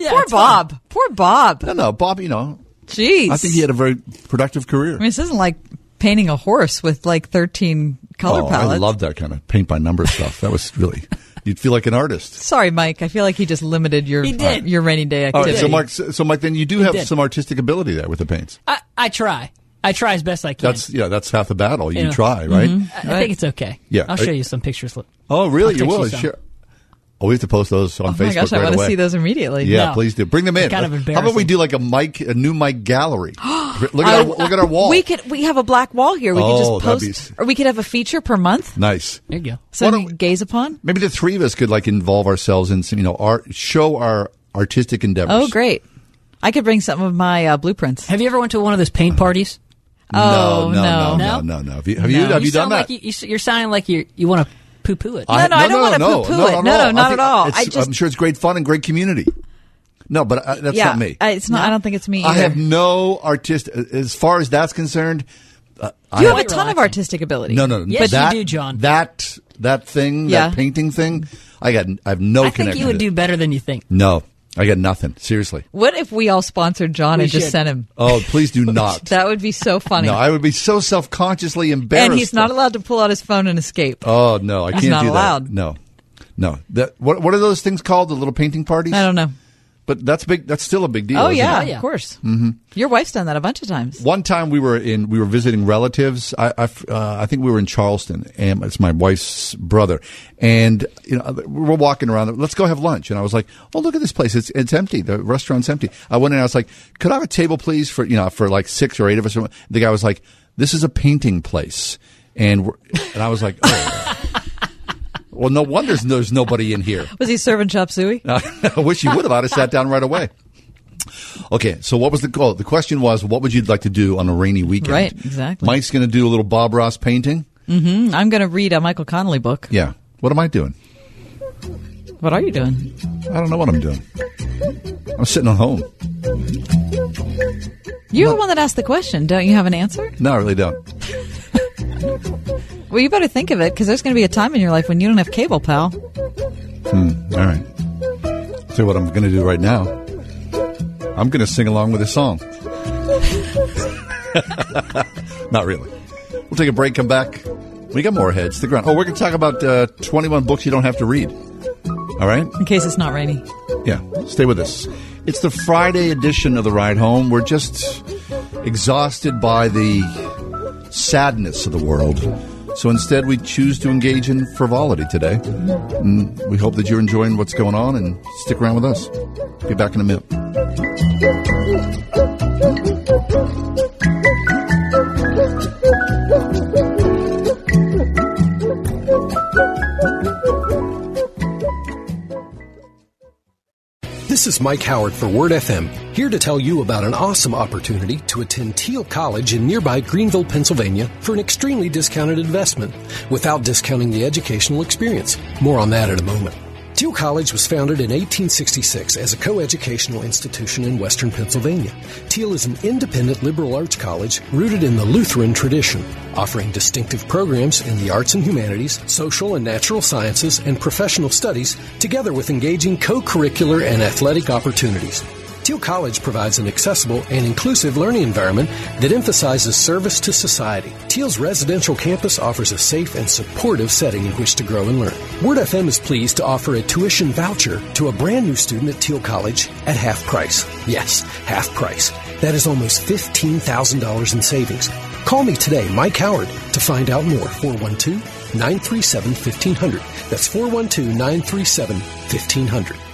[SPEAKER 4] Poor Bob. Poor Bob.
[SPEAKER 3] No, no, Bob. You know,
[SPEAKER 4] Jeez.
[SPEAKER 3] I think he had a very productive
[SPEAKER 4] I
[SPEAKER 3] career.
[SPEAKER 4] mean, this isn't like painting a horse with like 13 color
[SPEAKER 3] oh,
[SPEAKER 4] palettes.
[SPEAKER 3] I love that kind of paint by number stuff. That was really, you'd feel like an artist.
[SPEAKER 4] Sorry, Mike. I feel like he just limited your uh,
[SPEAKER 6] He did.
[SPEAKER 4] your rainy day
[SPEAKER 3] All
[SPEAKER 4] activity.
[SPEAKER 3] right, so Mark, so Mike, then you do
[SPEAKER 6] He
[SPEAKER 3] have
[SPEAKER 6] did.
[SPEAKER 3] some artistic ability there with the paints.
[SPEAKER 6] I, I try. I try as best I can.
[SPEAKER 3] That's yeah, that's half the battle. You
[SPEAKER 6] know. Mm-hmm.
[SPEAKER 3] try, right?
[SPEAKER 4] Mm-hmm.
[SPEAKER 6] I, I think it's okay.
[SPEAKER 3] Yeah.
[SPEAKER 6] I'll show you some pictures. Look.
[SPEAKER 3] Oh, really?
[SPEAKER 6] I'll
[SPEAKER 3] You
[SPEAKER 6] text
[SPEAKER 3] will?
[SPEAKER 6] some.
[SPEAKER 3] Sure. Oh, we have to post those on
[SPEAKER 4] my
[SPEAKER 3] Facebook.
[SPEAKER 4] gosh, I
[SPEAKER 3] right
[SPEAKER 4] wanna
[SPEAKER 3] away.
[SPEAKER 4] see those immediately.
[SPEAKER 3] Yeah,
[SPEAKER 4] No.
[SPEAKER 3] please do. Bring them
[SPEAKER 4] They're
[SPEAKER 3] in.
[SPEAKER 4] kind of
[SPEAKER 3] How about we do like a Mike, a new Mike gallery? look at our, look at our wall.
[SPEAKER 4] We could we have a black wall here. We
[SPEAKER 3] Oh,
[SPEAKER 4] could
[SPEAKER 3] that'd
[SPEAKER 4] just post, or we could have a feature per month.
[SPEAKER 3] nice.
[SPEAKER 6] There you go.
[SPEAKER 4] So we can gaze upon.
[SPEAKER 3] Maybe the three of us could like involve ourselves in some, you know, art, show our artistic endeavors.
[SPEAKER 4] Oh, great! I could bring some of my uh, blueprints.
[SPEAKER 6] Have you ever went to one of those paint parties?
[SPEAKER 4] Oh
[SPEAKER 3] no, no,
[SPEAKER 6] no.
[SPEAKER 3] no, no, no. Have you have you,
[SPEAKER 6] No.
[SPEAKER 3] have you, done
[SPEAKER 6] sound
[SPEAKER 3] that?
[SPEAKER 6] Like you, you, are sounding like you you want to poo poo it.
[SPEAKER 3] I-
[SPEAKER 4] no, I don't wanna
[SPEAKER 3] no,
[SPEAKER 4] poo-poo
[SPEAKER 3] no,
[SPEAKER 4] it.
[SPEAKER 3] not
[SPEAKER 4] No,
[SPEAKER 3] at
[SPEAKER 4] no,
[SPEAKER 3] all. I
[SPEAKER 4] not
[SPEAKER 3] think
[SPEAKER 4] at all.
[SPEAKER 3] it's-
[SPEAKER 4] I just-
[SPEAKER 3] I'm sure it's great fun and great community. No, but uh, that's
[SPEAKER 4] yeah,
[SPEAKER 3] not me.
[SPEAKER 4] I, it's not. I don't think it's me. Either.
[SPEAKER 3] I have no artist uh, as far as that's concerned. Uh, I
[SPEAKER 4] you have a ton of artistic ability.
[SPEAKER 3] No, no, no. that, That that thing,
[SPEAKER 4] Yeah.
[SPEAKER 3] that painting thing, I got. I have no
[SPEAKER 6] I
[SPEAKER 3] connection.
[SPEAKER 6] think you would
[SPEAKER 3] to
[SPEAKER 6] do
[SPEAKER 3] it.
[SPEAKER 6] better than you think.
[SPEAKER 3] No, I got nothing. Seriously.
[SPEAKER 4] What if we all sponsored John
[SPEAKER 6] We
[SPEAKER 4] and just
[SPEAKER 6] should.
[SPEAKER 4] sent him?
[SPEAKER 3] Oh, please do not.
[SPEAKER 4] That would be so funny.
[SPEAKER 3] No, I would be so self consciously embarrassed.
[SPEAKER 4] and he's not allowed to pull out his phone and escape.
[SPEAKER 3] Oh no, I
[SPEAKER 4] He's
[SPEAKER 3] can't
[SPEAKER 4] not
[SPEAKER 3] do
[SPEAKER 4] allowed.
[SPEAKER 3] that. No, no. That what? What are those things called? The little painting parties?
[SPEAKER 4] I don't know.
[SPEAKER 3] But that's big. That's still a big deal.
[SPEAKER 4] oh
[SPEAKER 3] isn't
[SPEAKER 4] yeah,
[SPEAKER 3] it?
[SPEAKER 4] of course.
[SPEAKER 3] Mhm.
[SPEAKER 4] Your wife's done that a bunch of times.
[SPEAKER 3] One time we were in, we were visiting relatives. I, I, uh, I think we were in Charleston, and it's my wife's brother. And you know, we were walking around. Let's go have lunch. And I was like, "Oh, look at this place. It's it's empty. The restaurant's empty." I went in. and I was like, "Could I have a table, please?" For you know, for like six or eight of us. The guy was like, "This is a painting place," and we're, and I was like, "Oh." Well, no wonder there's nobody in here.
[SPEAKER 4] Was he serving chop suey?
[SPEAKER 3] I wish you would have. I'd have sat down right away. Okay, so what was the goal? The question was, what would you like to do on a rainy weekend?
[SPEAKER 4] Right, exactly.
[SPEAKER 3] Mike's going to do a little Bob Ross painting.
[SPEAKER 4] hmm I'm going to read a Michael Connolly book.
[SPEAKER 3] Yeah. What am I doing?
[SPEAKER 4] What are you doing?
[SPEAKER 3] I don't know what I'm doing. I'm sitting at home.
[SPEAKER 4] You're the one that asked the question. Don't you have an answer?
[SPEAKER 3] No, I really don't.
[SPEAKER 4] Well, you better think of it because there's going to be a time in your life when you don't have cable, pal.
[SPEAKER 3] Hmm. All right. So what I'm going to do right now, I'm going to sing along with a song. Not really. We'll take a break. Come back. We got more heads. Stick around. Oh, we're going to talk about uh, 21 books you don't have to read. All right.
[SPEAKER 4] In case it's not rainy.
[SPEAKER 3] Yeah, stay with us. It's the Friday edition of the ride home. We're just exhausted by the sadness of the world. So instead, we choose to engage in frivolity today. And we hope that you're enjoying what's going on and stick around with us. Be back in a minute.
[SPEAKER 28] This is Mike Howard for Word FM, here to tell you about an awesome opportunity to attend Teal College in nearby Greenville, Pennsylvania for an extremely discounted investment without discounting the educational experience. More on that in a moment. Teal College was founded in 1866 as a coeducational institution in western Pennsylvania. Teal is an independent liberal arts college rooted in the Lutheran tradition, offering distinctive programs in the arts and humanities, social and natural sciences, and professional studies, together with engaging co-curricular and athletic opportunities. Teal College provides an accessible and inclusive learning environment that emphasizes service to society. Teal's residential campus offers a safe and supportive setting in which to grow and learn. Word FM is pleased to offer a tuition voucher to a brand new student at Teal College at half price. Yes, half price. That is almost $15,000 in savings. Call me today, Mike Howard, to find out more. 412 937 1500. That's 412 937 1500.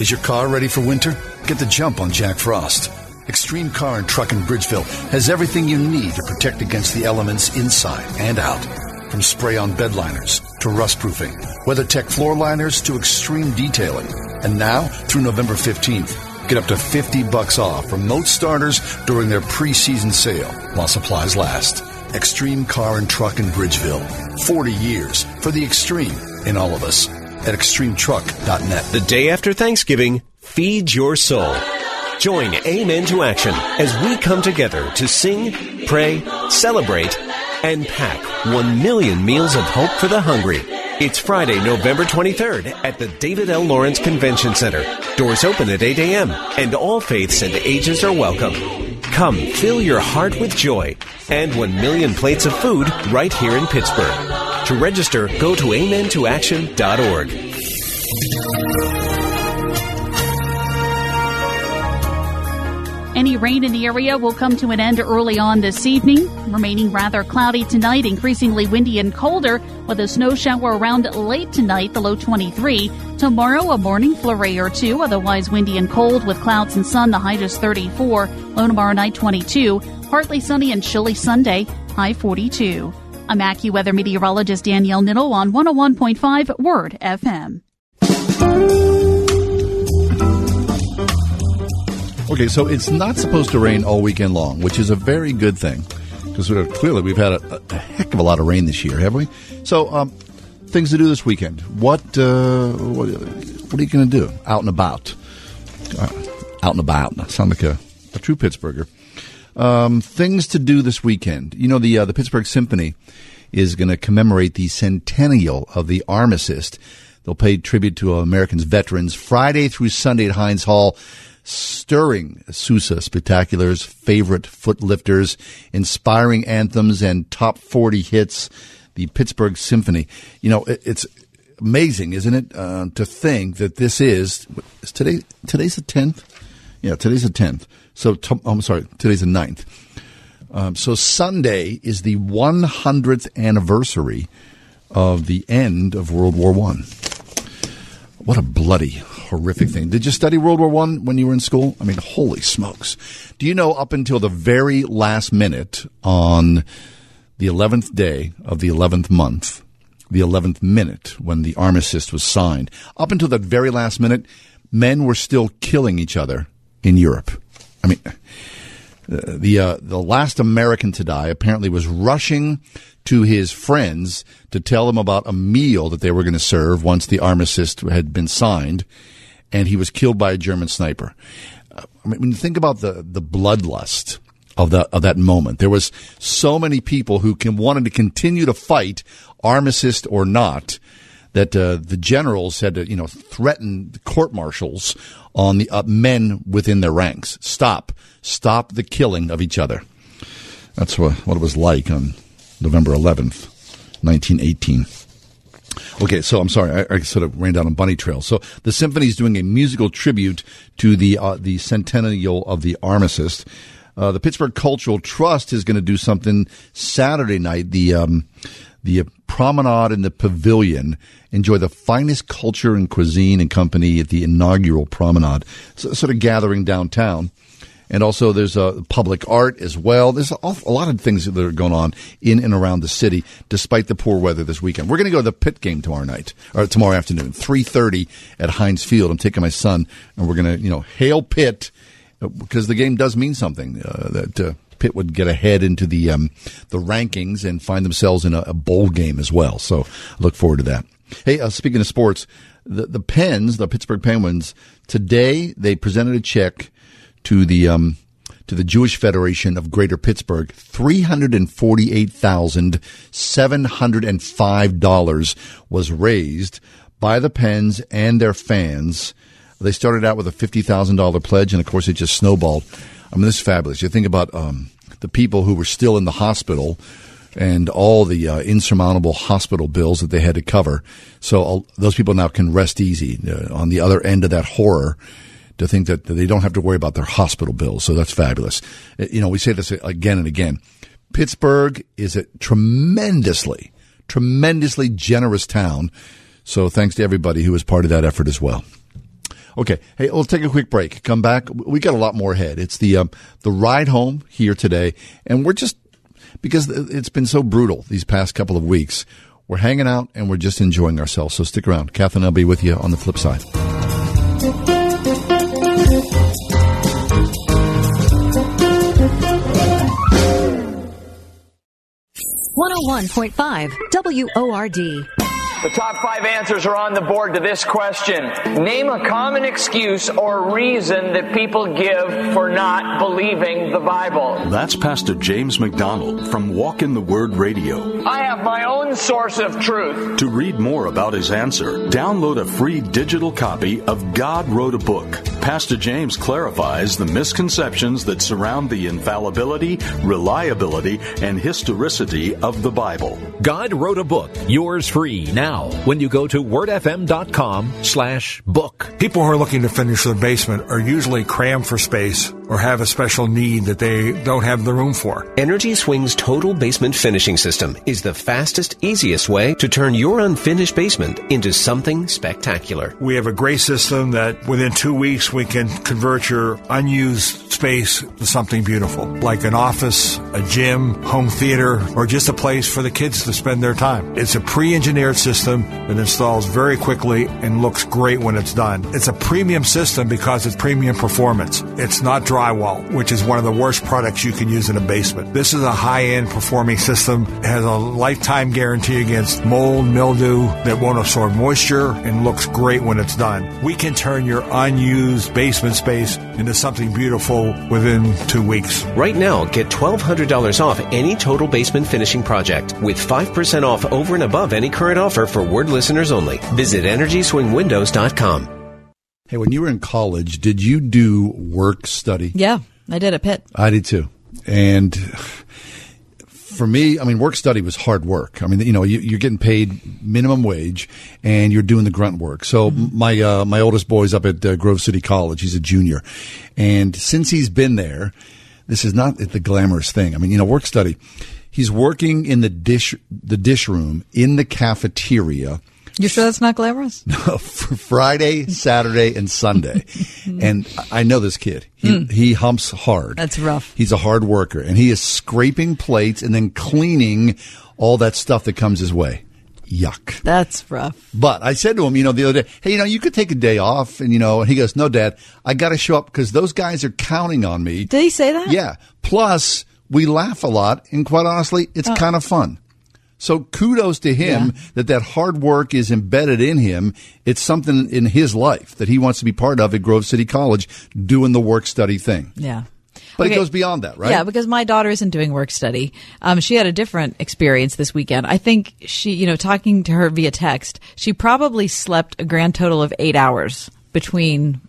[SPEAKER 41] Is your car ready for winter? Get the jump on Jack Frost. Extreme Car and Truck in Bridgeville has everything you need to protect against the elements inside and out. From spray on bed liners to rust proofing, WeatherTech floor liners to extreme detailing. And now through November 15th, get up to 50 bucks off remote starters during their preseason sale while supplies last. Extreme Car and Truck in Bridgeville. 40 years for the extreme in all of us at extremetruck.net.
[SPEAKER 42] The day after Thanksgiving, feed your soul.
[SPEAKER 16] Join Amen to Action as we come together to sing, pray, celebrate, and pack 1 million meals of hope for the hungry. It's Friday, November 23rd at the David L. Lawrence Convention Center. Doors open at 8 a.m., and all faiths and ages are welcome. Come fill your heart with joy and 1 million plates of food right here in Pittsburgh. To register, go to amentoaction.org.
[SPEAKER 36] Any rain in the area will come to an end early on this evening, remaining rather cloudy tonight, increasingly windy and colder, with a snow shower around late tonight, the low 23. Tomorrow, a morning flurry or two, otherwise windy and cold with clouds and sun, the high just 34, low tomorrow night 22, partly sunny and chilly Sunday, high 42. I'm AccuWeather meteorologist Danielle Niddle on 101.5 Word FM.
[SPEAKER 3] Okay, so it's not supposed to rain all weekend long, which is a very good thing because clearly we've had a, a heck of a lot of rain this year, haven't we? So, um, things to do this weekend. What uh, what, what are you going to do out and about? Uh, out and about. I sound like a, a true Pittsburgher. Um, things to do this weekend. You know the uh, the Pittsburgh Symphony is going to commemorate the centennial of the armistice. They'll pay tribute to uh, Americans veterans Friday through Sunday at Heinz Hall, stirring Sousa spectaculars, favorite footlifters, inspiring anthems, and top 40 hits. The Pittsburgh Symphony. You know, it, it's amazing, isn't it, uh, to think that this is, is today. Today's the tenth. Yeah, today's the tenth. So to, I'm sorry, today's the 9th. Um, so Sunday is the 100th anniversary of the end of World War One. What a bloody, horrific thing! Did you study World War One when you were in school? I mean, holy smokes! Do you know up until the very last minute on the 11th day of the 11th month, the 11th minute when the armistice was signed, up until the very last minute, men were still killing each other in Europe. I mean, uh, the uh, the last American to die apparently was rushing to his friends to tell them about a meal that they were going to serve once the armistice had been signed, and he was killed by a German sniper. Uh, I mean, when you think about the the bloodlust of the of that moment, there was so many people who can, wanted to continue to fight, armistice or not. That uh, the generals had to, you know, threaten court martials on the uh, men within their ranks. Stop, stop the killing of each other. That's what, what it was like on November 11th, 1918. Okay, so I'm sorry, I, I sort of ran down a bunny trail. So the symphony is doing a musical tribute to the uh, the centennial of the armistice. Uh, the Pittsburgh Cultural Trust is going to do something Saturday night. The um, the promenade and the pavilion. Enjoy the finest culture and cuisine and company at the inaugural promenade, so, sort of gathering downtown. And also, there's uh, public art as well. There's an awful, a lot of things that are going on in and around the city, despite the poor weather this weekend. We're going to go to the pit game tomorrow night or tomorrow afternoon, three thirty at Heinz Field. I'm taking my son, and we're going to you know hail Pitt uh, because the game does mean something. Uh, that uh, Pitt would get ahead into the um, the rankings and find themselves in a, a bowl game as well. So look forward to that. Hey, uh, speaking of sports, the the Pens, the Pittsburgh Penguins, today they presented a check to the um, to the Jewish Federation of Greater Pittsburgh, three hundred and forty eight thousand seven hundred and five dollars was raised by the Pens and their fans. They started out with a fifty thousand dollar pledge, and of course, it just snowballed. I mean, this is fabulous. You think about um, the people who were still in the hospital and all the uh, insurmountable hospital bills that they had to cover. So all, those people now can rest easy uh, on the other end of that horror to think that they don't have to worry about their hospital bills. So that's fabulous. Uh, You know, we say this again and again. Pittsburgh is a tremendously, tremendously generous town. So thanks to everybody who was part of that effort as well. Okay, hey, we'll take a quick break. Come back. We got a lot more ahead. It's the um, the ride home here today, and we're just because it's been so brutal these past couple of weeks. We're hanging out and we're just enjoying ourselves. So stick around. Catherine, I'll be with you on the flip side.
[SPEAKER 38] Thank you. 101.5 WORD.
[SPEAKER 8] The top five answers are on the board to this question. Name a common excuse or reason that people give for not believing the Bible.
[SPEAKER 9] That's Pastor James McDonald from Walk in the Word Radio.
[SPEAKER 8] I have my own source of truth.
[SPEAKER 9] To read more about his answer, download a free digital copy of God Wrote a Book. Pastor James clarifies the misconceptions that surround the infallibility, reliability, and historicity of the Bible.
[SPEAKER 43] God wrote a book, yours free now when you go to wordfm.com slash book.
[SPEAKER 33] People who are looking to finish their basement are usually crammed for space or have a special need that they don't have the room for.
[SPEAKER 16] Energy Swing's total basement finishing system is the fastest, easiest way to turn your unfinished basement into something spectacular.
[SPEAKER 33] We have a gray system that within two weeks we can convert your unused space to something beautiful, like an office, a gym, home theater, or just a place for the kids to spend their time. It's a pre engineered system that installs very quickly and looks great when it's done. It's a premium system because it's premium performance. It's not drywall, which is one of the worst products you can use in a basement. This is a high end performing system, It has a lifetime guarantee against mold, mildew that won't absorb moisture, and looks great when it's done. We can turn your unused basement space into something beautiful within two weeks.
[SPEAKER 16] Right now, get $1,200 off any total basement finishing project with 5% off over and above any current offer for word listeners only. Visit EnergySwingWindows.com.
[SPEAKER 3] Hey, when you were in college, did you do work study?
[SPEAKER 4] Yeah, I did at Pitt.
[SPEAKER 3] I did too. And for me, I mean, work study was hard work. I mean, you know, you, you're getting paid minimum wage and you're doing the grunt work. So my, uh, my oldest boy's up at uh, Grove City College. He's a junior. And since he's been there, this is not the glamorous thing. I mean, you know, work study, he's working in the dish, the dish room in the cafeteria.
[SPEAKER 4] You sure that's not glamorous?
[SPEAKER 3] for Friday, Saturday, and Sunday. and I know this kid. He, he humps hard.
[SPEAKER 4] Mm. That's rough.
[SPEAKER 3] He's a hard worker, and he is scraping plates and then cleaning all that stuff that comes his way. Yuck.
[SPEAKER 4] That's rough.
[SPEAKER 3] But I said to him, you know, the other day, hey, you know, you could take a day off, and you know, and he goes, no, Dad, I got to show up because those guys are counting on me.
[SPEAKER 4] Did he say that?
[SPEAKER 3] Yeah. Plus, we laugh a lot, and quite honestly, it's
[SPEAKER 4] Oh.
[SPEAKER 3] kind of fun. So kudos to him that that hard work is embedded in him. It's something in his life that he wants to be part of at Grove City College, doing the work study thing.
[SPEAKER 4] Yeah.
[SPEAKER 3] But it
[SPEAKER 4] Okay.
[SPEAKER 3] goes beyond that, right?
[SPEAKER 4] Yeah, because my daughter isn't doing work study. Um, she had a different experience this weekend. I think she, you know, talking to her via text, she probably slept a grand total of eight hours between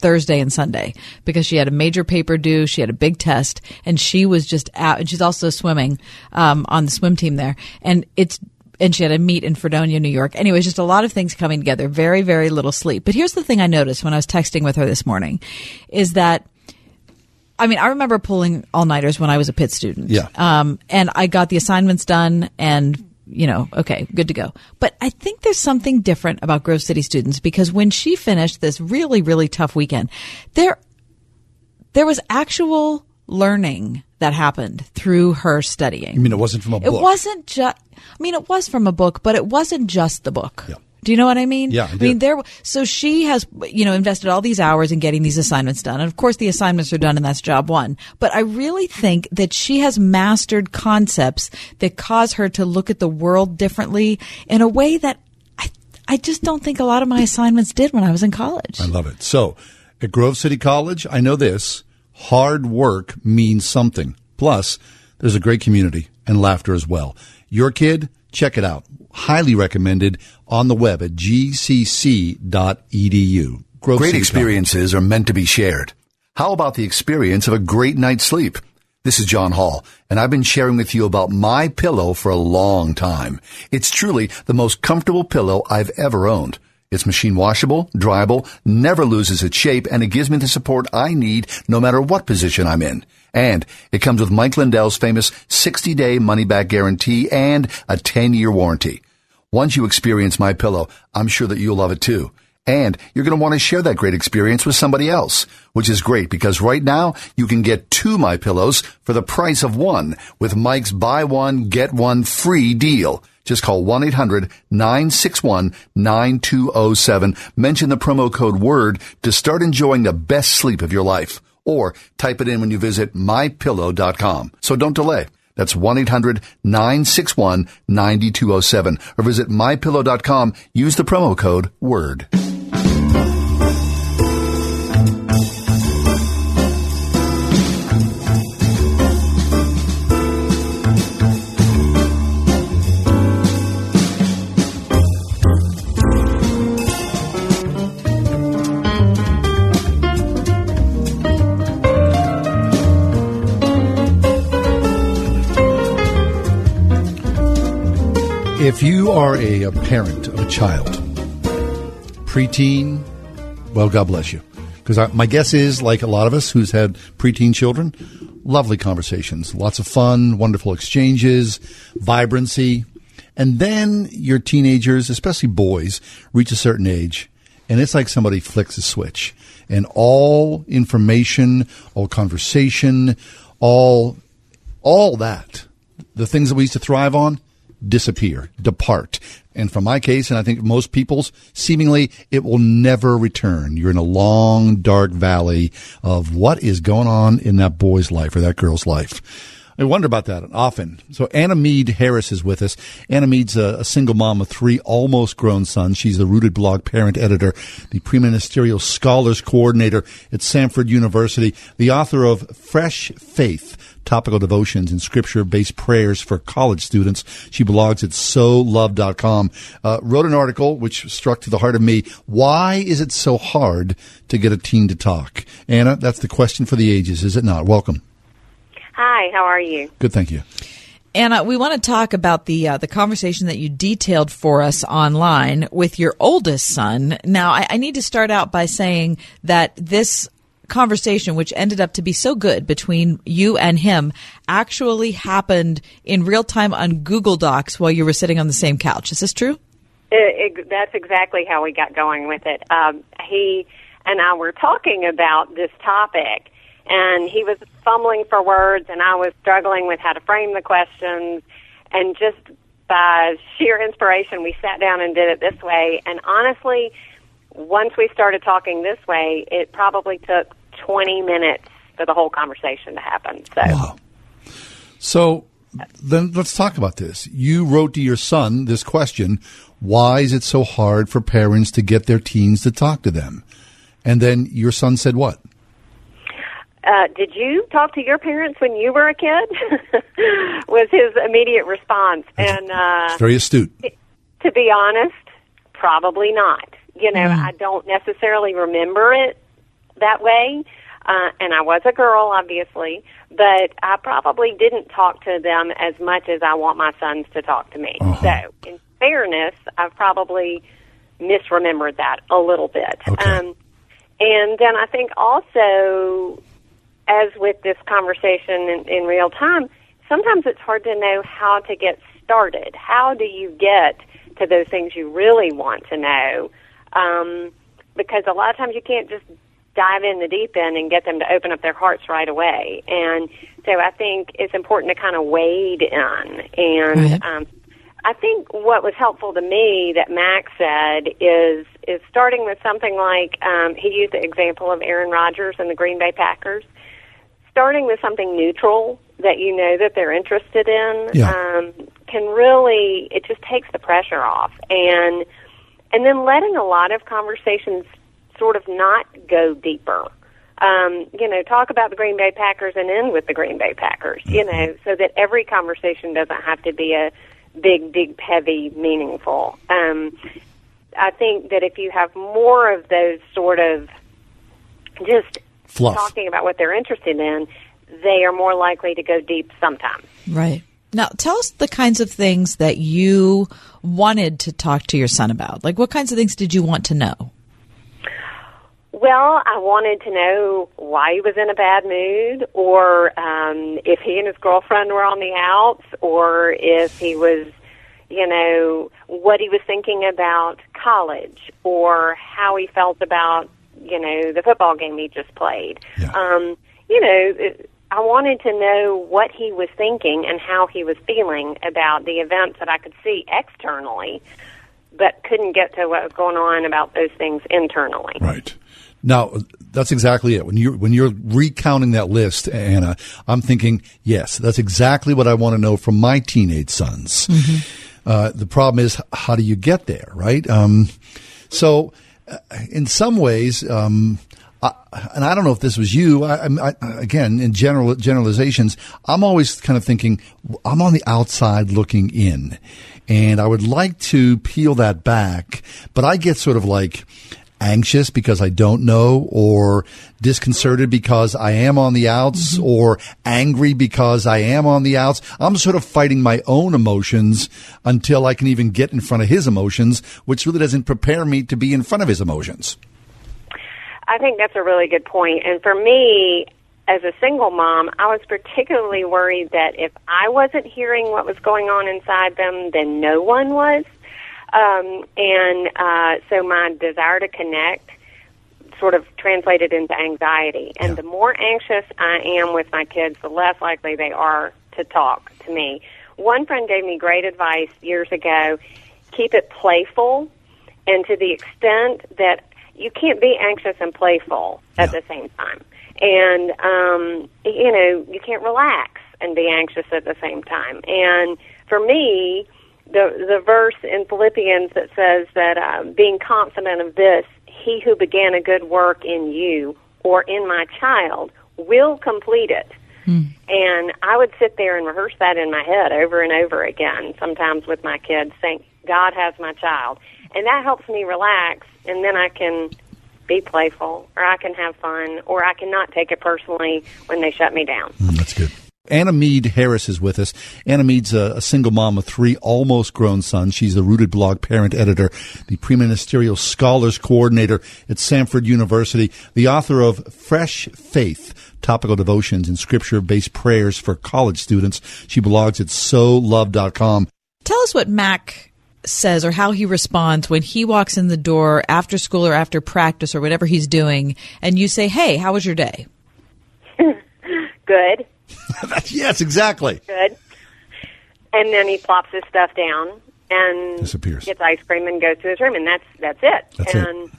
[SPEAKER 4] Thursday and Sunday because she had a major paper due. She had a big test and she was just out and she's also swimming, um, on the swim team there. And it's, and she had a meet in Fredonia, New York. Anyways, just a lot of things coming together. Very, very little sleep. But here's the thing I noticed when I was texting with her this morning is that I mean, I remember pulling all nighters when I was a Pitt student.
[SPEAKER 3] Yeah.
[SPEAKER 4] Um, and I got the assignments done and, you know, okay, good to go. But I think there's something different about Grove City students because when she finished this really, really tough weekend, there, There was actual learning that happened through her studying.
[SPEAKER 3] You mean it wasn't from a
[SPEAKER 4] It
[SPEAKER 3] book?
[SPEAKER 4] wasn't just. I mean, it was from a book, but it wasn't just the book. Do you know what I mean?
[SPEAKER 3] Yeah, I
[SPEAKER 4] I
[SPEAKER 3] do.
[SPEAKER 4] mean, there. So she has, you know, invested all these hours in getting these assignments done, and of course, the assignments are done, and that's job one. But I really think that she has mastered concepts that cause her to look at the world differently in a way that I, I just don't think a lot of my assignments did when I was in college.
[SPEAKER 3] I love it. So at Grove City College, I know this hard work means something. Plus, there's a great community and laughter as well. Your kid, check it out. Highly recommended on the web at gcc.edu. Grove
[SPEAKER 29] great
[SPEAKER 3] City
[SPEAKER 29] experiences are meant to be shared. How about the experience of a great night's sleep? This is John Hall, and I've been sharing with you about my pillow for a long time. It's truly the most comfortable pillow I've ever owned. It's machine washable, dryable, never loses its shape, and it gives me the support I need no matter what position I'm in. And it comes with Mike Lindell's famous 60-day money-back guarantee and a 10-year warranty. Once you experience my pillow, I'm sure that you'll love it too. And you're going to want to share that great experience with somebody else, which is great because right now you can get two my pillows for the price of one with Mike's buy one get one free deal. Just call 1-800-961-9207. Mention the promo code word to start enjoying the best sleep of your life or type it in when you visit mypillow.com. So don't delay. That's 1-800-961-9207 or visit mypillow.com. Use the promo code WORD.
[SPEAKER 3] If you are a, a parent of a child, preteen, well, God bless you. Because my guess is, like a lot of us who's had preteen children, lovely conversations, lots of fun, wonderful exchanges, vibrancy. And then your teenagers, especially boys, reach a certain age, and it's like somebody flicks a switch, and all information, all conversation, all all that, the things that we used to thrive on, disappear, depart. And for my case, and I think most people's, seemingly it will never return. You're in a long, dark valley of what is going on in that boy's life or that girl's life. I wonder about that often. So Anna Mead Harris is with us. Anna Mead's a, a single mom of three almost grown sons. She's the Rooted Blog parent editor, the pre-ministerial scholars coordinator at Samford University, the author of Fresh Faith, topical devotions and scripture-based prayers for college students. She blogs at solove.com. Uh, wrote an article which struck to the heart of me. Why is it so hard to get a teen to talk? Anna, that's the question for the ages, is it not? Welcome.
[SPEAKER 23] Hi, how are you?
[SPEAKER 3] Good, thank you.
[SPEAKER 4] Anna, uh, we want to talk about the uh, the conversation that you detailed for us online with your oldest son. Now, I, I need to start out by saying that this conversation, which ended up to be so good between you and him, actually happened in real time on Google Docs while you were sitting on the same couch. Is this true?
[SPEAKER 23] It, it, Uh, that's exactly how we got going with it. Um, he and I were talking about this topic, and he was fumbling for words, and I was struggling with how to frame the questions. And just by sheer inspiration, we sat down and did it this way. And honestly, once we started talking this way, it probably took 20 minutes for the whole conversation to happen. So.
[SPEAKER 3] So then let's talk about this. You wrote to your son this question Why is it so hard for parents to get their teens to talk to them? And then your son said, What?
[SPEAKER 23] Uh, did you talk to your parents when you were a kid? was his immediate response. And uh,
[SPEAKER 3] It's very astute.
[SPEAKER 23] to be honest, probably not. You know,
[SPEAKER 3] Mm.
[SPEAKER 23] I don't necessarily remember it that way. Uh, and I was a girl, obviously, but I probably didn't talk to them as much as I want my sons to talk to me. So, in fairness, I've probably misremembered that a little bit. Um, and then I think also, as with this conversation in, in real time, sometimes it's hard to know how to get started. How do you get to those things you really want to know? Um, because a lot of times you can't just dive in the deep end and get them to open up their hearts right away. And so I think it's important to kind of wade in. And um, I think what was helpful to me that Max said is is starting with something like um, he used the example of Aaron Rodgers and the Green Bay Packers. Starting with something neutral that you know that they're interested in
[SPEAKER 2] Yeah.
[SPEAKER 23] um, can really it just takes the pressure off and and then letting a lot of conversations sort of not go deeper. Um, you know, talk about the Green Bay Packers and end with the Green Bay Packers, you know, so that every conversation doesn't have to be a big, deep, heavy, meaningful. Um, I think that if you have more of those sort of just
[SPEAKER 4] Fluff.
[SPEAKER 23] talking about what they're interested in, they are more likely to go deep sometimes.
[SPEAKER 4] Right. Now, tell us the kinds of things that you wanted to talk to your son about. Like, what kinds of things did you want to know?
[SPEAKER 23] Well, I wanted to know why he was in a bad mood, or um, if he and his girlfriend were on the outs, or if he was, you know, what he was thinking about college, or how he felt about, you know, the football game he just played. Um, you know, it, I wanted to know what he was thinking and how he was feeling about the events that I could see externally, but couldn't get to what was going on about those things internally.
[SPEAKER 3] Right. Now, that's exactly it. When you're when you're recounting that list, Anna, I'm thinking, yes, that's exactly what I want to know from my teenage sons. Uh, the problem is, how do you get there, right? Um, so, uh, in some ways, um, I, and I don't know if this was you. I, I'm- I, again, in general generalizations, I'm always kind of thinking I'm on the outside looking in, and I would like to peel that back, but I get sort of like anxious because I don't know, or disconcerted because I am on the outs, or angry because I am on the outs. I'm sort of fighting my own emotions until I can even get in front of his emotions, which really doesn't prepare me to be in front of his emotions.
[SPEAKER 23] I think that's a really good point. And for me, as a single mom, I was particularly worried that if I wasn't hearing what was going on inside them, then no one was. Um, and uh, so my desire to connect sort of translated into anxiety. And the more anxious I am with my kids, the less likely they are to talk to me. One friend gave me great advice years ago keep it playful, and to the extent that you can't be anxious and playful at the same time. And, um, you know, you can't relax and be anxious at the same time. And for me, the, the verse in Philippians that says that uh, being confident of this, he who began a good work in you or in my child will complete it. And I would sit there and rehearse that in my head over and over again, sometimes with my kids, saying, God has my child. And that helps me relax, and then I can be playful, or I can have fun, or I cannot take it personally when they shut me down.
[SPEAKER 3] Anna Mead Harris is with us. Anna Mead's a, a single mom of three almost grown sons. She's the Rooted Blog parent editor, the pre ministerial scholars coordinator at Samford University, the author of Fresh Faith Topical Devotions and Scripture Based Prayers for College Students. She blogs at solove.com.
[SPEAKER 4] Tell us what Mac says or how he responds when he walks in the door after school or after practice or whatever he's doing, and you say, Hey, how was your day?
[SPEAKER 23] Good,
[SPEAKER 3] yes, exactly.
[SPEAKER 23] good. And then he plops his stuff down and
[SPEAKER 3] Disappears.
[SPEAKER 23] gets ice cream and goes to his room, and that's that's it.
[SPEAKER 3] That's it.
[SPEAKER 23] and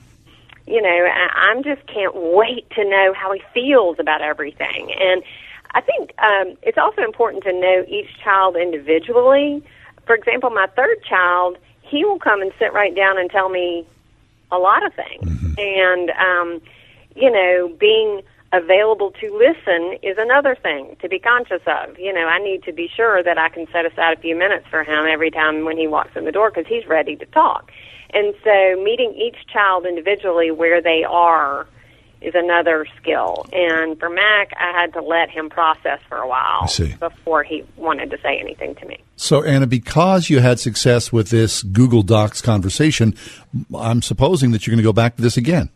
[SPEAKER 23] you know, I, I'm just can't wait to know how he feels about everything. And I think um, it's also important to know each child individually. For example, my third child, he will come and sit right down and tell me a lot of things.
[SPEAKER 3] Mm-hmm.
[SPEAKER 23] And um, you know, being available to listen is another thing to be conscious of. You know, I need to be sure that I can set aside a few minutes for him every time when he walks in the door because he's ready to talk. And so, meeting each child individually where they are is another skill. And for Mac, I had to let him process for a
[SPEAKER 3] I
[SPEAKER 23] while
[SPEAKER 3] see.
[SPEAKER 23] before he wanted to say anything to me.
[SPEAKER 3] So, Anna, because you had success with this Google Docs conversation, I'm supposing that you're going to go back to this again.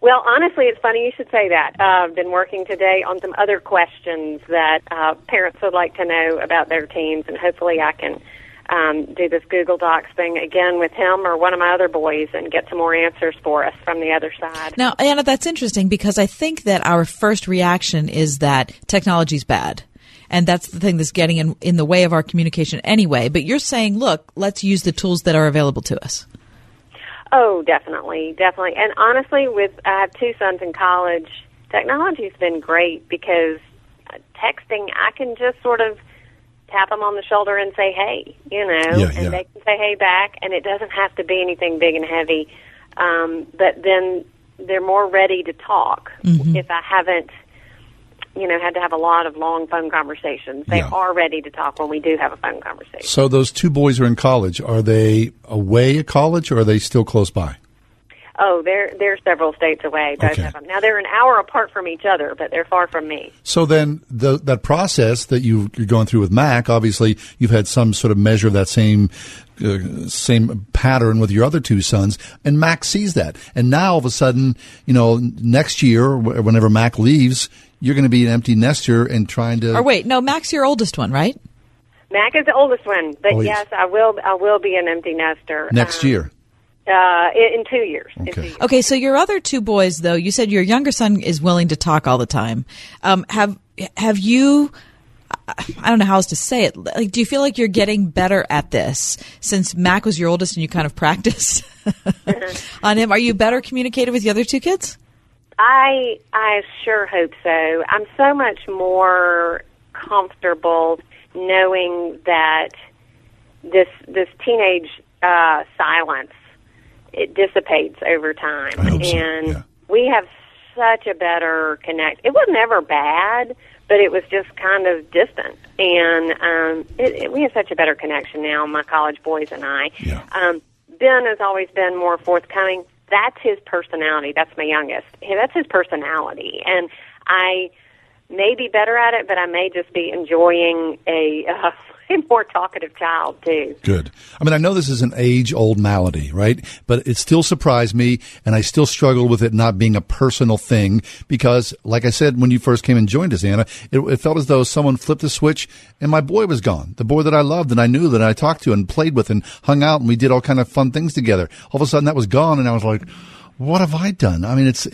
[SPEAKER 23] Well, honestly, it's funny you should say that. Uh, I've been working today on some other questions that uh, parents would like to know about their teens, and hopefully, I can um, do this Google Docs thing again with him or one of my other boys and get some more answers for us from the other side.
[SPEAKER 4] Now, Anna, that's interesting because I think that our first reaction is that technology's bad. And that's the thing that's getting in, in the way of our communication anyway. But you're saying, look, let's use the tools that are available to us.
[SPEAKER 23] Oh, definitely, definitely. And honestly, with I have two sons in college, technology's been great because uh, texting, I can just sort of tap them on the shoulder and say, "Hey," you know,
[SPEAKER 5] Yeah,
[SPEAKER 23] and
[SPEAKER 5] yeah.
[SPEAKER 23] they can say, "Hey" back, and it doesn't have to be anything big and heavy. Um, but then they're more ready to talk
[SPEAKER 5] Mhm.
[SPEAKER 23] if I haven't. You know, had to have a lot of long phone conversations. They
[SPEAKER 3] Yeah.
[SPEAKER 23] are ready to talk when we do have a phone conversation.
[SPEAKER 3] So those two boys are in college. Are they away at college or are they still close by?
[SPEAKER 23] Oh, they're they're several states away, both
[SPEAKER 3] Okay.
[SPEAKER 23] of them. Now they're an hour apart from each other, but they're far from me.
[SPEAKER 3] So then the, that process that you, you're going through with Mac, obviously you've had some sort of measure of that same uh, same pattern with your other two sons, and Mac sees that. And now all of a sudden, you know, next year, wh- whenever Mac leaves, you're going to be an empty nester and trying to.
[SPEAKER 4] Or wait, no, Mac's your oldest one, right?
[SPEAKER 23] Mac is the oldest one, but
[SPEAKER 3] Oh,
[SPEAKER 23] yes,
[SPEAKER 3] yes.
[SPEAKER 23] I will I will be an empty nester
[SPEAKER 3] Next year.
[SPEAKER 23] uh, i- in two years. In two years.
[SPEAKER 4] Okay, so your other two boys, though, you said your younger son is willing to talk all the time. Um, have have you? I don't know how else to say it. Like, do you feel like you're getting better at this since Mac was your oldest and you kind of practice on him? Are you better communicated with the other two kids?
[SPEAKER 23] I I sure hope so. I'm so much more comfortable knowing that this this teenage uh, silence it dissipates over time, and we have such a better connect. It was never bad, but it was just kind of distant, and um, it, it, we have such a better connection now. My college boys and I. Um, ben has always been more forthcoming. That's his personality. That's my youngest. Hey, That's his personality, and I may be better at it, but I may just be enjoying a, uh, a more talkative child too.
[SPEAKER 3] Good. I mean, I know this is an age old malady, right? But it still surprised me, and I still struggle with it not being a personal thing because, like I said, when you first came and joined us, Anna, it, it felt as though someone flipped a switch and my boy was gone. The boy that I loved and I knew that I talked to and played with and hung out and we did all kind of fun things together. All of a sudden that was gone, and I was like, what have I done? I mean, it's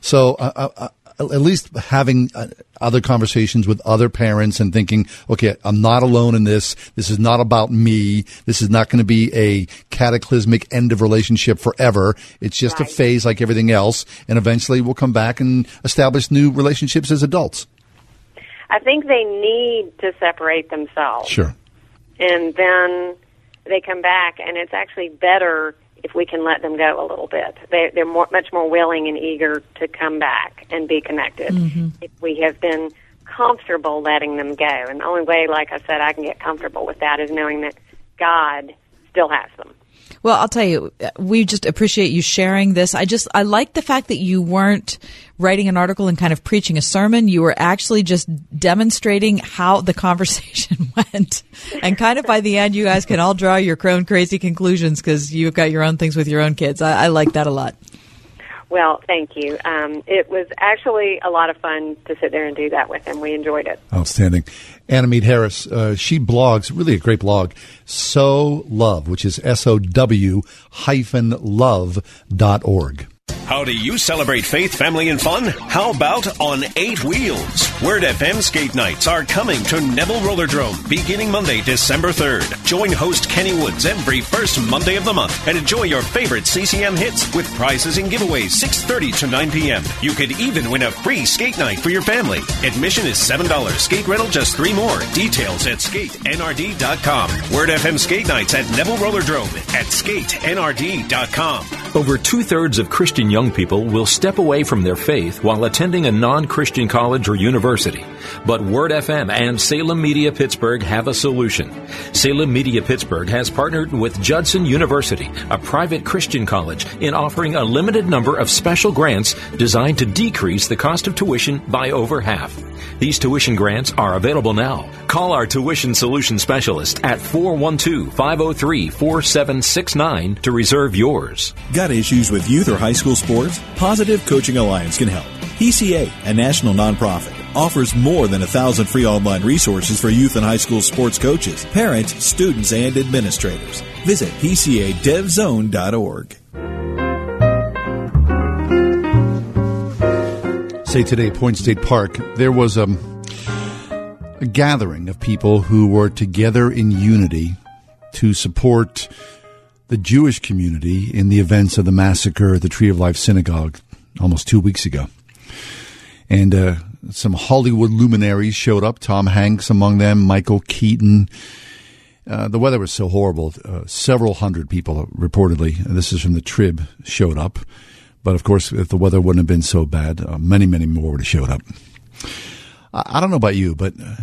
[SPEAKER 3] so, uh, uh, uh, at least having uh, other conversations with other parents and thinking, okay, I'm not alone in this. This is not about me. This is not going to be a cataclysmic end of relationship forever. It's just a phase like everything else. And eventually we'll come back and establish new relationships as adults.
[SPEAKER 23] I think they need to separate themselves.
[SPEAKER 3] Sure.
[SPEAKER 23] and then they come back, and it's actually better if we can let them go a little bit. They, they're more, much more willing and eager to come back and be connected if we have been comfortable letting them go. And the only way, like I said, I can get comfortable with that is knowing that God still has them.
[SPEAKER 4] Well, I'll tell you, uh, we just appreciate you sharing this. I just, I like the fact that you weren't writing an article and kind of preaching a sermon. You were actually just demonstrating how the conversation went. And kind of by the end, you guys can all draw your own crazy conclusions because you've got your own things with your own kids. I, I like that a lot.
[SPEAKER 23] Well, thank you. Um, it was actually a lot of fun to sit there and do that with him. We enjoyed it.
[SPEAKER 3] Outstanding. Anna Mead Harris, uh, she blogs, really a great blog, So Love, which is S-O-W hyphen love dot org.
[SPEAKER 11] How do you celebrate faith, family, and fun? How about on eight wheels? Word FM skate nights are coming to Neville Rollerdrome beginning Monday, December 3rd. Join host Kenny Woods every first Monday of the month and enjoy your favorite CCM hits with prizes and giveaways 6.30 to 9 p.m. You could even win a free skate night for your family. Admission is $7. Skate rental just three more. Details at skatenrd.com. Word FM skate nights at Neville Rollerdrome at skatenrd.com.
[SPEAKER 10] Over two thirds of Christian young people will step away from their faith while attending a non Christian college or university. But Word FM and Salem Media Pittsburgh have a solution. Salem Media Pittsburgh has partnered with Judson University, a private Christian college, in offering a limited number of special grants designed to decrease the cost of tuition by over half. These tuition grants are available now. Call our tuition solution specialist at 412 503 4769 to reserve yours.
[SPEAKER 44] Got issues with youth or high school sports? Positive Coaching Alliance can help.
[SPEAKER 10] PCA, a national nonprofit, offers more than a thousand free online resources for youth and high school sports coaches, parents, students, and administrators. Visit PCADevZone.org.
[SPEAKER 3] say today, Point State Park, there was um, a gathering of people who were together in unity to support the Jewish community in the events of the massacre at the Tree of Life Synagogue almost two weeks ago. And uh, some Hollywood luminaries showed up, Tom Hanks among them, Michael Keaton. Uh, the weather was so horrible. Uh, several hundred people, reportedly, this is from the Trib, showed up. But of course, if the weather wouldn't have been so bad, uh, many, many more would have showed up. I, I don't know about you, but uh,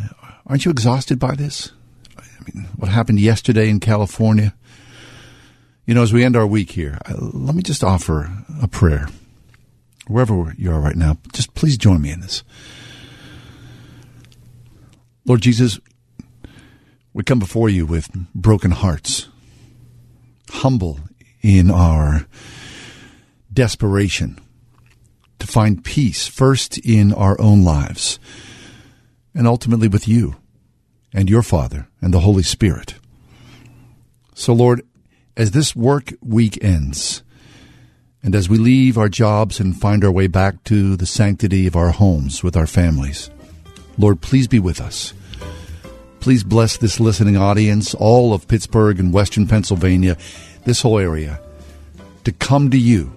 [SPEAKER 3] aren't you exhausted by this? I mean, what happened yesterday in California? You know, as we end our week here, uh, let me just offer a prayer. Wherever you are right now, just please join me in this. Lord Jesus, we come before you with broken hearts, humble in our desperation to find peace first in our own lives and ultimately with you and your Father and the Holy Spirit. So, Lord, as this work week ends, and as we leave our jobs and find our way back to the sanctity of our homes with our families, Lord, please be with us. Please bless this listening audience, all of Pittsburgh and Western Pennsylvania, this whole area, to come to you